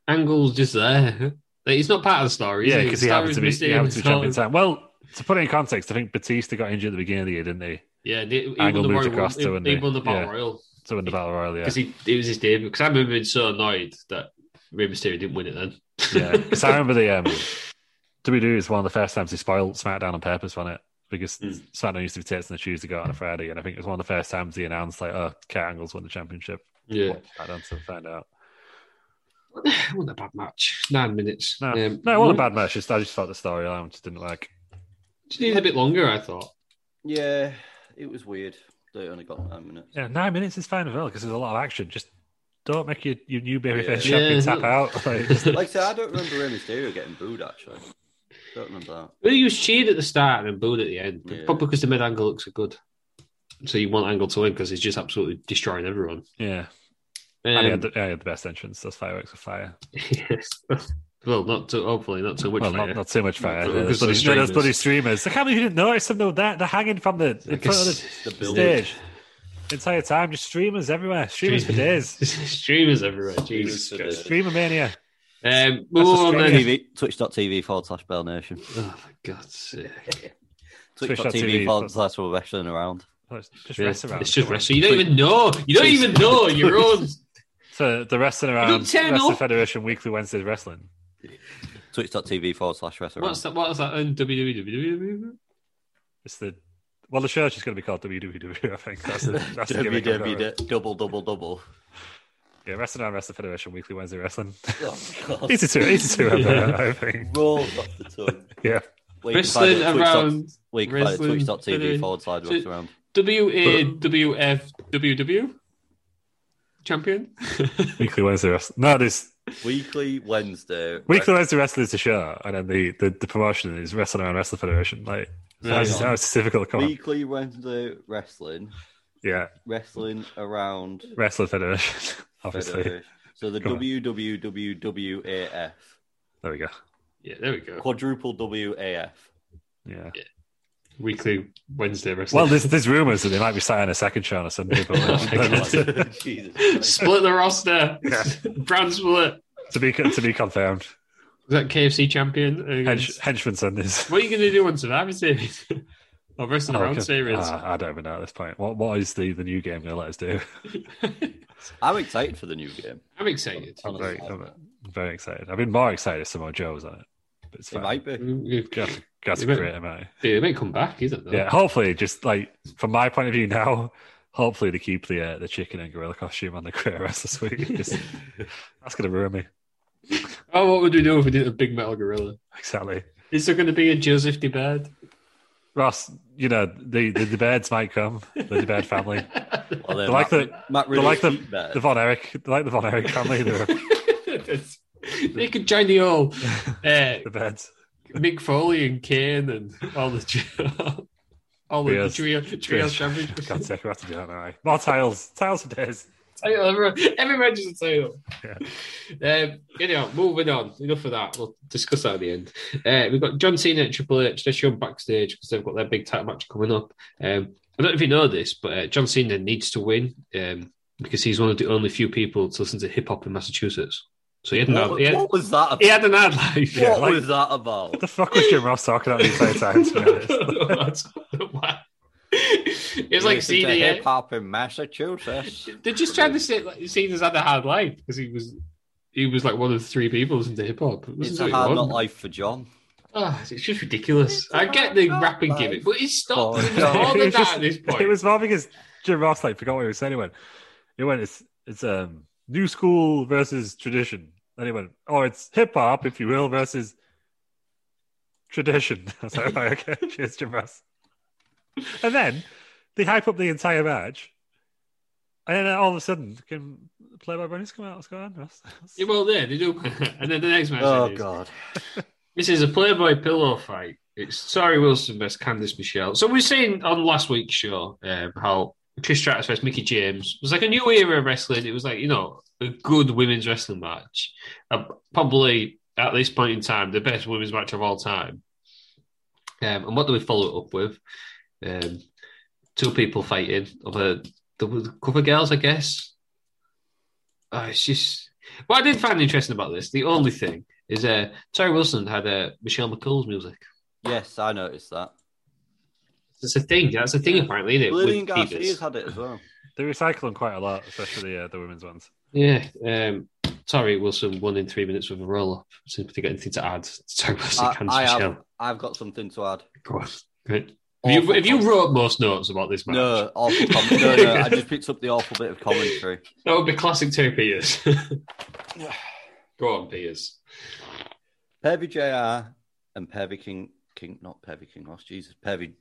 Speaker 2: Angle's just there. Like, he's not part of the story. is
Speaker 4: yeah, because
Speaker 2: The
Speaker 4: he happened to
Speaker 2: story
Speaker 4: be
Speaker 2: is
Speaker 4: he happened to be
Speaker 2: Mysterio's
Speaker 4: champion
Speaker 2: story.
Speaker 4: time. Well, to put it in context, I think Batista got injured at the beginning of the year, didn't he?
Speaker 2: Yeah, they, he
Speaker 4: Angle
Speaker 2: won the
Speaker 4: moved
Speaker 2: Royal-
Speaker 4: across
Speaker 2: he-
Speaker 4: to, didn't
Speaker 2: he
Speaker 4: he?
Speaker 2: won the Battle
Speaker 4: Yeah.
Speaker 2: Royal.
Speaker 4: To win the Battle Royal, yeah.
Speaker 2: because he it was his debut. Because I remember being so annoyed that Rey Mysterio didn't win it then.
Speaker 4: yeah, because I remember the um, WWE is one of the first times they spoiled SmackDown on purpose, wasn't it? Because
Speaker 2: Mm.
Speaker 4: SmackDown used to be taped on a Tuesday, go out on a Friday, and I think it was one of the first times they announced like, "Oh, Kurt Angle's won the championship."
Speaker 2: yeah,
Speaker 4: Watch SmackDown to find out.
Speaker 2: it wasn't a bad match. Nine minutes.
Speaker 4: No,
Speaker 2: Um,
Speaker 4: no, it wasn't a bad match. Just, I just thought the storyline just didn't work.
Speaker 2: Just needed a bit longer, I thought.
Speaker 3: Yeah, it was weird. They only got nine minutes.
Speaker 4: Yeah, nine minutes is fine as well because there's a lot of action. Just don't make your, your new babyface
Speaker 3: Yeah.
Speaker 4: champion
Speaker 2: Yeah.
Speaker 4: tap out. Like, just-
Speaker 3: Like I said, I don't remember Rey Mysterio getting booed actually. Don't remember that.
Speaker 2: Well, he was cheered at the start and booed at the end, but
Speaker 3: Yeah.
Speaker 2: probably because the mid angle looks so good. So you want Angle to win because he's just absolutely destroying everyone.
Speaker 4: yeah,
Speaker 2: Um,
Speaker 4: and he had, the, yeah, he had the best entrance. Those fireworks of fire.
Speaker 2: well, not too. Hopefully, not too much.
Speaker 4: well,
Speaker 2: fire.
Speaker 4: not, not too much fire.
Speaker 2: Not-
Speaker 4: yeah,
Speaker 2: because those
Speaker 4: those, bloody, yeah, those
Speaker 2: streamers.
Speaker 4: bloody streamers. I can't believe you didn't notice them. though. They're, they're hanging from the, the
Speaker 2: Like
Speaker 4: front of
Speaker 2: a
Speaker 4: the
Speaker 2: s-
Speaker 3: The building.
Speaker 4: stage entire time. Just streamers everywhere. Streamers for days.
Speaker 2: Streamers everywhere. Jesus.
Speaker 3: Streamers for
Speaker 2: Christ.
Speaker 3: days.
Speaker 4: Streamer mania.
Speaker 2: Um, move on then.
Speaker 3: TV, twitch.tv forward slash Bell Nation.
Speaker 2: Oh, for God's sake.
Speaker 3: Twitch.tv
Speaker 4: Twitch.tv
Speaker 3: forward slash we're wrestling around.
Speaker 4: Oh, it's Just
Speaker 2: Yeah,
Speaker 4: rest around.
Speaker 2: It's just
Speaker 4: come on.
Speaker 2: wrestling. You don't even know. You don't even know your own.
Speaker 4: So the wrestling
Speaker 2: don't
Speaker 4: around.
Speaker 2: turn
Speaker 4: Wrestling
Speaker 2: up.
Speaker 4: Federation Weekly Wednesdays wrestling.
Speaker 3: Twitch.tv forward slash wrestling
Speaker 2: What's
Speaker 3: around.
Speaker 2: that? What's that? And WWE.
Speaker 4: It's the well, the shirt's just going to be called WWE. I think that's the, that's the gimmick
Speaker 2: E
Speaker 4: I've got.
Speaker 3: WW double double double.
Speaker 4: Yeah, wrestling around Wrestling Federation Weekly Wednesday Wrestling.
Speaker 3: Oh, God.
Speaker 4: easy to easy to remember. I think.
Speaker 3: Rolls off the tongue.
Speaker 4: Yeah.
Speaker 3: Well, you can find
Speaker 2: Wrestling
Speaker 3: it at twitch dot-
Speaker 2: around
Speaker 3: well, you can find it at
Speaker 2: wrestling
Speaker 3: Twitch.tv
Speaker 2: federation.
Speaker 3: forward slash
Speaker 2: So-
Speaker 3: wrestling around.
Speaker 2: W A W F W W champion.
Speaker 4: Weekly Wednesday Wrestling. No, this
Speaker 3: Weekly Wednesday.
Speaker 4: Weekly Wednesday Wrestling is the show, and then the, the, the promotion is Wrestling Around Wrestling Federation. Like,
Speaker 2: Right
Speaker 4: how's,
Speaker 2: on.
Speaker 4: how's difficult? Come on.
Speaker 3: Weekly Wednesday wrestling.
Speaker 4: Yeah,
Speaker 3: Wrestling around.
Speaker 4: Wrestling Federation. Obviously,
Speaker 3: Federation. So the
Speaker 4: Come on.
Speaker 3: WWWWAF.
Speaker 4: there we go.
Speaker 2: yeah, there we go.
Speaker 3: Quadruple WAF.
Speaker 4: Yeah.
Speaker 2: Weekly Wednesday wrestling.
Speaker 4: Well, there's there's rumors that they might be starting a second show on a Sunday, but
Speaker 2: Oh
Speaker 3: Jesus. Christ.
Speaker 2: split the roster.
Speaker 4: Yeah.
Speaker 2: Brand split.
Speaker 4: to be to be confirmed.
Speaker 2: Is that KFC champion? Uh,
Speaker 4: Hench, henchmen send this.
Speaker 2: What are you going to do on Survivor Series? or Wrestling
Speaker 4: Oh,
Speaker 2: Around
Speaker 4: okay.
Speaker 2: Series?
Speaker 4: Ah, I don't even know at this point. What what is the, the new game going to let us do?
Speaker 3: I'm excited for the new game.
Speaker 2: I'm excited.
Speaker 4: I'm very, I'm very excited. I've been more excited if Samoa Joe's on it. But it's
Speaker 3: It
Speaker 4: fine.
Speaker 3: might be.
Speaker 4: Got to, got to
Speaker 2: It might-
Speaker 4: create him, eh?
Speaker 2: They may come back, is it? Though?
Speaker 4: Yeah, hopefully, just like from my point of view now, hopefully they keep the uh, the chicken and gorilla costume on the career rest this week. Just- that's going to ruin me.
Speaker 2: Oh, what would we do if we did a big metal gorilla?
Speaker 4: Exactly.
Speaker 2: Is there going to be a Joseph the Bird?
Speaker 4: Ross, you know, the, the, the birds might come, the, the bird family.
Speaker 3: Well,
Speaker 4: They
Speaker 3: then
Speaker 4: like the,
Speaker 3: Matt- Matt
Speaker 4: they like the,
Speaker 3: Riddle's feet there.
Speaker 4: the Von Erich, they like the Von Erich family, the,
Speaker 2: they could join the all uh,
Speaker 4: the birds.
Speaker 2: Mick Foley and Kane and all the trio- all the
Speaker 4: Yes.
Speaker 2: trio trio champions.
Speaker 4: God's sake, we have to do that now. eh? More tiles, tiles for days.
Speaker 2: title. Every, every match is a title. Um, anyhow, moving on. Enough of that. We'll discuss that at the end. Uh, we've got John Cena and Triple H. They're shown backstage because they've got their big title match coming up. Um, I don't know if you know this, but uh, John Cena needs to win um, because he's one of the only few people to listen to hip hop in Massachusetts. So he had an ad.
Speaker 3: What,
Speaker 2: He had,
Speaker 3: what was that about?
Speaker 2: he had an ad like.
Speaker 4: Yeah,
Speaker 3: what
Speaker 4: like-
Speaker 3: was that about?
Speaker 4: What the fuck was Jim Ross talking about the entire time, to be honest?
Speaker 2: it's
Speaker 3: You
Speaker 2: like
Speaker 3: listen to
Speaker 2: Cena. yeah.
Speaker 3: hip hop in Massachusetts.
Speaker 2: They're just trying to say like Cena's had a hard life because he was he was like one of the three people into hip hop. It
Speaker 3: It's
Speaker 2: wasn't
Speaker 3: a
Speaker 2: what he
Speaker 3: hard
Speaker 2: was.
Speaker 3: not life for John.
Speaker 2: Ah, it's just ridiculous. I get the rapping
Speaker 3: life.
Speaker 2: gimmick, but it's stopped.
Speaker 3: Oh,
Speaker 2: It was
Speaker 3: no.
Speaker 2: more than
Speaker 4: It was
Speaker 2: that
Speaker 4: just-
Speaker 2: at this
Speaker 4: It
Speaker 2: point.
Speaker 4: was more because Jim Ross like forgot what he was saying. He went, he went, it's it's um new school versus tradition. Then he went, oh, it's hip hop, if you will, versus tradition. I was like, right, okay, cheers, Jim Ross. And then they hype up the entire match, and then all of a sudden, can play by Bunnies come out? What's going on, Ross?
Speaker 2: Yeah, well, there they do, and then the next match.
Speaker 3: Oh
Speaker 2: it is.
Speaker 3: God!
Speaker 2: This is a Playboy pillow fight. It's Tori Wilson versus Candice Michelle. So we've seen on last week's show um, how Trish Stratus versus Mickey James was like a new era of wrestling. It was like you know a good women's wrestling match, uh, probably at this point in time the best women's match of all time. Um, and what do we follow it up with? Um, two people fighting over the, the cover girls, I guess. Uh, it's just what I did find interesting about this. The only thing is uh, Terry Wilson had uh, Michelle McCool's music.
Speaker 3: Yes, I noticed that.
Speaker 2: It's a thing. That's a thing, apparently, isn't it?
Speaker 3: Lillian
Speaker 2: with
Speaker 3: Garcia's
Speaker 2: Divas?
Speaker 3: had it as well.
Speaker 4: They're recycling quite a lot, especially the uh, the women's ones.
Speaker 2: Yeah. Um, Terry Wilson won in three minutes with a roll up. Seems to get anything to add. to Terry Wilson
Speaker 3: I,
Speaker 2: can't
Speaker 3: I
Speaker 2: Michelle.
Speaker 3: have. I've got something to add.
Speaker 2: Go on. Great. Have you,
Speaker 3: Awful
Speaker 2: have you
Speaker 3: com-
Speaker 2: wrote most notes about this match?
Speaker 3: No, awful com- no, no. I just picked up the awful bit of commentary.
Speaker 2: That would be classic Terry Peters. Go on, Peters.
Speaker 3: Pervy Jr. and Pervy King, King, not Pervy King Ross. Jesus, Pervy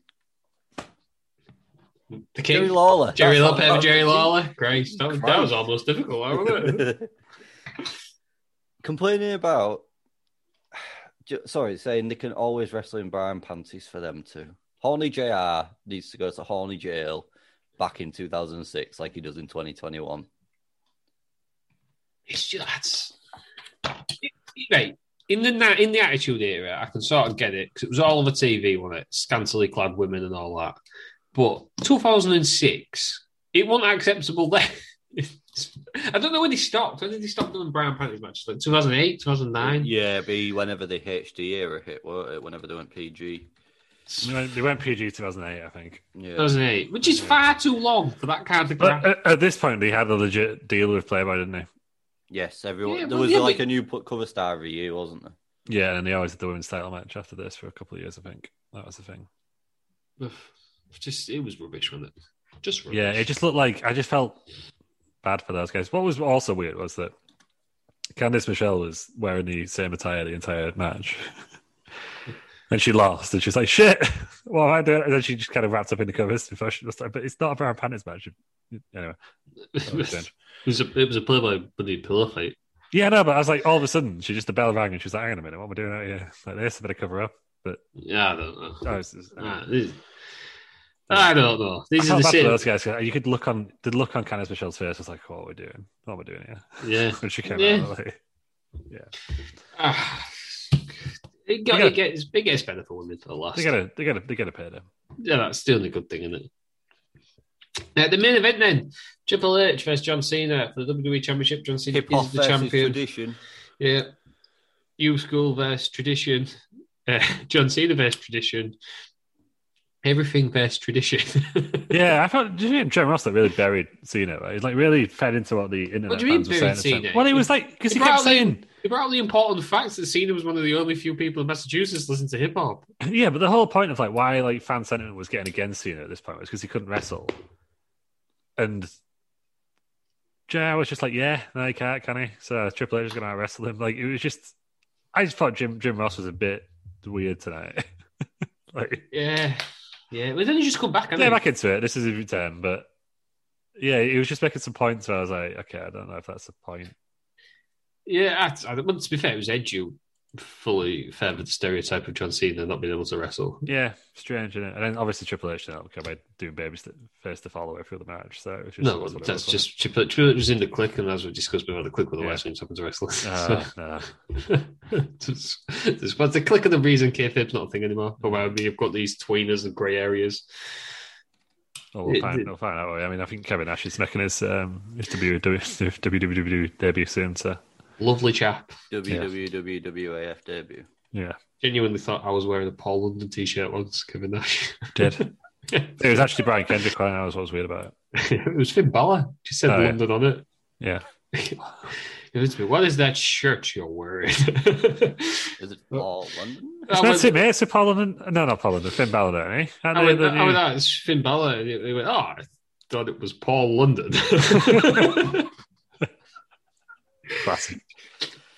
Speaker 2: The
Speaker 3: Jerry
Speaker 2: King.
Speaker 3: Lawler.
Speaker 2: Jerry
Speaker 3: That's
Speaker 2: Lopez,
Speaker 3: what-
Speaker 2: Jerry Lawler. Great. That was, that was
Speaker 3: Christ.
Speaker 2: almost difficult, wasn't it?
Speaker 3: Complaining about, J- sorry, saying they can always wrestle in brown panties for them too. Horny JR needs to go to Horny Jail back in 2006, like he does in 2021.
Speaker 2: It's just that's- right in the na- in the attitude era. I can sort of get it because it was all over TV, wasn't it? Scantily clad women and all that. But 2006, it wasn't acceptable then. I don't know when they stopped. When did they stop doing brown panties matches? Like 2008, 2009.
Speaker 3: Yeah, be whenever the HD era hit, were it? Whenever they went PG.
Speaker 4: They went, they went PG 2008, I think.
Speaker 3: Yeah.
Speaker 2: 2008, which is far too long for that kind of crap.
Speaker 4: But uh, at, at this point, they had a legit deal with Playboy, didn't they?
Speaker 3: Yes, everyone.
Speaker 2: Yeah,
Speaker 3: there
Speaker 2: well,
Speaker 3: was
Speaker 2: yeah,
Speaker 3: like
Speaker 2: but-
Speaker 3: a new put cover star every year, wasn't there?
Speaker 4: Yeah, and then they always did the women's title match after this for a couple of years, I think. That was the thing.
Speaker 2: Ugh. just it was rubbish, wasn't it? Just rubbish.
Speaker 4: Yeah, it just looked like I just felt bad for those guys. What was also weird was that Candice Michelle was wearing the same attire the entire match. and she lost, and she's like, shit, what am I doing? And then she just kind of wrapped up in the covers before she was like, but it's not a brown panties match. Anyway.
Speaker 2: it,
Speaker 4: was
Speaker 2: was,
Speaker 4: dead.
Speaker 2: a it was a Playboy bloody pillow fight.
Speaker 4: Yeah, no, but I was like, all of a sudden, she just the bell rang, and she's like, hang on a minute, what am I doing out here? Like this, I better cover up. But
Speaker 2: Yeah, I don't know.
Speaker 4: I was just,
Speaker 2: Ah, this- I don't know.
Speaker 4: I
Speaker 2: These
Speaker 4: felt
Speaker 2: are the
Speaker 4: bad for
Speaker 2: same.
Speaker 4: those guys. You could look on the look on Candice Michelle's face was like, "What are we doing? What are we doing here?"
Speaker 2: Yeah.
Speaker 4: When she came
Speaker 2: Yeah.
Speaker 4: out, like,
Speaker 2: Ah. It, got,
Speaker 4: gotta-
Speaker 2: it, gets, it gets better for women for the last.
Speaker 4: they gotta, they gotta, they gotta pay them.
Speaker 2: yeah, that's still a good thing, isn't it? Now, the main event then Triple H versus John Cena for the WWE E Championship. John Cena
Speaker 3: Hip
Speaker 2: is
Speaker 3: hop
Speaker 2: the
Speaker 3: versus
Speaker 2: champion.
Speaker 3: tradition.
Speaker 2: Yeah. new school versus tradition, uh, John Cena versus tradition, everything versus tradition.
Speaker 4: Yeah, I thought do you think John Ross that really buried Cena. Right? He's like really fed into what the internet
Speaker 2: What do you mean
Speaker 4: fans were
Speaker 2: buried
Speaker 4: saying. at the time.
Speaker 2: Cena?
Speaker 4: Well, he was like because he
Speaker 2: It brought
Speaker 4: kept
Speaker 2: out the-
Speaker 4: saying,
Speaker 2: It brought out the important facts that Cena was one of the only few people in Massachusetts listening to hip hop.
Speaker 4: yeah, but the whole point of like why like fan sentiment was getting against Cena at this point was because he couldn't wrestle, and Jr was just like, yeah, no, he can't, can he? So Triple H is going to wrestle him. Like it was just, I just thought Jim Jim Ross was a bit weird tonight. like
Speaker 2: Yeah, yeah. But then he just come back.
Speaker 4: get back into it. This is his return, but yeah, he was just making some points where I was like, okay, I don't know if that's the point.
Speaker 2: Yeah, I, I, well, to be fair, it was Edge who fully furthered the stereotype of John Cena not being able to wrestle.
Speaker 4: Yeah, strange, isn't it? And then obviously Triple H didn't come by doing baby st- first to follow way through the match. So it was just,
Speaker 2: No,
Speaker 4: that's what it
Speaker 2: that's
Speaker 4: was,
Speaker 2: just Triple H Triple H was in the click, and as we discussed before, the click were the
Speaker 4: Yeah.
Speaker 2: worst things happen to wrestlers.
Speaker 4: wasn't it? Ah,
Speaker 2: So- just, just, what's the click of the reason kayfabe's not a thing anymore? But where you've got these tweeners and grey areas.
Speaker 4: no. Oh, Well, we'll
Speaker 2: It-
Speaker 4: find,
Speaker 2: it-
Speaker 4: we'll find out. won't we? I mean, I think Kevin Nash is making his um his WWE WWE debut soon. So
Speaker 2: Lovely chap.
Speaker 3: WWWAF debut.
Speaker 4: yeah,
Speaker 2: Genuinely thought I was wearing a Paul London t-shirt once, Kevin Nash.
Speaker 4: did it was actually Brian Kendrick? and That was what was weird about it.
Speaker 2: it was Finn Balor. Just said
Speaker 4: Oh, yeah.
Speaker 2: London on it.
Speaker 4: Yeah,
Speaker 2: It was me, What is that shirt you're wearing?
Speaker 3: Is it Paul London?
Speaker 2: I
Speaker 4: it's
Speaker 2: went-
Speaker 4: not it, mate. It's a Paladin. No, not Paladin. Finn Balor, eh? And
Speaker 2: I
Speaker 4: the-
Speaker 2: went,
Speaker 4: the
Speaker 2: I went,
Speaker 4: new-
Speaker 2: "Oh, it's Finn Balor. And they went, oh, I thought it was Paul London.
Speaker 4: classic.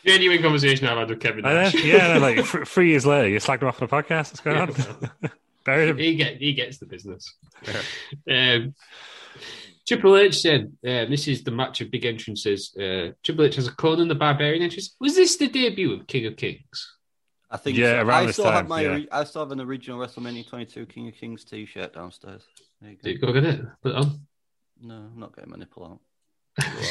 Speaker 2: Genuine conversation I've had with Kevin
Speaker 4: I
Speaker 2: Nash.
Speaker 4: know. Yeah, no, like th- three years later, you slagged him off on a podcast. What's going
Speaker 2: Yeah,
Speaker 4: on? Buried him.
Speaker 2: he, get, he gets the business. um, Triple H said, uh, this is the match of big entrances. Uh, Triple H has a Conan the Barbarian entrance. Was this the debut of King of Kings?
Speaker 3: I think
Speaker 4: Yeah,
Speaker 3: so.
Speaker 4: around
Speaker 3: I
Speaker 4: this
Speaker 3: still
Speaker 4: time,
Speaker 3: have my
Speaker 4: yeah.
Speaker 3: ori- I still have an original WrestleMania 22 King of Kings T-shirt downstairs. There
Speaker 2: Did
Speaker 3: you
Speaker 2: you
Speaker 3: go.
Speaker 2: go get it? Put it on.
Speaker 3: No, I'm not getting my nipple out.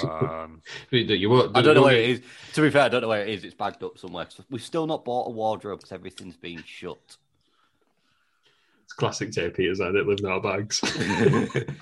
Speaker 4: Go on.
Speaker 2: You- You won't,
Speaker 3: I don't know where it is. To be fair, I don't know where it is. It's bagged up somewhere. 'cause we've still not bought a wardrobe because everything's been shut.
Speaker 2: It's classic JP, is that it? Living out of bags.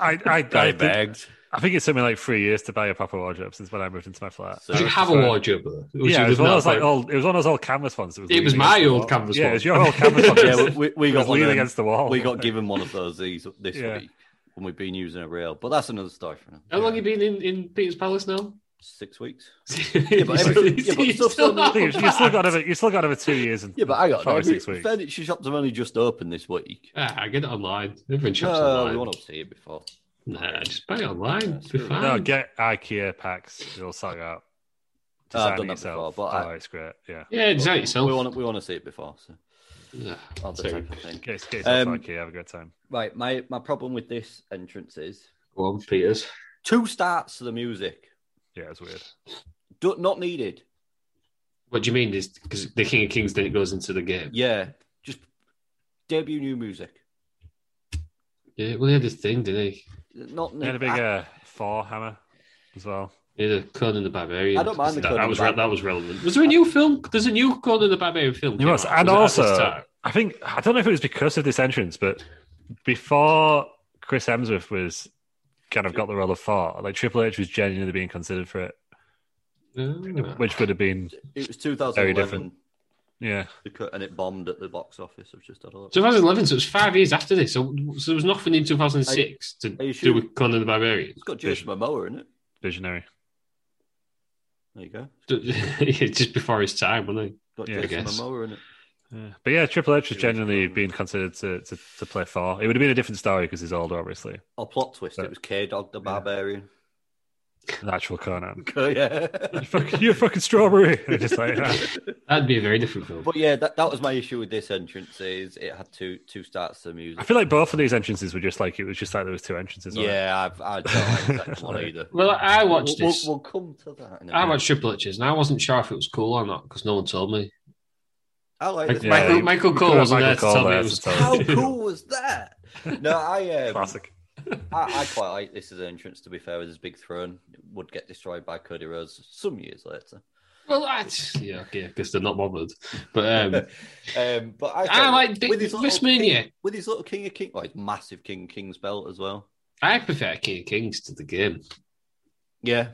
Speaker 4: I, I, I,
Speaker 3: Got
Speaker 4: did-
Speaker 3: bagged.
Speaker 4: I think it took me like three years to buy a proper wardrobe since when I moved into my flat.
Speaker 3: So-
Speaker 2: Did you have a wardrobe? though? Or was
Speaker 4: yeah,
Speaker 2: you
Speaker 4: it
Speaker 2: living
Speaker 4: was one of
Speaker 2: out
Speaker 4: those
Speaker 2: of
Speaker 4: like oh,
Speaker 2: bags?
Speaker 4: old. It was one of those old canvas ones. that
Speaker 2: It
Speaker 4: leaning
Speaker 2: was
Speaker 4: against
Speaker 2: my
Speaker 4: the
Speaker 2: old
Speaker 4: wall.
Speaker 2: canvas
Speaker 4: Yeah,
Speaker 2: one.
Speaker 4: it was your old canvas one.
Speaker 3: yeah, we, we, we
Speaker 4: It was
Speaker 3: got one,
Speaker 4: leaning
Speaker 3: um,
Speaker 4: against the wall.
Speaker 3: We got given one of those these this
Speaker 4: Yeah.
Speaker 3: week when we've been using a rail, but that's another story for another
Speaker 2: How long you been in, in Peter's Palace now?
Speaker 3: six weeks.
Speaker 2: yeah,
Speaker 3: but everything- yeah, but stuff's on the
Speaker 4: You you still got another. You still got another two years and
Speaker 3: Yeah, but I got
Speaker 4: five or
Speaker 3: no,
Speaker 4: six
Speaker 3: every-
Speaker 4: weeks.
Speaker 3: Furniture shops have only just opened this week.
Speaker 2: Ah, I get it online. Everyone shops
Speaker 3: No, Oh, we
Speaker 2: online.
Speaker 3: want to see it before.
Speaker 2: Nah, just buy it online.
Speaker 3: Yeah,
Speaker 2: Be
Speaker 3: screw it.
Speaker 2: fine.
Speaker 4: No, get IKEA packs. You'll sort it out.
Speaker 3: No, I've
Speaker 4: Design
Speaker 3: done
Speaker 4: it
Speaker 3: that
Speaker 4: yourself.
Speaker 3: before, but I-
Speaker 4: oh, it's great. Yeah,
Speaker 2: yeah, design it
Speaker 3: We
Speaker 2: yourself.
Speaker 3: want to we want to see it before. So
Speaker 2: Yeah,
Speaker 3: other
Speaker 2: sorry.
Speaker 3: type of thing.
Speaker 4: get, get yourself
Speaker 3: Um,
Speaker 4: to IKEA. Have a great time.
Speaker 3: Right, my my problem with this entrance is
Speaker 2: Go on, Peters.
Speaker 3: two starts to the music.
Speaker 4: Yeah, it's weird.
Speaker 3: Do, not needed.
Speaker 2: What do you mean? Is because the King of Kings then it goes into the game?
Speaker 3: Yeah, just debut new music.
Speaker 2: Yeah, well, he had this thing, didn't he?
Speaker 3: Not Ah,
Speaker 4: They had a big
Speaker 3: I,
Speaker 4: uh, four hammer as well.
Speaker 2: He had a Conan the Barbarian.
Speaker 3: I don't mind the
Speaker 2: that,
Speaker 3: Conan
Speaker 2: that
Speaker 3: the
Speaker 2: was
Speaker 3: Bar-
Speaker 2: re- that was relevant. Was there a new film? There's a new Conan the Barbarian film.
Speaker 4: He
Speaker 2: came
Speaker 4: was,
Speaker 2: out.
Speaker 4: and
Speaker 2: Was it at this
Speaker 4: also,
Speaker 2: time?
Speaker 4: I think I don't know if it was because of this entrance, but before Chris Hemsworth was kind of got the role of Thor, like Triple H was genuinely being considered for it,
Speaker 2: Oh.
Speaker 4: which would have been
Speaker 3: it was
Speaker 4: Very
Speaker 3: 2011,
Speaker 4: different. yeah,
Speaker 3: the cut- and it bombed at the box office. I've just had a look.
Speaker 2: 2011, so it was five years after this. So, so there was nothing in 2006 to
Speaker 3: are you
Speaker 2: do
Speaker 3: sure?
Speaker 2: with Conan the Barbarian.
Speaker 3: It's got Jason Momoa in it.
Speaker 4: visionary.
Speaker 3: There you go.
Speaker 2: Just before his time, wasn't it?
Speaker 3: Got
Speaker 4: Yeah, I
Speaker 3: Jason
Speaker 2: guess.
Speaker 3: Momoa in it.
Speaker 4: Yeah. But yeah, Triple H was
Speaker 3: It was
Speaker 4: genuinely
Speaker 3: from-
Speaker 4: being considered to, to, to play Thor. It would have been a different story because he's older, obviously.
Speaker 3: Oh, plot twist! It was K Dog the Barbarian.
Speaker 4: An actual Conan.
Speaker 3: Oh, yeah.
Speaker 4: Fuck, you're a fucking strawberry. And just like, yeah.
Speaker 2: That'd be a very different film.
Speaker 3: But yeah, that, that was my issue with this entrance. Is it had two two starts to the music.
Speaker 4: I feel like both of these entrances were just like it was just like there was two entrances. wasn't it?
Speaker 3: yeah, I've, I don't like that one either.
Speaker 2: well, I watched
Speaker 3: we'll,
Speaker 2: this.
Speaker 3: We'll, we'll come to that. In a
Speaker 2: I
Speaker 3: minute.
Speaker 2: watched Triple H's, and I wasn't sure if it was cool or not because no one told me.
Speaker 3: I like
Speaker 4: Like,
Speaker 3: this.
Speaker 4: yeah,
Speaker 2: Michael,
Speaker 4: you-
Speaker 2: Michael
Speaker 4: you
Speaker 2: Cole
Speaker 4: could have
Speaker 2: wasn't there to
Speaker 4: Michael Cole
Speaker 2: tell me
Speaker 4: there
Speaker 2: it
Speaker 4: to
Speaker 2: was
Speaker 4: tell
Speaker 3: How cool was that? No, I um,
Speaker 4: classic.
Speaker 3: I, I quite like this as an entrance. To be fair, with his big throne, it would get destroyed by Cody Rhodes some years later.
Speaker 2: Well, that's yeah, okay, because they're not bothered. But um,
Speaker 3: Um, but I,
Speaker 2: I
Speaker 3: thought-
Speaker 2: like Dick
Speaker 3: little
Speaker 2: WrestleMania.
Speaker 3: King, with his little King of King, well, his massive King of Kings belt as well.
Speaker 2: I prefer King of Kings to the game.
Speaker 3: Yeah,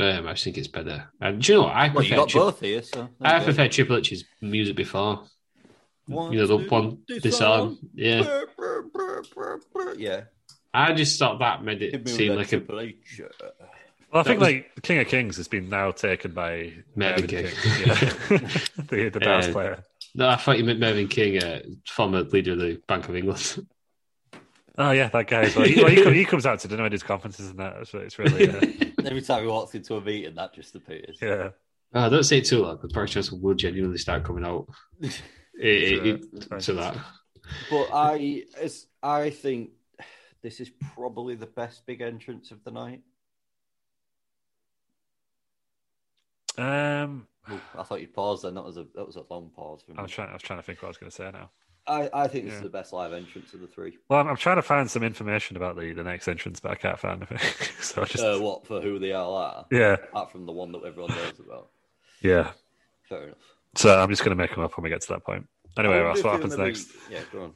Speaker 2: Um, I just think it's better. And do you know what? I
Speaker 3: Well,
Speaker 2: prefer,
Speaker 3: you got
Speaker 2: Tri-
Speaker 3: both here, so
Speaker 2: I prefer Triple H's music before. you know, the one disarm. Yeah.
Speaker 3: Yeah,
Speaker 2: I just thought that made
Speaker 3: Give
Speaker 2: it
Speaker 3: me
Speaker 2: seem
Speaker 3: that
Speaker 2: like a
Speaker 3: Triple H.
Speaker 4: Well, I think
Speaker 2: was-
Speaker 4: like King of Kings has been now taken by
Speaker 2: Mervyn
Speaker 4: Mervyn
Speaker 2: King.
Speaker 4: King, yeah. the the bass
Speaker 2: Uh,
Speaker 4: player.
Speaker 2: No, I thought you meant Mervyn King, uh, former leader of the Bank of England.
Speaker 4: Oh yeah, that guy. As well. He, well, he, co- he comes out to dinner at his conferences and that. So it's really uh,
Speaker 3: Every time he walks into a meeting, that just appears.
Speaker 4: yeah.
Speaker 2: Oh, don't say it too loud because Boris Johnson will genuinely start coming out eh, eh,
Speaker 4: It's, uh,
Speaker 2: eh,
Speaker 4: it's
Speaker 2: to
Speaker 4: fine.
Speaker 2: that.
Speaker 3: But I, as I think, this is probably the best big entrance of the night.
Speaker 4: Um,
Speaker 3: Ooh, I thought you'd pause then. That was a that was a long pause for me.
Speaker 4: I'm trying. I was trying to think what I was going to say now.
Speaker 3: I, I think this
Speaker 4: Yeah.
Speaker 3: is the best live entrance of the three.
Speaker 4: Well, I'm, I'm trying to find some information about the the next entrance, but I can't find it. so I just
Speaker 3: Uh, what for who they all are,
Speaker 4: yeah,
Speaker 3: apart from the one that everyone knows about.
Speaker 4: yeah.
Speaker 3: Fair enough.
Speaker 4: So I'm just going to make them up when we get to that point. Anyway,
Speaker 3: I wonder
Speaker 4: that's
Speaker 3: if
Speaker 4: what
Speaker 3: you
Speaker 4: happens
Speaker 3: remember-
Speaker 4: next.
Speaker 3: Yeah, go on.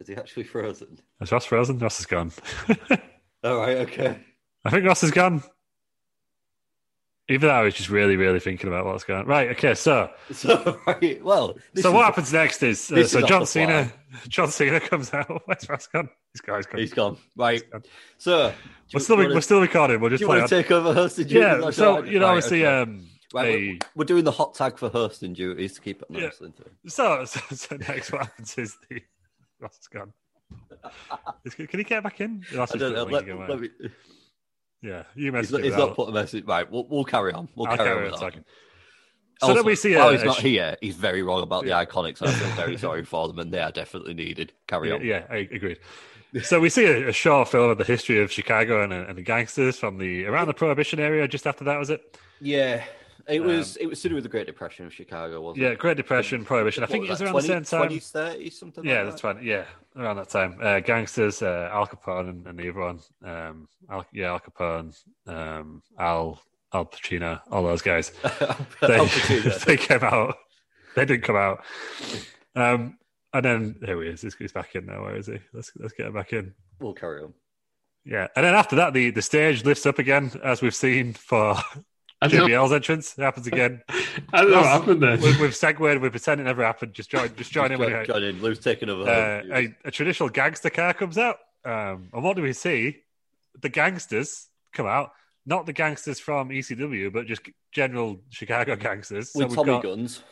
Speaker 3: Is he actually frozen?
Speaker 4: Is Ross frozen? Ross is gone.
Speaker 3: All right, okay.
Speaker 4: I think Ross is gone. Even though I was just really, really thinking about what's going on. Right, okay, so
Speaker 3: So right, well, this
Speaker 4: so
Speaker 3: is-
Speaker 4: what happens next is uh,
Speaker 3: this
Speaker 4: so
Speaker 3: is off
Speaker 4: John
Speaker 3: the fly.
Speaker 4: Cena John Cena comes out. Where's Ross gone? This guy's gone.
Speaker 3: He's gone. Right.
Speaker 4: gone.
Speaker 3: So do
Speaker 4: We're
Speaker 3: you
Speaker 4: still
Speaker 3: wanna-
Speaker 4: we're still recording. We'll
Speaker 3: do
Speaker 4: just
Speaker 3: you
Speaker 4: play.
Speaker 3: want
Speaker 4: On.
Speaker 3: to take over hosting duties?
Speaker 4: yeah,
Speaker 3: That's all
Speaker 4: so
Speaker 3: right.
Speaker 4: you know,
Speaker 3: Right,
Speaker 4: obviously,
Speaker 3: okay.
Speaker 4: um,
Speaker 3: Right,
Speaker 4: a-
Speaker 3: we're, we're doing the hot tag for hosting duties to keep it nice.
Speaker 4: Yeah.
Speaker 3: isn't it?
Speaker 4: so, so so next what happens is the Ross is gone. Is- Can he get back in? Ross
Speaker 3: I
Speaker 4: is
Speaker 3: don't know.
Speaker 4: winking
Speaker 3: Let,
Speaker 4: away.
Speaker 3: let me,
Speaker 4: yeah, you
Speaker 3: he's
Speaker 4: messaged
Speaker 3: not,
Speaker 4: it
Speaker 3: he's not
Speaker 4: out.
Speaker 3: put a message. Right, we'll, we'll carry on. We'll
Speaker 4: I'll
Speaker 3: carry,
Speaker 4: carry
Speaker 3: on
Speaker 4: on
Speaker 3: with that.
Speaker 4: talking.
Speaker 3: Oh,
Speaker 4: So then we see
Speaker 3: while
Speaker 4: a-
Speaker 3: he's
Speaker 4: a
Speaker 3: not
Speaker 4: sh-
Speaker 3: here, he's very wrong about
Speaker 4: Yeah.
Speaker 3: the iconics. I feel very sorry for them, and they are definitely needed. Carry
Speaker 4: Yeah,
Speaker 3: on.
Speaker 4: yeah, I agreed. So we see a, a short film of the history of Chicago and, and the gangsters from the around the Prohibition area. Just after that, was it?
Speaker 3: Yeah, it was it was sort of the Great Depression of Chicago, wasn't
Speaker 4: Um, Yeah,
Speaker 3: it?
Speaker 4: Great Depression, Prohibition. I think it was around the same time.
Speaker 3: Twenties, thirties, something.
Speaker 4: yeah,
Speaker 3: like
Speaker 4: that's
Speaker 3: that.
Speaker 4: fine. Yeah, around that time, uh, gangsters, uh, Al Capone, and, and the other one. Um, Al, yeah, Al Capone, um, Al Al Pacino, all those guys. They,
Speaker 3: Al Pacino.
Speaker 4: they came out. They didn't come out. Um, and then here he is. He's, he's back in now. Where is he? Let's let's get him back in.
Speaker 3: We'll carry on.
Speaker 4: Yeah, and then after that, the, the stage lifts up again, as we've seen for
Speaker 2: I don't, know,
Speaker 4: JBL's entrance. It happens again.
Speaker 2: I don't know what happened there.
Speaker 4: We've, we've segued. We pretend it never happened. Just join. Just join in. when
Speaker 3: Join,
Speaker 4: you-
Speaker 3: join in. Lou's taking over.
Speaker 4: Uh,
Speaker 3: hosting duties.
Speaker 4: a, a traditional gangster car comes out, um, and what do we see? The gangsters come out. Not the gangsters from ECW, but just general Chicago gangsters. So
Speaker 3: With
Speaker 4: we've
Speaker 3: Tommy
Speaker 4: got
Speaker 3: Guns,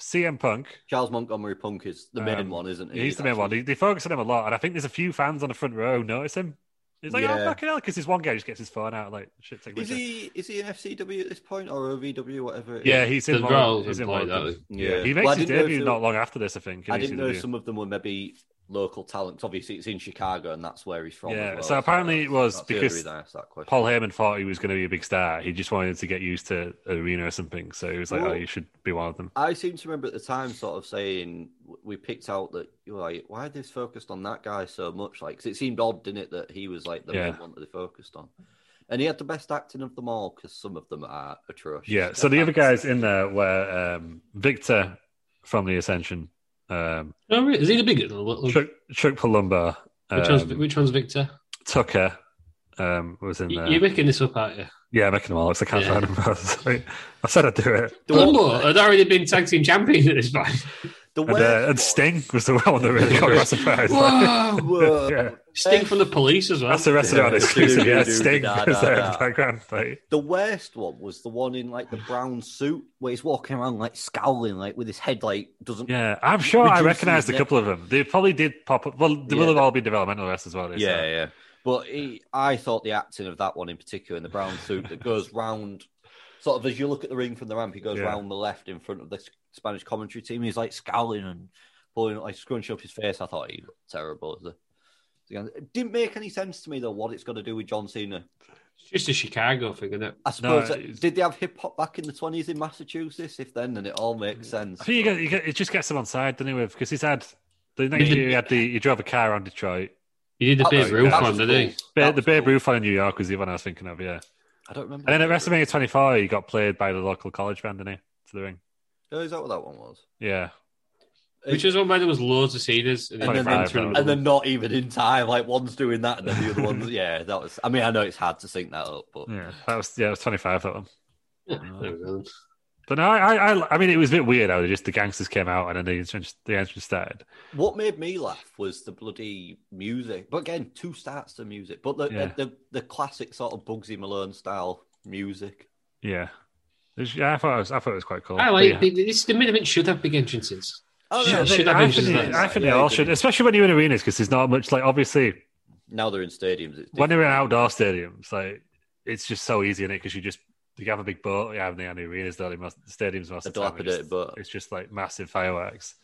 Speaker 4: CM Punk.
Speaker 3: Charles Montgomery Punk is the main
Speaker 4: um,
Speaker 3: one, isn't he?
Speaker 4: He's the main one.
Speaker 3: actually-
Speaker 4: They, they focus on him a lot, and I think there's a few fans on the front row who notice him. It's like, oh
Speaker 3: Yeah.
Speaker 4: fucking hell, because this one guy just gets his phone out, like shit. Take a
Speaker 3: Is
Speaker 4: picture.
Speaker 3: he is he in FCW at this point or OVW, whatever? It
Speaker 4: Yeah,
Speaker 3: is?
Speaker 4: he's
Speaker 2: The
Speaker 4: in. one of-
Speaker 2: roles
Speaker 4: he's in
Speaker 2: employed,
Speaker 4: one of them.
Speaker 2: aren't
Speaker 3: Yeah.
Speaker 4: He makes
Speaker 3: Well, I
Speaker 4: his
Speaker 3: didn't know if
Speaker 4: debut
Speaker 3: they
Speaker 4: not
Speaker 3: were-
Speaker 4: long after this, I think. in E
Speaker 3: I didn't know
Speaker 4: ECW.
Speaker 3: some of them were maybe local talents. Obviously, it's in Chicago, and that's where he's from. as
Speaker 4: Yeah,
Speaker 3: well,
Speaker 4: so apparently
Speaker 3: that's-
Speaker 4: it was
Speaker 3: that's the
Speaker 4: because
Speaker 3: only reason I asked that question.
Speaker 4: Paul Heyman thought he was going to be a big star. He just wanted to get used to arena or something. So he was like,
Speaker 3: Well-
Speaker 4: "Oh, you should be one of them."
Speaker 3: I seem to remember at the time, sort of saying w- we picked out that you were like, why are they focused on that guy so much? Like, 'cause it seemed odd, didn't it, that he was like the
Speaker 4: Yeah.
Speaker 3: main one that they focused on, and he had the best acting of them all because some of them are atrocious.
Speaker 4: Yeah. So the other guys in there were um, Victor from the Ascension, um,
Speaker 2: Oh, really? Is he the biggest? Little,
Speaker 4: Chuck, Chuck Palumbo,
Speaker 2: which, one's,
Speaker 4: um,
Speaker 2: which one's Victor?
Speaker 4: Tucker um, was in
Speaker 2: You-
Speaker 4: there.
Speaker 2: You're making this up, aren't you?
Speaker 4: yeah, I'm making them all. Looks I can't
Speaker 2: Yeah.
Speaker 4: find them. both. Sorry. I said I'd do it.
Speaker 2: Palumbo had already been tag team champion at this point.
Speaker 3: the
Speaker 4: Oh, And, uh,
Speaker 3: worst
Speaker 4: and Sting was the one that really caught me by surprise.
Speaker 2: Whoa!
Speaker 3: were-
Speaker 4: yeah.
Speaker 2: Sting from the police as well.
Speaker 4: That's the rest of
Speaker 3: Yeah.
Speaker 4: our exclusive. Yeah,
Speaker 3: Do-do-do-do-da-da-da.
Speaker 4: Sting was there in the background. Like,
Speaker 3: The worst one was the one in like the brown suit where he's walking around like scowling, like with his head like doesn't.
Speaker 4: Yeah, I'm sure I
Speaker 3: Reducing
Speaker 4: recognised a
Speaker 3: the-
Speaker 4: couple of them. They probably did pop up. Well, they will
Speaker 3: Yeah.
Speaker 4: have all been developmental arrests as well. so-
Speaker 3: yeah, yeah. But he, I thought the acting of that one in particular in the brown suit that goes round, sort of as you look at the ring from the ramp, he goes
Speaker 4: Yeah.
Speaker 3: round the left in front of the S- Spanish commentary team. He's like scowling and pulling, like scrunching up his face. I thought he looked terrible. as a- as a- It didn't make any sense to me though what it's got to do with John Cena.
Speaker 2: It's just a Chicago thing, isn't it?
Speaker 3: I suppose that-
Speaker 4: it's-
Speaker 3: did they have hip hop back in the twenties in Massachusetts? If then, then it all makes sense.
Speaker 4: I think you get, you get, it just gets him on side, doesn't it? With because he's had the next year he had the he drove a car on Detroit.
Speaker 2: He did the
Speaker 3: That
Speaker 2: Babe
Speaker 3: was-
Speaker 2: Ruth
Speaker 3: that
Speaker 2: one,
Speaker 3: was
Speaker 2: didn't he?
Speaker 3: cool.
Speaker 4: Ba-
Speaker 3: That
Speaker 4: the
Speaker 3: was
Speaker 4: Babe
Speaker 3: cool.
Speaker 4: Ruth one in New York was the one I was thinking of. Yeah,
Speaker 3: I don't remember.
Speaker 4: and then at
Speaker 3: the Babe Ruth.
Speaker 4: WrestleMania 24 he got played by the local college band, didn't he? To the ring.
Speaker 3: Oh, is that what that one was?
Speaker 4: Yeah,
Speaker 2: Which was one where there was loads of cedars. And,
Speaker 3: And then,
Speaker 2: then,
Speaker 4: 25
Speaker 2: they're
Speaker 4: hours.
Speaker 3: and then not even in time. Like one's doing that, and then the other one's yeah. That was. I mean, I know it's hard to sync that up, but
Speaker 4: Yeah, that was yeah, it was twenty five that one. Oh.
Speaker 2: there we go.
Speaker 4: But no, I, I, I- I mean, it was a bit weird. How they just the gangsters came out and then the entrance, the entrance started.
Speaker 3: What made me laugh was the bloody music. But again, two starts to music. But the,
Speaker 4: Yeah.
Speaker 3: the, the classic sort of Bugsy Malone style music.
Speaker 4: Yeah, It was- yeah, I thought it was, I thought it was quite cool.
Speaker 2: I
Speaker 4: But
Speaker 2: like
Speaker 4: Oh, yeah.
Speaker 2: the- this. The mid should have big entrances.
Speaker 3: Oh,
Speaker 2: Yeah,
Speaker 4: I
Speaker 2: should
Speaker 4: think-
Speaker 2: have
Speaker 4: I
Speaker 2: been
Speaker 4: think,
Speaker 2: just
Speaker 4: they-
Speaker 2: that.
Speaker 4: I think
Speaker 3: Yeah,
Speaker 4: they all
Speaker 3: they
Speaker 4: should,
Speaker 3: did.
Speaker 4: especially when you're in arenas, because there's not much. Like obviously,
Speaker 3: Now they're in stadiums. It's different.
Speaker 4: when they're in outdoor stadiums, like it's just so easy in it because you just you have a big boat, you have the any arenas, don't they? Most stadiums most of the
Speaker 3: A
Speaker 4: time are just-
Speaker 3: dilapidated boat.
Speaker 4: It's just like massive fireworks,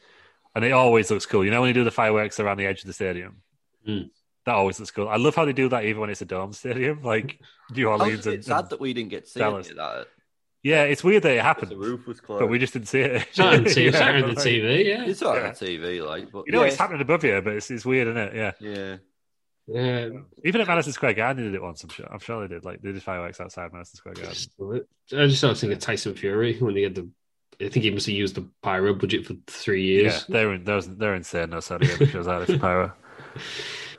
Speaker 4: and it always looks cool. You know when you do the fireworks around the edge of the stadium.
Speaker 2: Mm.
Speaker 4: That always looks cool. I love how they do that even when it's a dome stadium, like New
Speaker 3: I was
Speaker 4: Orleans.
Speaker 3: a bit
Speaker 4: and-
Speaker 3: Oh, sad
Speaker 4: and-
Speaker 3: that we didn't get to see
Speaker 4: Dallas.
Speaker 3: any of that.
Speaker 4: Yeah, it's weird that it
Speaker 3: because
Speaker 4: happened,
Speaker 3: The roof was closed.
Speaker 4: but we just didn't see it.
Speaker 2: It's not on the TV. it's
Speaker 4: Yeah,
Speaker 2: not on the
Speaker 4: but, like,
Speaker 2: TV. Yeah.
Speaker 3: It's all right
Speaker 4: Yeah.
Speaker 3: on TV, like. But
Speaker 4: You know,
Speaker 3: yeah,
Speaker 4: it's happening above you, but it's, it's weird, isn't it? Yeah.
Speaker 3: Yeah.
Speaker 2: Yeah.
Speaker 4: Even at Madison Square Garden, they did it once. I'm sure. I'm sure they did. Like they did fireworks outside Madison Square Garden.
Speaker 2: I just always think of Tyson Fury when he had the. I think he must have used the pyro budget for three years.
Speaker 4: Yeah, they're in, they're, they're insane. No, sorry, yeah, because that is power.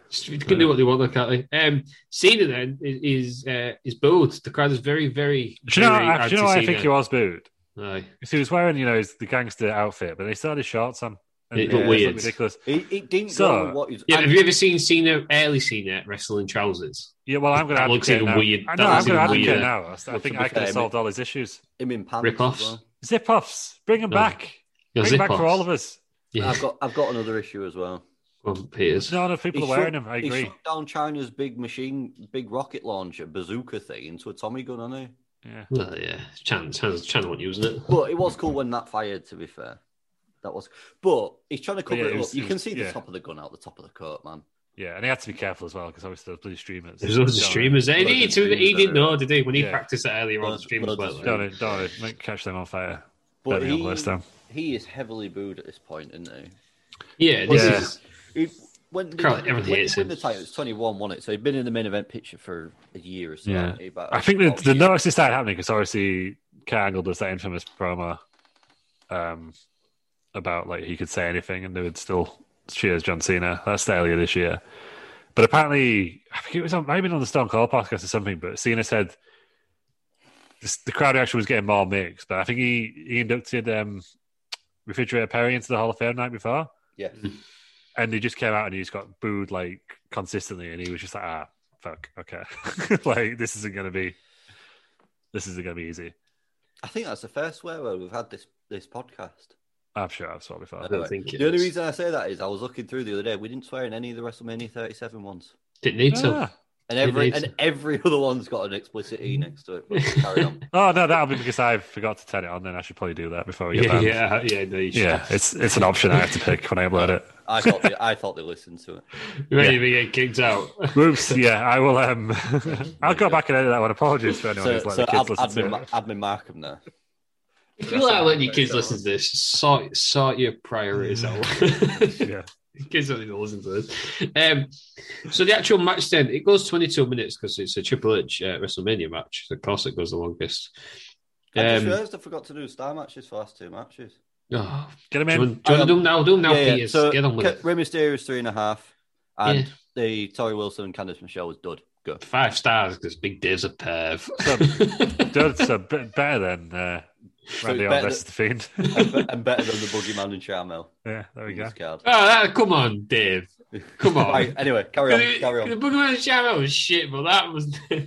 Speaker 2: Just- They can do what they want, though, can't they? Um, Cena then is is, uh, is booed. The crowd is very, very.
Speaker 4: Do you know?
Speaker 2: very
Speaker 4: I, do you know? Why I
Speaker 2: anti-Cena.
Speaker 4: think he was booed.
Speaker 2: Aye.
Speaker 4: 'Cause He was wearing, you know, his, the gangster outfit, but they still had his shorts on.
Speaker 2: It
Speaker 3: looked
Speaker 4: just
Speaker 2: weird.
Speaker 4: ridiculous.
Speaker 3: It, it didn't
Speaker 4: So-
Speaker 3: go with what is.
Speaker 2: Yeah, have you ever seen Cena, early Cena, wrestle in trousers?
Speaker 4: Yeah, well, I'm going to
Speaker 2: That looks
Speaker 4: advocate
Speaker 2: even
Speaker 4: now.
Speaker 2: weird.
Speaker 4: I
Speaker 2: That
Speaker 4: know. I'm
Speaker 2: looks
Speaker 4: going to
Speaker 2: even
Speaker 4: advocate
Speaker 2: weirder.
Speaker 4: now. I s- I
Speaker 3: Well, to
Speaker 4: think
Speaker 3: be
Speaker 4: I could
Speaker 3: fair,
Speaker 4: have
Speaker 3: it-
Speaker 4: solved all his issues.
Speaker 3: him in pants. as
Speaker 2: Rip-offs.
Speaker 3: well.
Speaker 4: Zip offs, bring him
Speaker 2: No.
Speaker 4: back.
Speaker 2: Your
Speaker 4: Bring him back for
Speaker 2: zip-offs.
Speaker 4: all of us.
Speaker 2: Yeah.
Speaker 3: I've got I've got another issue as well.
Speaker 2: Well, Peters.
Speaker 4: Not enough people
Speaker 3: He
Speaker 4: are wearing
Speaker 3: shut-
Speaker 4: them. I
Speaker 3: he
Speaker 4: agree.
Speaker 3: shut down China's big machine, big rocket launcher, bazooka thing into a Tommy gun, hasn't he?
Speaker 4: Yeah.
Speaker 2: Well, yeah. Chan, Chan, Chan wasn't using it.
Speaker 3: But it was cool when that fired. To be fair, that was. But he's trying to cover
Speaker 4: yeah,
Speaker 3: it,
Speaker 4: it was-
Speaker 3: up. You
Speaker 4: it
Speaker 3: can
Speaker 4: was-
Speaker 3: see
Speaker 4: yeah.
Speaker 3: the top of the gun out the top of the coat, man.
Speaker 4: Yeah, and he had to be careful as well because obviously those blue streamers.
Speaker 2: There's loads of
Speaker 4: Don't-
Speaker 2: streamers. eh? He, he,
Speaker 3: Loads of
Speaker 2: he didn't
Speaker 3: streamers
Speaker 2: know, did he? When he
Speaker 4: Yeah.
Speaker 2: practiced it earlier on,
Speaker 3: Loads-
Speaker 2: streamers
Speaker 3: loads of
Speaker 2: weren't
Speaker 3: streamers.
Speaker 2: there.
Speaker 4: Don't, don't, don't catch them on fire.
Speaker 3: But
Speaker 4: Birmingham
Speaker 3: he,
Speaker 4: West Ham.
Speaker 3: he is heavily booed at this point, isn't
Speaker 2: Yeah,
Speaker 3: he?
Speaker 2: this
Speaker 4: Yeah.
Speaker 2: is.
Speaker 3: He- when did
Speaker 2: Crowd-
Speaker 3: he-
Speaker 2: everyone
Speaker 3: when
Speaker 2: hates
Speaker 3: he won
Speaker 2: him.
Speaker 3: the title, it was 21, wasn't it? So he'd been in the main event picture for a year or so.
Speaker 4: Yeah.
Speaker 3: hadn't he? About-
Speaker 4: I think the, the
Speaker 3: Oh,
Speaker 4: notice this started happening because obviously Kurt Angle does that infamous promo um, about like he could say anything and they would still cheers John Cena. That's earlier this year. But apparently, I think it was on, maybe on the Stone Cold podcast or something, but Cena said this, the crowd reaction was getting more mixed. But I think he, he inducted um, Refrigerator Perry into the Hall of Fame night before
Speaker 3: Yeah.
Speaker 4: and he just came out and he just got booed like consistently, and he was just like, ah, fuck, okay, like this isn't gonna be, this isn't gonna be easy.
Speaker 3: I think that's the first swear word we've had this this podcast.
Speaker 4: I'm sure I've saw before.
Speaker 2: I don't think it
Speaker 3: the only
Speaker 2: is.
Speaker 3: reason I say that is I was looking through the other day. We didn't swear in any of the WrestleMania 37 ones,
Speaker 2: Didn't need to.
Speaker 4: Ah.
Speaker 3: and
Speaker 2: It
Speaker 3: every
Speaker 2: is.
Speaker 3: and every other one's got an explicit
Speaker 2: Mm.
Speaker 3: e next to it. But carry on.
Speaker 4: Oh no, that'll be because I forgot to turn it on. Then I should probably do that before we get
Speaker 2: Yeah,
Speaker 4: banned.
Speaker 2: yeah, yeah. No, you should.
Speaker 4: Yeah, it's it's an option I have to pick when I upload it.
Speaker 3: I thought they, I thought they listened to it.
Speaker 2: Ready to get kicked out.
Speaker 4: Whoops. Yeah, I will. Um, I'll go back and edit that one. Apologies for anyone
Speaker 3: So,
Speaker 4: who's like
Speaker 3: so
Speaker 4: the kids
Speaker 3: ad,
Speaker 4: listen to
Speaker 3: admin,
Speaker 4: it.
Speaker 3: Ma- admin Markham there.
Speaker 2: If you like letting your kids listen to this, sort, sort your priorities out.
Speaker 4: Yeah.
Speaker 2: kids don't need to listen to this. Um, so the actual match then it goes 22 minutes because it's a Triple H uh, WrestleMania match. So of course it goes the longest.
Speaker 3: I just
Speaker 2: Um,
Speaker 3: realised I forgot to do star matches for last two matches.
Speaker 2: oh,
Speaker 4: Get him
Speaker 2: do you
Speaker 4: in.
Speaker 2: want do you want to do them now? Do them now, Peters.
Speaker 3: um, So
Speaker 2: Get on with
Speaker 3: Ke-
Speaker 2: it.
Speaker 3: Rey Mysterio's three and a half, and
Speaker 2: Yeah.
Speaker 3: the Tori Wilson and Candice Michelle was dud. Go.
Speaker 2: Five stars because Big Dave's a perv.
Speaker 4: Dude, so be- better than uh, Randy Orton
Speaker 3: better
Speaker 4: versus the Fiend.
Speaker 3: and, be- and better than the Boogeyman and Charmel.
Speaker 4: yeah, there we
Speaker 3: in
Speaker 4: go.
Speaker 3: this card.
Speaker 2: Oh, that, come on, Dave. Come on.
Speaker 3: Right, anyway, carry on. Carry
Speaker 2: The
Speaker 3: on.
Speaker 2: Boogeyman Shadow was Oh, shit, but that was.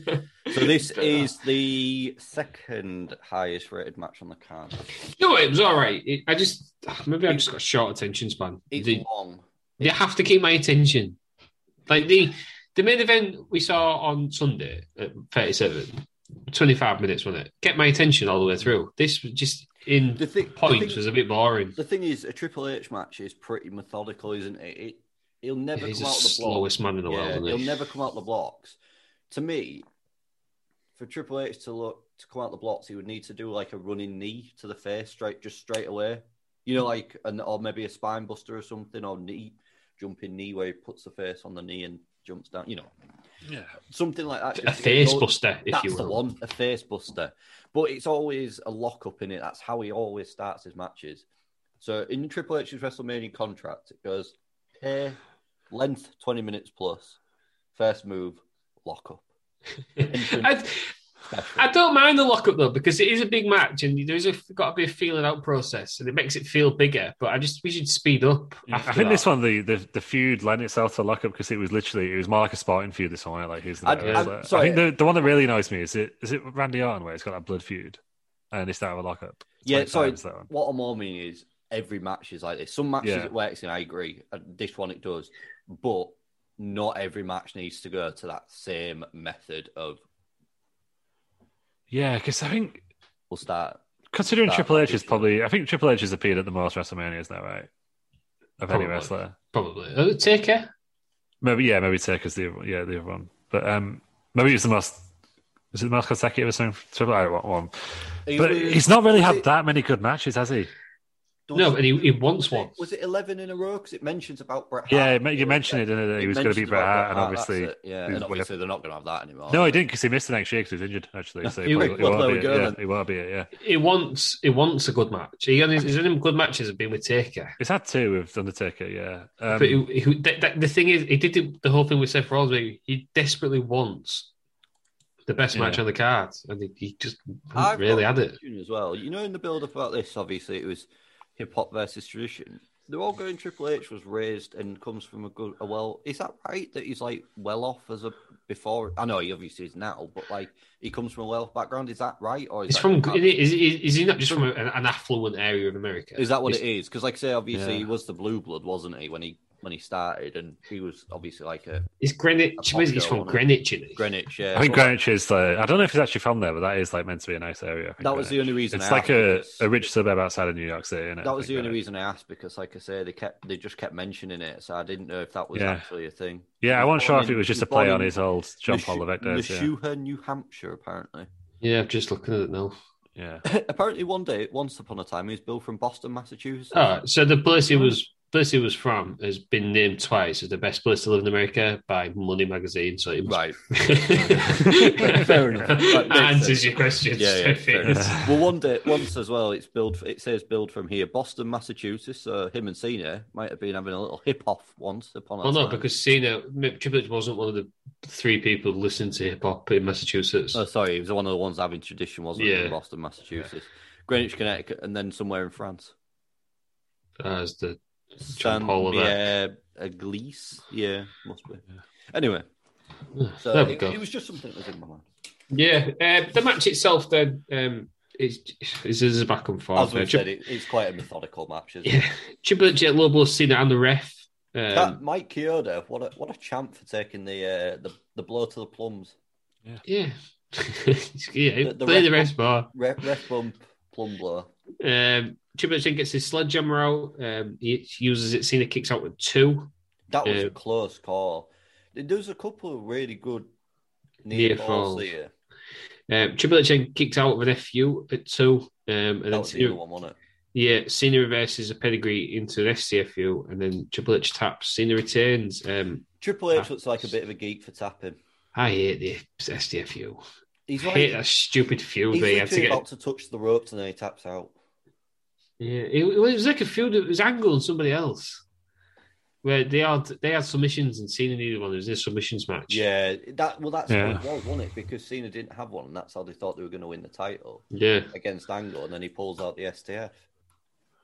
Speaker 3: So this is the second highest rated match on the card.
Speaker 2: You know what? It was all right. It, I just ah, maybe I just got a short attention span.
Speaker 3: It's
Speaker 2: They,
Speaker 3: long.
Speaker 2: they have to keep my attention. Like the the main event we saw on Sunday at 37, 25 minutes, wasn't it? Kept my attention all the way through. This was just in
Speaker 3: The thing- the
Speaker 2: points
Speaker 3: thing-
Speaker 2: was a bit boring.
Speaker 3: The thing is, a Triple H match is pretty methodical, isn't it? it he'll never
Speaker 2: Yeah, he's
Speaker 3: come
Speaker 2: the
Speaker 3: out of the
Speaker 2: slowest man in the
Speaker 3: yeah,
Speaker 2: world, isn't
Speaker 3: He'll
Speaker 2: he?
Speaker 3: never come out the blocks. To me, for Triple H to look to come out the blocks, he would need to do like a running knee to the face, straight just straight away. You know, like an or maybe a spine buster or something, or knee jumping knee where he puts the face on the knee and jumps down. You know,
Speaker 4: Yeah.
Speaker 3: something like that.
Speaker 2: A
Speaker 3: just to get
Speaker 2: face
Speaker 3: going.
Speaker 2: buster, if
Speaker 3: That's
Speaker 2: you will.
Speaker 3: the one, a face buster. But it's always a lock up in it. That's how he always starts his matches. So in Triple H's WrestleMania contract, it goes pay length twenty minutes plus, first move lock up.
Speaker 2: I, I don't mind the lockup though because it is a big match and there's got to be a feeling out process and it makes it feel bigger. But I just we should speed up.
Speaker 4: I
Speaker 2: after
Speaker 4: think
Speaker 2: that.
Speaker 4: this one, the, the the feud lent itself to lockup because it was literally it was more like a sporting feud. This one, wasn't it? like who's the
Speaker 3: I-
Speaker 4: better
Speaker 3: I'm
Speaker 4: wrestler?
Speaker 3: sorry. uh,
Speaker 4: I think the, the one that really annoys me is it is it Randy Orton where it's got that blood feud, and they start with a lockup.
Speaker 3: Yeah,
Speaker 4: 25
Speaker 3: sorry.
Speaker 4: is that one.
Speaker 3: What I'm all meaning is every match is like this. Some matches
Speaker 4: Yeah.
Speaker 3: it works in, I agree. and This one it does, but not every match needs to go to that same method of
Speaker 4: Yeah, because I think
Speaker 3: we'll start.
Speaker 4: considering
Speaker 3: That
Speaker 4: Triple
Speaker 3: might
Speaker 4: H
Speaker 3: be
Speaker 4: is
Speaker 3: true.
Speaker 4: probably I think Triple H has appeared at the most WrestleManias now, right? Of
Speaker 2: Probably.
Speaker 4: any wrestler,
Speaker 2: probably uh, Taker.
Speaker 4: maybe yeah, maybe Taker's the other, yeah the other one, but um maybe it's the most. Is it the most consecutive or something? Triple H one- one, but
Speaker 3: Either-
Speaker 4: he's not really
Speaker 3: was
Speaker 4: had
Speaker 3: it-
Speaker 4: that many good matches, has he?
Speaker 3: does-
Speaker 2: No, and he, he wants
Speaker 3: was it-
Speaker 2: one.
Speaker 3: Was it eleven in a row? Because it mentions about Bret. Hart.
Speaker 4: Yeah, it ma- you mentioned it, didn't it? He was going to
Speaker 3: mentions
Speaker 4: beat Bret
Speaker 3: about
Speaker 4: Hart, and
Speaker 3: that's
Speaker 4: obviously,
Speaker 3: it, yeah,
Speaker 4: he's
Speaker 3: and
Speaker 4: way
Speaker 3: obviously they're not going to have that anymore.
Speaker 4: no,
Speaker 3: are
Speaker 4: he
Speaker 3: they?
Speaker 4: didn't because he missed the next year because he was injured. Actually, so he,
Speaker 2: He
Speaker 4: probably,
Speaker 2: was-
Speaker 4: he
Speaker 3: well,
Speaker 4: won't
Speaker 3: there
Speaker 4: be
Speaker 3: we
Speaker 4: it.
Speaker 3: go
Speaker 4: Yeah,
Speaker 3: then.
Speaker 4: he won't be it. Yeah,
Speaker 2: He wants he wants a good match. He only, his only good matches have been with Taker.
Speaker 4: he's had two with Undertaker. Yeah, um,
Speaker 2: but he, he, the, the- the thing is, he did the, the whole thing with Seth Rollins. Where he desperately wants the best
Speaker 4: Yeah.
Speaker 2: match on the card, and he, he just
Speaker 3: I've
Speaker 2: really
Speaker 3: got
Speaker 2: had
Speaker 3: a
Speaker 2: it.
Speaker 3: question as well. You know, in the build up about this, obviously it was hip hop versus tradition. They're all going Triple H was raised and comes from a good. A well, is that right? That he's like well off as a before. I know he obviously is now, but like he comes from a wealth background. Is that right? Or is
Speaker 2: It's
Speaker 3: that
Speaker 2: from
Speaker 3: not-
Speaker 2: is, is, is he not just from a, an, an affluent area of America?
Speaker 3: Is that what
Speaker 2: He's-
Speaker 3: it is? Because, like I say, obviously
Speaker 4: Yeah.
Speaker 3: he was the blue blood, wasn't he? When he when he started, and he was obviously like a
Speaker 2: It's Greenwich.
Speaker 3: A pop
Speaker 2: It's
Speaker 3: show,
Speaker 2: from
Speaker 3: wasn't it?
Speaker 2: Greenwich, isn't it?
Speaker 3: Greenwich. Yeah,
Speaker 4: I think
Speaker 3: so
Speaker 4: Greenwich is. Uh, I don't know if he's actually from there, but that is like meant to be a nice area. I think,
Speaker 3: that was the
Speaker 4: Greenwich.
Speaker 3: only reason.
Speaker 4: It's
Speaker 3: I
Speaker 4: like
Speaker 3: asked,
Speaker 4: a,
Speaker 3: because-
Speaker 4: a rich suburb outside of New York City. Isn't it? I
Speaker 3: That was
Speaker 4: think,
Speaker 3: the only
Speaker 4: Greenwich.
Speaker 3: reason I asked because, like I say, they kept they just kept mentioning it, so I didn't know if that was
Speaker 4: Yeah.
Speaker 3: actually a thing.
Speaker 4: Yeah,
Speaker 3: He
Speaker 4: I
Speaker 3: was
Speaker 4: wasn't sure
Speaker 3: born
Speaker 4: if it
Speaker 3: in-
Speaker 4: was
Speaker 3: he
Speaker 4: just a
Speaker 3: born
Speaker 4: play on
Speaker 3: in
Speaker 4: his old John Paul Levesque days. Yeah.
Speaker 3: Neshoha, New Hampshire, apparently.
Speaker 2: Yeah, I'm just looking at it now.
Speaker 4: yeah,
Speaker 3: apparently, one day, once upon a time, he was billed from Boston, Massachusetts.
Speaker 2: All right. So the place he was place he was from has been named twice as the best place to live in America by Money Magazine. So it was...
Speaker 3: Right.
Speaker 2: fair
Speaker 3: enough. That makes
Speaker 2: Answers
Speaker 3: sense.
Speaker 2: your question.
Speaker 3: Yeah, yeah,
Speaker 2: Sophie.
Speaker 3: fair enough. well, one day, once as well, it's billed. It says billed from here, Boston, Massachusetts. So him and Cena might have been having a little hip off once upon a
Speaker 2: Well, no,
Speaker 3: time.
Speaker 2: because Cena Triple H wasn't one of the three people listening to hip hop in Massachusetts.
Speaker 3: Oh, sorry, he was one of the ones having tradition, wasn't he?
Speaker 2: Yeah.
Speaker 3: In Boston, Massachusetts, Greenwich, Connecticut, and then somewhere in France.
Speaker 2: As the John
Speaker 3: San
Speaker 2: Paul of that.
Speaker 3: yeah, a Gleese. Yeah, must be. Anyway, so
Speaker 2: there we
Speaker 3: it,
Speaker 2: go.
Speaker 3: it was just something that was in my mind.
Speaker 2: Yeah, uh, the match itself then um, is is is a back and forth.
Speaker 3: As
Speaker 2: Uh,
Speaker 3: we've
Speaker 2: Tri-
Speaker 3: said, it, it's quite a methodical match, isn't it?
Speaker 2: yeah, Triple H, Lobo, Cena, and the ref.
Speaker 3: That
Speaker 2: Um,
Speaker 3: Mike Kyoto, what a what a champ for taking the uh, the, the blow to the plums.
Speaker 2: yeah, yeah,
Speaker 3: The- the
Speaker 2: play the
Speaker 3: ref-
Speaker 2: ref bar.
Speaker 3: Re- ref bump, plum blow.
Speaker 2: Um, Triple H then gets his sledgehammer out. Um, he uses it. Cena kicks out with two.
Speaker 3: That was
Speaker 2: Yeah.
Speaker 3: a close call. There's a couple of really good
Speaker 2: Near
Speaker 3: near falls
Speaker 2: falls.
Speaker 3: here.
Speaker 2: Um, Triple H then kicks out with an FU at two. Um, and
Speaker 3: That
Speaker 2: then
Speaker 3: was the
Speaker 2: Cena,
Speaker 3: other one, wasn't it?
Speaker 2: yeah, Cena reverses a pedigree into an SCFU, and then Triple H taps. Cena retains. Um,
Speaker 3: Triple H looks like a bit of a geek for tapping.
Speaker 2: I hate the SDFU.
Speaker 3: He's
Speaker 2: I
Speaker 3: like
Speaker 2: hate that stupid feud
Speaker 3: he's
Speaker 2: they had to
Speaker 3: literally
Speaker 2: get.
Speaker 3: about to touch the ropes and then he taps out.
Speaker 2: Yeah, it, it was like a feud. It was Angle and somebody else, where they had they had submissions and Cena needed one. It was in a submissions match.
Speaker 3: Yeah, that well, that's what
Speaker 4: Yeah.
Speaker 3: it was, wasn't it? Because Cena didn't have one, and that's how they thought they were going to win the title
Speaker 2: yeah.
Speaker 3: against Angle, and then he pulls out the STF.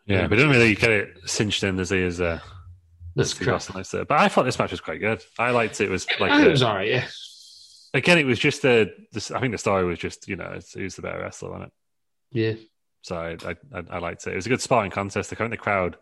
Speaker 4: yeah, but he didn't really get it cinched in as he is. Uh,
Speaker 2: That's
Speaker 4: Steve
Speaker 2: crap.
Speaker 4: Austin likes it. But I thought this match was quite good. I liked it. It was like
Speaker 2: I think
Speaker 4: a-
Speaker 2: it was alright. Yeah,
Speaker 4: again, it was just a. This, I think the story was just you know it's, who's the better wrestler on it.
Speaker 2: yeah.
Speaker 4: So I, I I- I liked it. It was a good spotting contest. The current the crowd.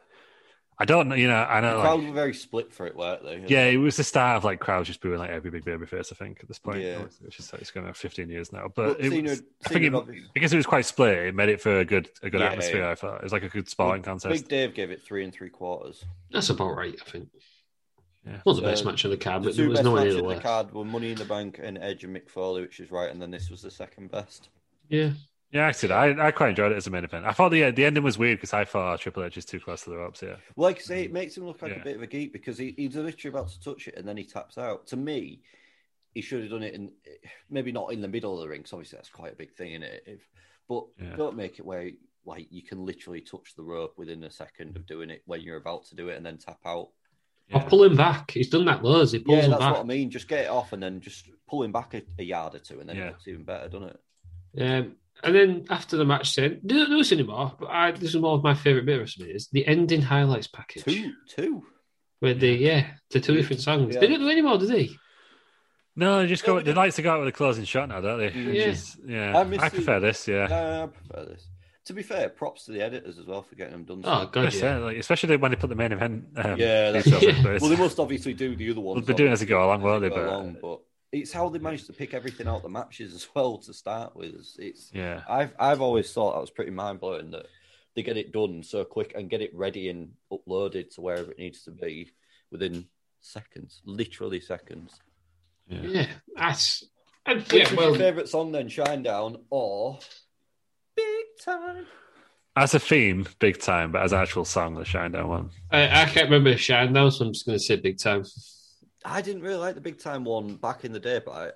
Speaker 4: I don't know. You know, I
Speaker 3: The
Speaker 4: know.
Speaker 3: crowd
Speaker 4: like-
Speaker 3: were very split for it, weren't they?
Speaker 4: yeah, it was the start of like crowds just booing like every big baby face. I think at this point,
Speaker 3: Yeah.
Speaker 4: which is it's going to fifteen years now. But
Speaker 3: but
Speaker 4: it
Speaker 3: Cena,
Speaker 4: was, I
Speaker 3: Cena
Speaker 4: think it,
Speaker 3: obviously-
Speaker 4: because it was quite split, it made it for a good a good
Speaker 3: Yeah,
Speaker 4: atmosphere.
Speaker 3: yeah.
Speaker 4: I thought it was like a good spotting contest.
Speaker 3: Big Dave gave it three and three quarters.
Speaker 2: That's about right. I think.
Speaker 4: Yeah.
Speaker 2: Not the best
Speaker 3: Uh,
Speaker 2: match on the card,
Speaker 3: The
Speaker 2: but there
Speaker 3: two
Speaker 2: was
Speaker 3: best
Speaker 2: no
Speaker 3: matches
Speaker 2: idea the
Speaker 3: in the
Speaker 2: worst.
Speaker 3: card were Money in the Bank and Edge and Mick Foley, which is right, and then this was the second best.
Speaker 2: Yeah,
Speaker 4: Yeah, actually, I I quite enjoyed it as a main event. I thought the the ending was weird because I thought oh, Triple H is too close to the ropes. Yeah,
Speaker 3: Well, Like I say,
Speaker 2: Mm.
Speaker 3: it makes him look like
Speaker 4: Yeah.
Speaker 3: a bit of a geek because he, he's literally about to touch it and then he taps out. To me, he should have done it in maybe not in the middle of the ring. 'cause obviously, that's quite a big thing in it. If, but
Speaker 4: Yeah.
Speaker 3: don't make it where like you can literally touch the rope within a second of doing it when you're about to do it and then tap out.
Speaker 2: I'll pull him back. He's done that loads. He pulls
Speaker 3: Yeah,
Speaker 2: him
Speaker 3: that's
Speaker 2: back.
Speaker 3: what I mean. Just get it off and then just pull him back a, a yard or two, and then
Speaker 4: Yeah.
Speaker 3: it looks even better, doesn't it?
Speaker 2: Um, and then after the match, said, "They don't do this anymore." But I, this is one of my favorite bit of WrestleMania is the ending highlights package
Speaker 3: Two, two.
Speaker 2: where they yeah the two
Speaker 3: Yeah.
Speaker 2: different songs.
Speaker 3: Yeah. Mm.
Speaker 2: They don't do anymore, do they?
Speaker 4: No, they just
Speaker 3: No,
Speaker 4: go.
Speaker 3: we
Speaker 4: They
Speaker 3: didn't.
Speaker 4: like to go out with a closing shot now, don't they? Which
Speaker 2: Yeah.
Speaker 4: is- yeah.
Speaker 3: I
Speaker 4: I,
Speaker 3: miss the-
Speaker 4: prefer this. Yeah.
Speaker 3: No, I prefer this. To be fair, props to the editors as well for getting them done.
Speaker 2: Oh god,
Speaker 4: That's
Speaker 2: yeah.
Speaker 4: it, uh, like, especially when they put the main event. Um,
Speaker 3: Yeah, that's
Speaker 4: details in,
Speaker 2: yeah.
Speaker 4: but it's-
Speaker 3: well, they must obviously do the other ones.
Speaker 4: they're doing it as they go along, won't
Speaker 3: obviously,
Speaker 4: they?
Speaker 3: as
Speaker 4: But,
Speaker 3: go along, but it's how they managed to pick everything out the matches as well to start with. It's, it's
Speaker 4: yeah,
Speaker 3: I've I've always thought that was pretty mind blowing that they get it done so quick and get it ready and uploaded to wherever it needs to be within seconds, literally seconds.
Speaker 2: yeah, that's and,
Speaker 3: Which
Speaker 2: yeah.
Speaker 3: was
Speaker 2: Well,
Speaker 3: your favourite song then, Shine Down or Big Time?
Speaker 4: as a theme, big time, but as actual song, the Shinedown one.
Speaker 2: I, I can't remember Shine Down, so I'm just going to say Big Time.
Speaker 3: I didn't really like the Big Time one back in the day, but I,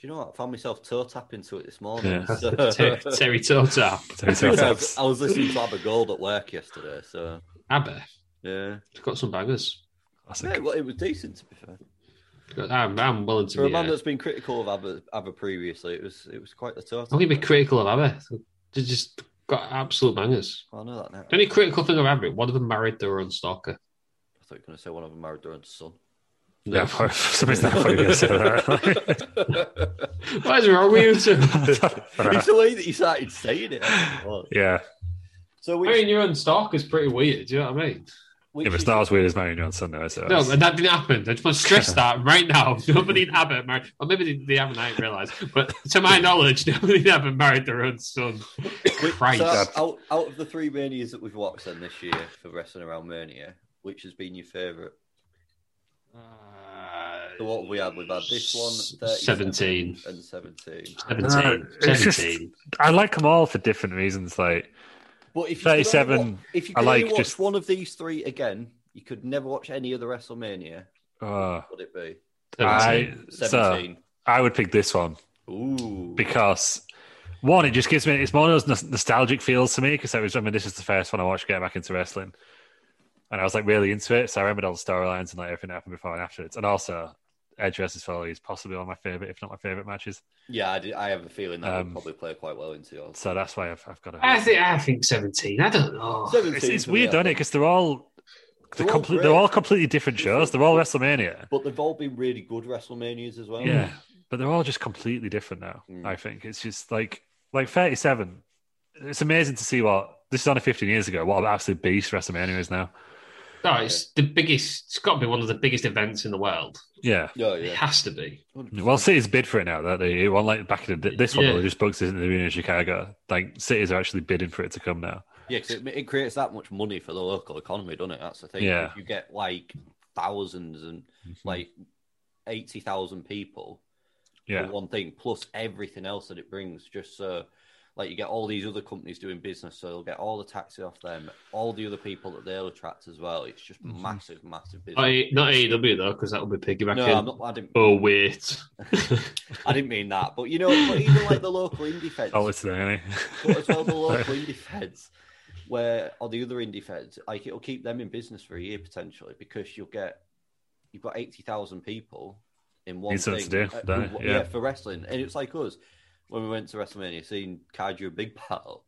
Speaker 3: you know what? I found myself toe tapping to it this morning.
Speaker 4: Yeah.
Speaker 3: so-
Speaker 2: Ter- Terry Tota,
Speaker 4: So it's-
Speaker 3: I
Speaker 4: it's-
Speaker 3: was- I was listening to ABBA Gold at work yesterday, so
Speaker 2: Abba,
Speaker 3: yeah.
Speaker 2: they've got some bangers.
Speaker 3: yeah
Speaker 4: classic.
Speaker 3: well, it was decent to be fair.
Speaker 2: Got- I'm, I'm willing to
Speaker 3: For a
Speaker 2: be.
Speaker 3: man
Speaker 2: Uh,
Speaker 3: that's been critical of ABBA, ABBA previously, it was it was quite the total.
Speaker 2: I'm going to be critical of Abba. They just got absolute bangers.
Speaker 3: I know that now.
Speaker 2: The only critical thing of Abba, one of them married their own stalker.
Speaker 3: I thought you were going to say one of them married their own son.
Speaker 4: Yeah, for, for some reason I thought you were going to say that.
Speaker 2: What is wrong with you two?
Speaker 3: it's the way that you started saying it. I thought.
Speaker 4: yeah,
Speaker 3: So
Speaker 2: I mean,
Speaker 3: which,
Speaker 2: your own stalk is pretty weird. Do you know what I mean?
Speaker 3: which
Speaker 4: if it's
Speaker 3: is-
Speaker 4: not as weird as Marion Johnson, though, so
Speaker 2: No, and that didn't happen. I just want to stress that right now. Nobody in Abbott married, or maybe they, they haven't, I didn't realise. But to my knowledge, nobody in Abbott married their own son. Christ.
Speaker 3: So out, out, out of the three manias that we've watched then this year for wrestling around mania, which has been your favourite?
Speaker 2: Uh,
Speaker 3: So what have we had? We've had this one, 37,
Speaker 2: 17.
Speaker 3: and seventeen.
Speaker 2: 17.
Speaker 4: No, it's just-
Speaker 2: 17.
Speaker 4: I like them all for different reasons. Like,
Speaker 3: But if you could
Speaker 4: 37,
Speaker 3: only wa- if you
Speaker 4: I
Speaker 3: could only
Speaker 4: like
Speaker 3: watch
Speaker 4: just-
Speaker 3: one of these three again, you could never watch any other WrestleMania.
Speaker 4: uh,
Speaker 3: Would it be
Speaker 2: 17.
Speaker 4: I so
Speaker 3: seventeen?
Speaker 4: I would pick this one
Speaker 3: Ooh,
Speaker 4: because one, it just gives me it's more of those nos- nostalgic feels to me because I was remember this is the first one I watched getting back into wrestling, and I was like really into it. So I remembered all the storylines and like everything that happened before and afterwards, and also Edge versus Foley is possibly one of my favorite, if not my favorite matches.
Speaker 3: yeah, I, do- I have a feeling that
Speaker 4: Um,
Speaker 3: would probably play quite well into yours.
Speaker 4: So that's why I've, I've got
Speaker 2: I
Speaker 4: to.
Speaker 2: think, I think 17. I don't know.
Speaker 4: It's,
Speaker 3: 17
Speaker 4: it's
Speaker 3: for me,
Speaker 4: weird,
Speaker 3: I
Speaker 4: don't it?
Speaker 3: think.
Speaker 4: Because they're all
Speaker 3: They're
Speaker 4: they're,
Speaker 3: all
Speaker 4: comple-
Speaker 3: great.
Speaker 4: they're all completely different shows. They're all WrestleMania.
Speaker 3: But they've all been really good WrestleManias as well.
Speaker 4: Yeah, but they're all just completely different now.
Speaker 3: Mm.
Speaker 4: I think it's just like like 37. It's amazing to see what this is only 15 years ago. What an absolute beast WrestleMania is now.
Speaker 2: No, it's the biggest, it's got to be one of the biggest events in the world.
Speaker 4: Yeah.
Speaker 3: Yeah,
Speaker 2: It
Speaker 3: yeah.
Speaker 2: has to be.
Speaker 4: Well, City's bid for it now. That they it won like back in the, this one.
Speaker 2: Yeah.
Speaker 4: They just booked it in the arena in Chicago. Like cities are actually bidding for it to come now.
Speaker 3: Yeah, 'cause it, it creates that much money for the local economy, doesn't it? That's the thing.
Speaker 4: Yeah.
Speaker 3: If you get like thousands and like 80,000 people
Speaker 4: Yeah,
Speaker 3: for one thing, plus everything else that it brings, just so like you get all these other companies doing business, so they'll get all the taxi off them, all the other people that they'll attract as well. It's just
Speaker 4: Mm-hmm.
Speaker 3: massive, massive business.
Speaker 2: Not, A- not AEW, though, because that would be piggybacking.
Speaker 3: no, I'm not, I didn't,
Speaker 2: Oh, wait.
Speaker 3: I didn't mean that, but you know, but even like the local indie feds,
Speaker 4: oh, it's there. Annie.
Speaker 3: but as well the local indie feds where or the other indie feds like it'll keep them in business for a year potentially because you'll get you've got 80,000 people in one
Speaker 4: Need
Speaker 3: thing
Speaker 4: something to do,
Speaker 3: uh,
Speaker 4: don't
Speaker 3: who-
Speaker 4: they?
Speaker 3: yeah.
Speaker 4: Yeah.
Speaker 3: for wrestling and it's like us when we went to WrestleMania seeing Kaiju and Big Battle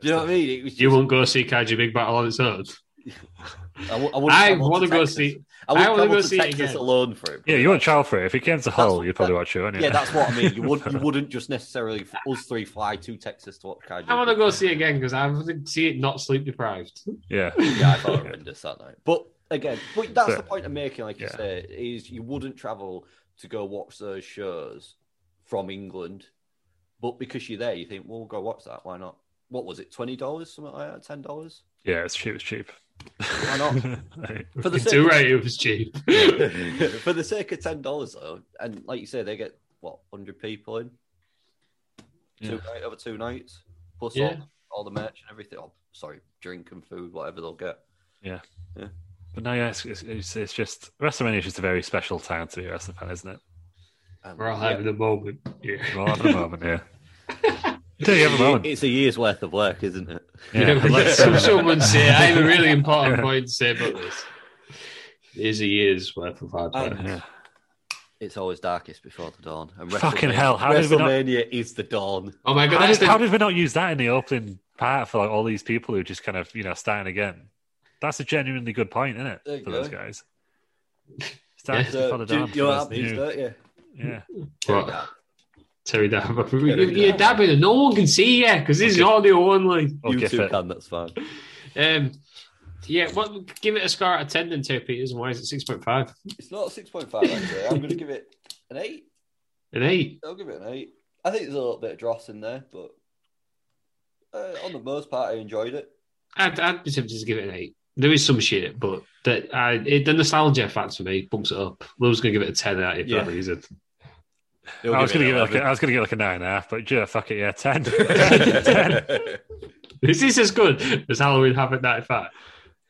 Speaker 3: do you know what I mean? It was
Speaker 2: You
Speaker 3: just-
Speaker 2: won't go see Kaiju Big Battle on its own.
Speaker 3: I, w- wouldn't
Speaker 2: I
Speaker 3: travel
Speaker 2: wanna go
Speaker 3: Texas.
Speaker 2: see- I
Speaker 3: I wouldn't
Speaker 2: wanna
Speaker 3: travel
Speaker 2: go
Speaker 3: to
Speaker 2: see it
Speaker 3: Texas
Speaker 2: again.
Speaker 3: alone for it.
Speaker 4: yeah, you wouldn't travel for it if it came to Hull.
Speaker 3: what-
Speaker 4: You'd probably
Speaker 3: that-
Speaker 4: watch it. Wouldn't you?
Speaker 3: Yeah, that's what I mean. You wouldn't, you wouldn't just necessarily us three fly to Texas to watch Kaiju.
Speaker 2: I want to go see it again because I would see it not sleep deprived.
Speaker 4: yeah.
Speaker 3: yeah, I thought horrendous that night. But again, but that's
Speaker 4: So-
Speaker 3: the point I'm making. Like you
Speaker 4: Yeah.
Speaker 3: said, is you wouldn't travel to go watch those shows from England, but because you're there, you think, well, we'll go watch that. Why not? What was it? Twenty dollars, something like that, ten dollars
Speaker 4: Yeah, it's cheap. It's cheap.
Speaker 3: Why not? for the
Speaker 2: It's too
Speaker 3: sake
Speaker 2: right, it was cheap.
Speaker 3: for the sake of ten dollars though, and like you say, they get what hundred people in two night over two nights, plus all,
Speaker 2: Yeah.
Speaker 3: all the merch and everything. Oh, sorry, drink and food, whatever they'll get.
Speaker 4: But no, yeah, it's, it's, it's, it's just WrestleMania is just a very special time to be a wrestling fan, isn't it?
Speaker 3: Um,
Speaker 2: We're all
Speaker 3: yeah.
Speaker 2: having a moment. Yeah.
Speaker 4: Well, at the moment, yeah. Do you have a moment?
Speaker 3: It's a year's worth of work, isn't it?
Speaker 4: Yeah, let's,
Speaker 2: Some, some would say I have a really important point to say about this. It is a year's worth of hard work.
Speaker 4: Yeah.
Speaker 3: It's always darkest before the dawn. And
Speaker 4: Fucking
Speaker 3: WrestleMania-
Speaker 4: hell, how did we not-
Speaker 3: WrestleMania is the dawn.
Speaker 2: Oh my god,
Speaker 4: How
Speaker 2: that's
Speaker 4: did,
Speaker 2: the,
Speaker 4: how did we not use that in the opening part for like all these people who just kind of you know starting again? That's a genuinely good point, isn't it?
Speaker 3: There you
Speaker 4: For those
Speaker 3: go.
Speaker 4: guys. Starting
Speaker 2: Yeah.
Speaker 4: before the
Speaker 3: So, do,
Speaker 4: dawn.
Speaker 3: do you know
Speaker 4: for
Speaker 3: what
Speaker 4: those
Speaker 3: happens,
Speaker 4: new-
Speaker 3: don't you?
Speaker 4: Yeah.
Speaker 2: What? Terry Dabber.
Speaker 3: Terry
Speaker 2: You're dabbing, no one can see you because this is audio only.
Speaker 4: I'll
Speaker 3: you
Speaker 4: give
Speaker 3: two
Speaker 4: it.
Speaker 3: can, that's fine.
Speaker 2: Um, yeah, what? Give it a score out of ten then, Terry Peters. and Why is it six point five?
Speaker 3: It's not 6.5, actually. I'm going to give it an 8.
Speaker 2: An eight.
Speaker 3: I'll give it an 8. I think there's a little bit of dross in there, but uh, on the most part, I enjoyed it.
Speaker 2: I'd, I'd be tempted to give it an eight. There is some shit, but that I, it, the nostalgia factor for me bumps it up. Lou's gonna give it a ten out of it for
Speaker 3: Yeah.
Speaker 2: that reason.
Speaker 4: I was gonna give it like a, I was gonna give it like a nine and a half, but yeah, fuck it, yeah, ten. ten.
Speaker 2: Is this as good as Halloween Havoc ninety five?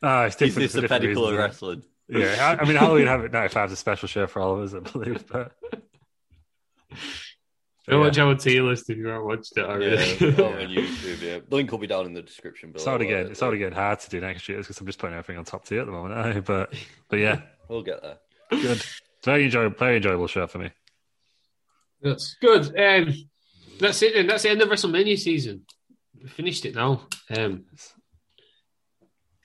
Speaker 4: Ah, it's
Speaker 3: Is
Speaker 4: different.
Speaker 3: this
Speaker 4: for
Speaker 3: the
Speaker 4: different
Speaker 3: pinnacle of
Speaker 4: reasons.
Speaker 3: wrestling?
Speaker 4: Yeah, I, I mean, Halloween Havoc 95 is a special show for all of us, I believe. But, but
Speaker 2: Go
Speaker 4: yeah.
Speaker 2: watch our tier list if you haven't watched it
Speaker 3: Yeah,
Speaker 2: already.
Speaker 3: over on YouTube, Oh, yeah. The link will be down in the description below.
Speaker 4: It's already
Speaker 3: won't
Speaker 4: getting
Speaker 3: it?
Speaker 4: it's already getting hard to do next year because I'm just putting everything on top tier at the moment. aren't I? But but yeah,
Speaker 3: We'll get there.
Speaker 4: good, very enjoyable, very enjoyable show for me.
Speaker 2: That's good. Um, that's it, then. That's the end of WrestleMania season. We finished it now. Um,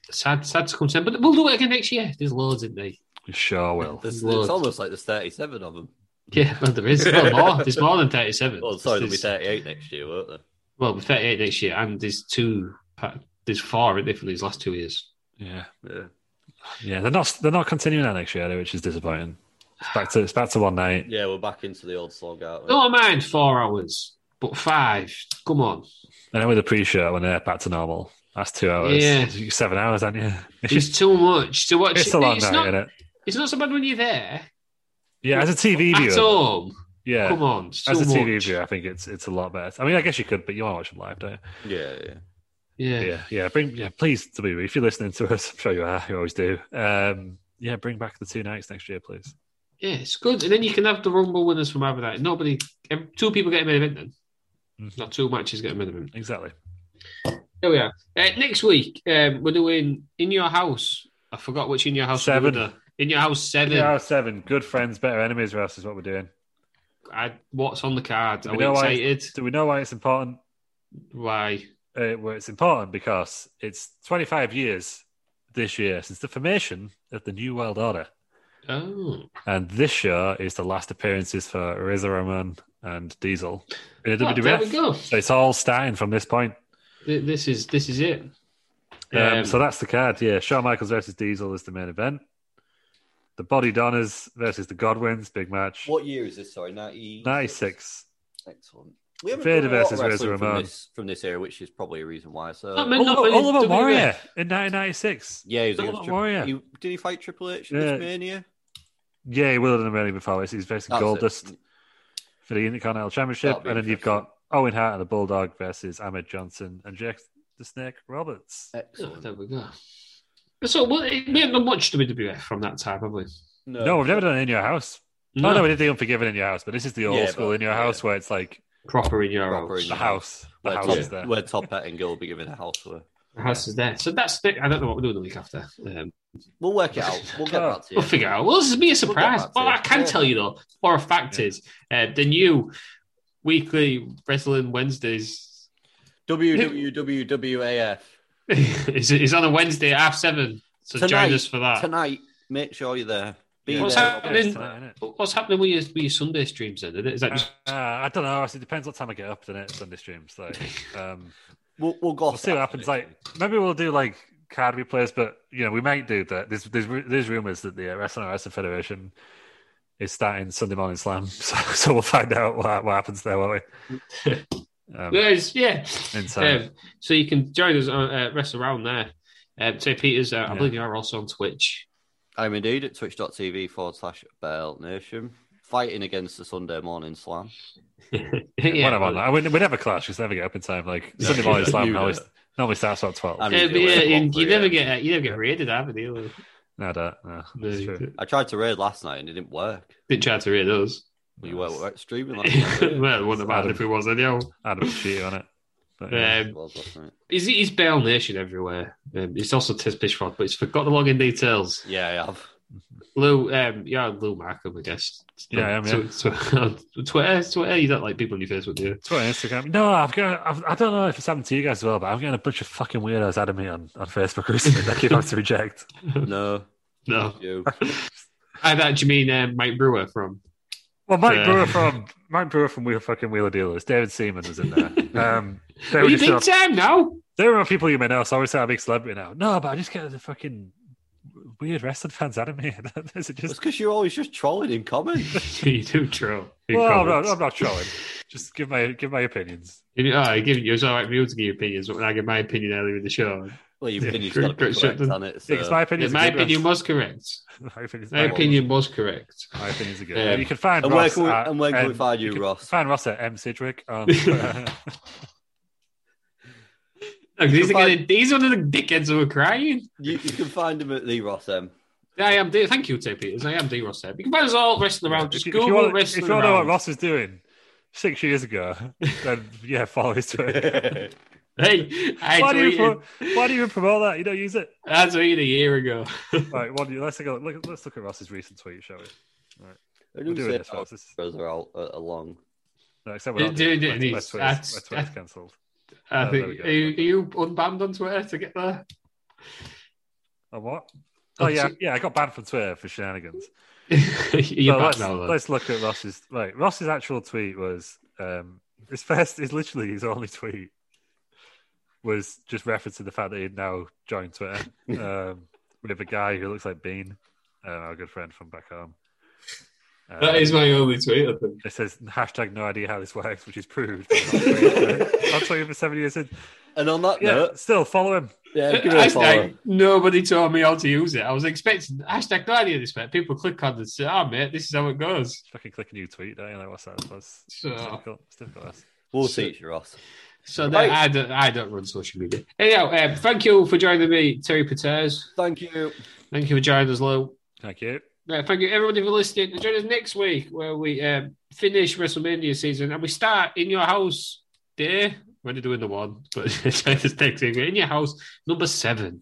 Speaker 2: sad, sad to come to, an end, but we'll do it again next year. There's loads, isn't there?
Speaker 4: You sure will.
Speaker 3: There's,
Speaker 2: Lord.
Speaker 3: it's almost like there's 37 of them.
Speaker 2: Yeah, well, there is. Well, more. There's more than 37.
Speaker 3: Well, sorry, there'll be
Speaker 2: There's-
Speaker 3: 38 next year, won't there?
Speaker 2: Well, there's 38 next year, and there's two. There's four, isn't there, from these last two years?
Speaker 4: Yeah,
Speaker 3: Yeah.
Speaker 4: yeah. They're not they're not continuing that next year, though, which is disappointing. It's back to it's back to one night.
Speaker 3: Yeah, we're back into the old slog, aren't we?
Speaker 2: Don't mind four hours, but five. Come on.
Speaker 4: And then with the pre-show when they're back to normal, that's two hours.
Speaker 2: Yeah.
Speaker 4: You're seven hours, aren't you? It's
Speaker 2: It's too much to watch.
Speaker 4: it's a long
Speaker 2: it's,
Speaker 4: night,
Speaker 2: not,
Speaker 4: isn't it?
Speaker 2: it's not so bad when you're there.
Speaker 4: Yeah, as a TV
Speaker 2: At
Speaker 4: viewer,
Speaker 2: home.
Speaker 4: yeah.
Speaker 2: Come on. it's
Speaker 4: As a
Speaker 2: too
Speaker 4: TV
Speaker 2: much.
Speaker 4: viewer, I think it's it's a lot better. I mean, I guess you could, but you want to watch them live, don't you?
Speaker 3: Yeah, yeah.
Speaker 2: Yeah.
Speaker 4: yeah, yeah. Bring yeah, please, WWE, if you're listening to us, I'm sure you are. You always do. Um, yeah, bring back the two nights next year, please.
Speaker 2: Yeah, it's good. And then you can have the Rumble winners from over that. Nobody, ev- two people get a main event then.
Speaker 4: Mhm.
Speaker 2: Not two matches get a main event.
Speaker 4: Exactly.
Speaker 2: There we are. Uh, next week, um, we're doing In Your House. I forgot which In Your House. we're
Speaker 4: Seven.
Speaker 2: doing. In Your House 7.
Speaker 4: Yeah, seven. Good friends, better enemies. Or else is what we're doing.
Speaker 2: I, what's on the card? Are
Speaker 4: We
Speaker 2: we
Speaker 4: know why-
Speaker 2: excited?
Speaker 4: Do we know why it's important?
Speaker 2: Why?
Speaker 4: Uh, well, it's important because it's 25 years this year since the formation of the New World Order,
Speaker 2: Oh.
Speaker 4: and this show is the last appearances for Razor Ramon and Diesel in the
Speaker 2: Well,
Speaker 4: WWF.
Speaker 2: Oh, there we go.
Speaker 4: So it's all starting from this point.
Speaker 2: Th- This is this is it.
Speaker 4: Um,
Speaker 2: Um,
Speaker 4: so that's the card, yeah. Shawn Michaels versus Diesel is the main event. The Body Donners versus the Godwins, big match.
Speaker 3: What year is this? Sorry, 90...
Speaker 4: 96.
Speaker 3: Excellent. We haven't
Speaker 4: Vader
Speaker 3: done a lot
Speaker 4: versus
Speaker 3: of
Speaker 4: Razor
Speaker 3: wrestling from
Speaker 4: Ramon.
Speaker 3: this, from this era, which is probably a reason why. So,
Speaker 2: Not
Speaker 4: All,
Speaker 2: many- not
Speaker 4: all,
Speaker 2: many
Speaker 4: about
Speaker 2: WWF.
Speaker 4: Warrior in 1996.
Speaker 3: yeah, he was
Speaker 4: Ultimate
Speaker 3: against Triple-
Speaker 4: Warrior.
Speaker 3: he- did he fight Triple H in
Speaker 4: Yeah.
Speaker 3: this Mania?
Speaker 4: Yeah, he will have done a rally before. this. He's facing
Speaker 3: That's it.
Speaker 4: Goldust for the Intercontinental Championship.
Speaker 3: That'll be
Speaker 4: And then you've got Owen Hart and the Bulldog versus Ahmed Johnson and Jake the Snake Roberts.
Speaker 3: Uh,
Speaker 2: Oh, there
Speaker 3: Excellent.
Speaker 2: we go. So well, it- we haven't done much WWF from that time, have we?
Speaker 4: No, we've never done it in your house. Oh, No, no, we did the Unforgiven in your house, but this is the old
Speaker 3: Yeah,
Speaker 4: school
Speaker 3: but-
Speaker 4: in your
Speaker 3: yeah.
Speaker 4: house where it's like
Speaker 2: Proper in your
Speaker 3: Proper
Speaker 2: house.
Speaker 3: In Your
Speaker 4: the house. The
Speaker 3: Where,
Speaker 4: house
Speaker 3: top,
Speaker 4: is there.
Speaker 3: where Top Pet and Gill will be giving a house for.
Speaker 2: The house is there. So that's the, I don't know what we're doing the week after. Um,
Speaker 3: We'll work it out. We'll get back to you.
Speaker 2: We'll figure out. Well, this is be a
Speaker 3: We'll get
Speaker 2: surprise.
Speaker 3: back to
Speaker 2: Well,
Speaker 3: it.
Speaker 2: I can
Speaker 3: Yeah.
Speaker 2: tell you though, for a fact is uh, the new weekly wrestling Wednesdays
Speaker 3: WWWAF.
Speaker 2: is, is on a Wednesday at half seven. So join us for that.
Speaker 3: Tonight, make sure you're there. Be
Speaker 2: Ah. What's
Speaker 3: there.
Speaker 4: Yeah, it's
Speaker 2: happening?
Speaker 4: tonight, isn't it?
Speaker 2: But What's happening with your, with your Sunday streams then? Is that just,
Speaker 4: Uh, I don't know. It depends what time I get up the next Sunday stream. So um,
Speaker 3: We'll, we'll go
Speaker 4: we'll see what happens. Like maybe we'll do like card replays, but you know we might do that. There's there's, ru- there's rumors that the uh, Wrestling Wrestling Federation is starting Sunday Morning Slam, so, so we'll find out what, what happens there, won't we? Um,
Speaker 2: There's- yeah.
Speaker 4: Inside.
Speaker 2: Um, so you can join us on uh, Wrestle Around there. Um, St. Peter's, uh, I
Speaker 4: Yeah.
Speaker 2: believe you are also on Twitch.
Speaker 3: I'm indeed at twitch.tv forward slash Bell Nation. Fighting against the Sunday morning slam.
Speaker 2: Yeah, Um,
Speaker 4: when I'm on, that. I mean, we never clash because never get up in time. Like Sunday
Speaker 3: you
Speaker 4: Morning
Speaker 3: don't-
Speaker 4: Slam
Speaker 3: you
Speaker 4: always
Speaker 3: don't.
Speaker 4: normally starts about twelve.
Speaker 3: I
Speaker 2: Uh,
Speaker 3: mean-
Speaker 2: but yeah, you, you
Speaker 3: Yeah.
Speaker 2: never get you never get raided, have you?
Speaker 4: no, I don't. No, that's true.
Speaker 2: Didn't
Speaker 3: I tried to raid last night and it didn't work.
Speaker 2: try to raid us.
Speaker 3: You were, were streaming last night.
Speaker 2: well, it wouldn't have mattered if it was anyhow.
Speaker 4: I'd have cheated on it. But, yeah.
Speaker 2: Um, he's, he's Bale Nation everywhere. Um, it's also Tiz Pishford, but he's forgot the login details.
Speaker 3: yeah, I have.
Speaker 2: Lou, um, yeah, Lou Markham, I guess.
Speaker 4: Yeah, I am, yeah.
Speaker 2: Tw- tw- on Twitter, Twitter, you don't like people in your face, would you?
Speaker 4: Twitter, Instagram. No, I've got. I've, I don't know if it's happened to you guys as well, but I'm getting a bunch of fucking weirdos adding me on, on Facebook recently that I keep having to reject.
Speaker 3: No,
Speaker 2: No.
Speaker 3: you.
Speaker 2: I that do you mean um, Mike Brewer from?
Speaker 4: Well, Mike
Speaker 2: Yeah.
Speaker 4: Brewer from Mike Brewer from Wheel fucking Wheeler Dealers. David Seaman was in there. Um, they
Speaker 2: Are
Speaker 4: were
Speaker 2: you
Speaker 4: just
Speaker 2: big
Speaker 4: sort of-
Speaker 2: time now?
Speaker 4: there are people you may know. So I always say I'm a big celebrity now. No, but I just get the fucking weird wrestling fans adding me. Is it
Speaker 3: It's
Speaker 4: just?
Speaker 3: because you're always just trolling in comments.
Speaker 2: you do troll. You
Speaker 4: Well, I'm
Speaker 2: promise.
Speaker 4: not, I'm not trolling. Just give my give my opinions.
Speaker 2: You know, I give you it's all right for you to give your opinions, but when I give my opinion earlier in the show,
Speaker 3: Well, your
Speaker 4: Yeah,
Speaker 3: opinion's
Speaker 2: great-
Speaker 3: got to
Speaker 2: great
Speaker 3: be correct
Speaker 2: shot.
Speaker 3: on it.
Speaker 4: Yeah,
Speaker 3: So.
Speaker 4: 'cause my
Speaker 2: yeah,
Speaker 4: opinion.
Speaker 2: my opinion was correct.
Speaker 4: My opinion's
Speaker 2: My
Speaker 4: my
Speaker 2: opinion was correct.
Speaker 4: My opinion's a good.
Speaker 2: Um,
Speaker 4: you can find
Speaker 3: and where
Speaker 4: Ross.
Speaker 3: can we-
Speaker 4: at-
Speaker 3: and where can we
Speaker 4: um,
Speaker 3: find you,
Speaker 4: can
Speaker 3: Ross?
Speaker 4: Find Ross at M Um, Sidgwick. on Twitter.
Speaker 2: Look, these, are
Speaker 3: Goodbye.
Speaker 2: gonna, these are the dickheads who are crying.
Speaker 3: You, you can find him at the Ross M.
Speaker 2: I am. D- Thank you, Tay Peters. I am D. Ross. Ebb. You can find us all wrestling around. Just
Speaker 4: if, you- if
Speaker 2: Google
Speaker 4: you want, if
Speaker 2: wrestling
Speaker 4: you want to know
Speaker 2: around.
Speaker 4: what Ross is doing six years ago, then yeah, follow his Twitter.
Speaker 2: Hey, I
Speaker 4: why, do you
Speaker 2: tweeted.
Speaker 4: pro- why do you even promote that? You don't use it.
Speaker 2: I tweeted a year ago.
Speaker 4: Right, well, let's take a look. look. Let's look at Ross's recent tweet, shall we?
Speaker 3: Who
Speaker 4: We're
Speaker 3: do
Speaker 4: doing
Speaker 3: say
Speaker 4: this, Ross. This is-
Speaker 3: those are all uh, along.
Speaker 4: No, except we're not
Speaker 2: Dude,
Speaker 4: doing it.
Speaker 2: dude,
Speaker 4: My- my
Speaker 2: it's-
Speaker 4: tweet's-
Speaker 2: that's-
Speaker 4: My tweet's
Speaker 2: that-
Speaker 4: cancelled.
Speaker 2: I
Speaker 4: Oh,
Speaker 2: think.
Speaker 4: there we go.
Speaker 2: Uh, Are you, are you unbanned on Twitter to get there?
Speaker 4: Oh, what?
Speaker 2: Oh,
Speaker 4: Oh yeah,
Speaker 2: so-
Speaker 4: yeah. I got banned from Twitter for shenanigans.
Speaker 2: You're
Speaker 4: So
Speaker 2: back
Speaker 4: let's,
Speaker 2: now, though.
Speaker 4: let's look at Ross's. Right, Ross's actual tweet was um, his first is literally his only tweet was just referencing the fact that he'd now joined Twitter um, with a guy who looks like Bean, uh, our good friend from back home. Um,
Speaker 2: That is my only tweet, I think.
Speaker 4: It says hashtag no idea how this works, which is proved. I'll tell you for seven years. In.
Speaker 3: And on that
Speaker 4: Yeah,
Speaker 3: note,
Speaker 4: still follow him.
Speaker 3: yeah, give it a follow.
Speaker 2: Hashtag, nobody told me how to use it. I was expecting hashtag no idea this, mate. People click on this. Ah, mate, this is how it goes.
Speaker 4: Fucking click a new tweet, don't you? Like, what's that? That's it's
Speaker 2: So-
Speaker 4: difficult. It's difficult. That's-
Speaker 3: We'll teach you, Ross.
Speaker 2: So
Speaker 3: Right.
Speaker 2: that, I, don't, I don't run social media. Anyhow, um, thank you for joining me, Terry Peters.
Speaker 3: Thank you.
Speaker 2: Thank you for joining us, Lou.
Speaker 4: Thank you.
Speaker 2: Right, thank you, everybody, for listening. And join us next week where we um, finish WrestleMania season and we start in your house day. We're only doing the one, but join us next week. We're in your house, number seven.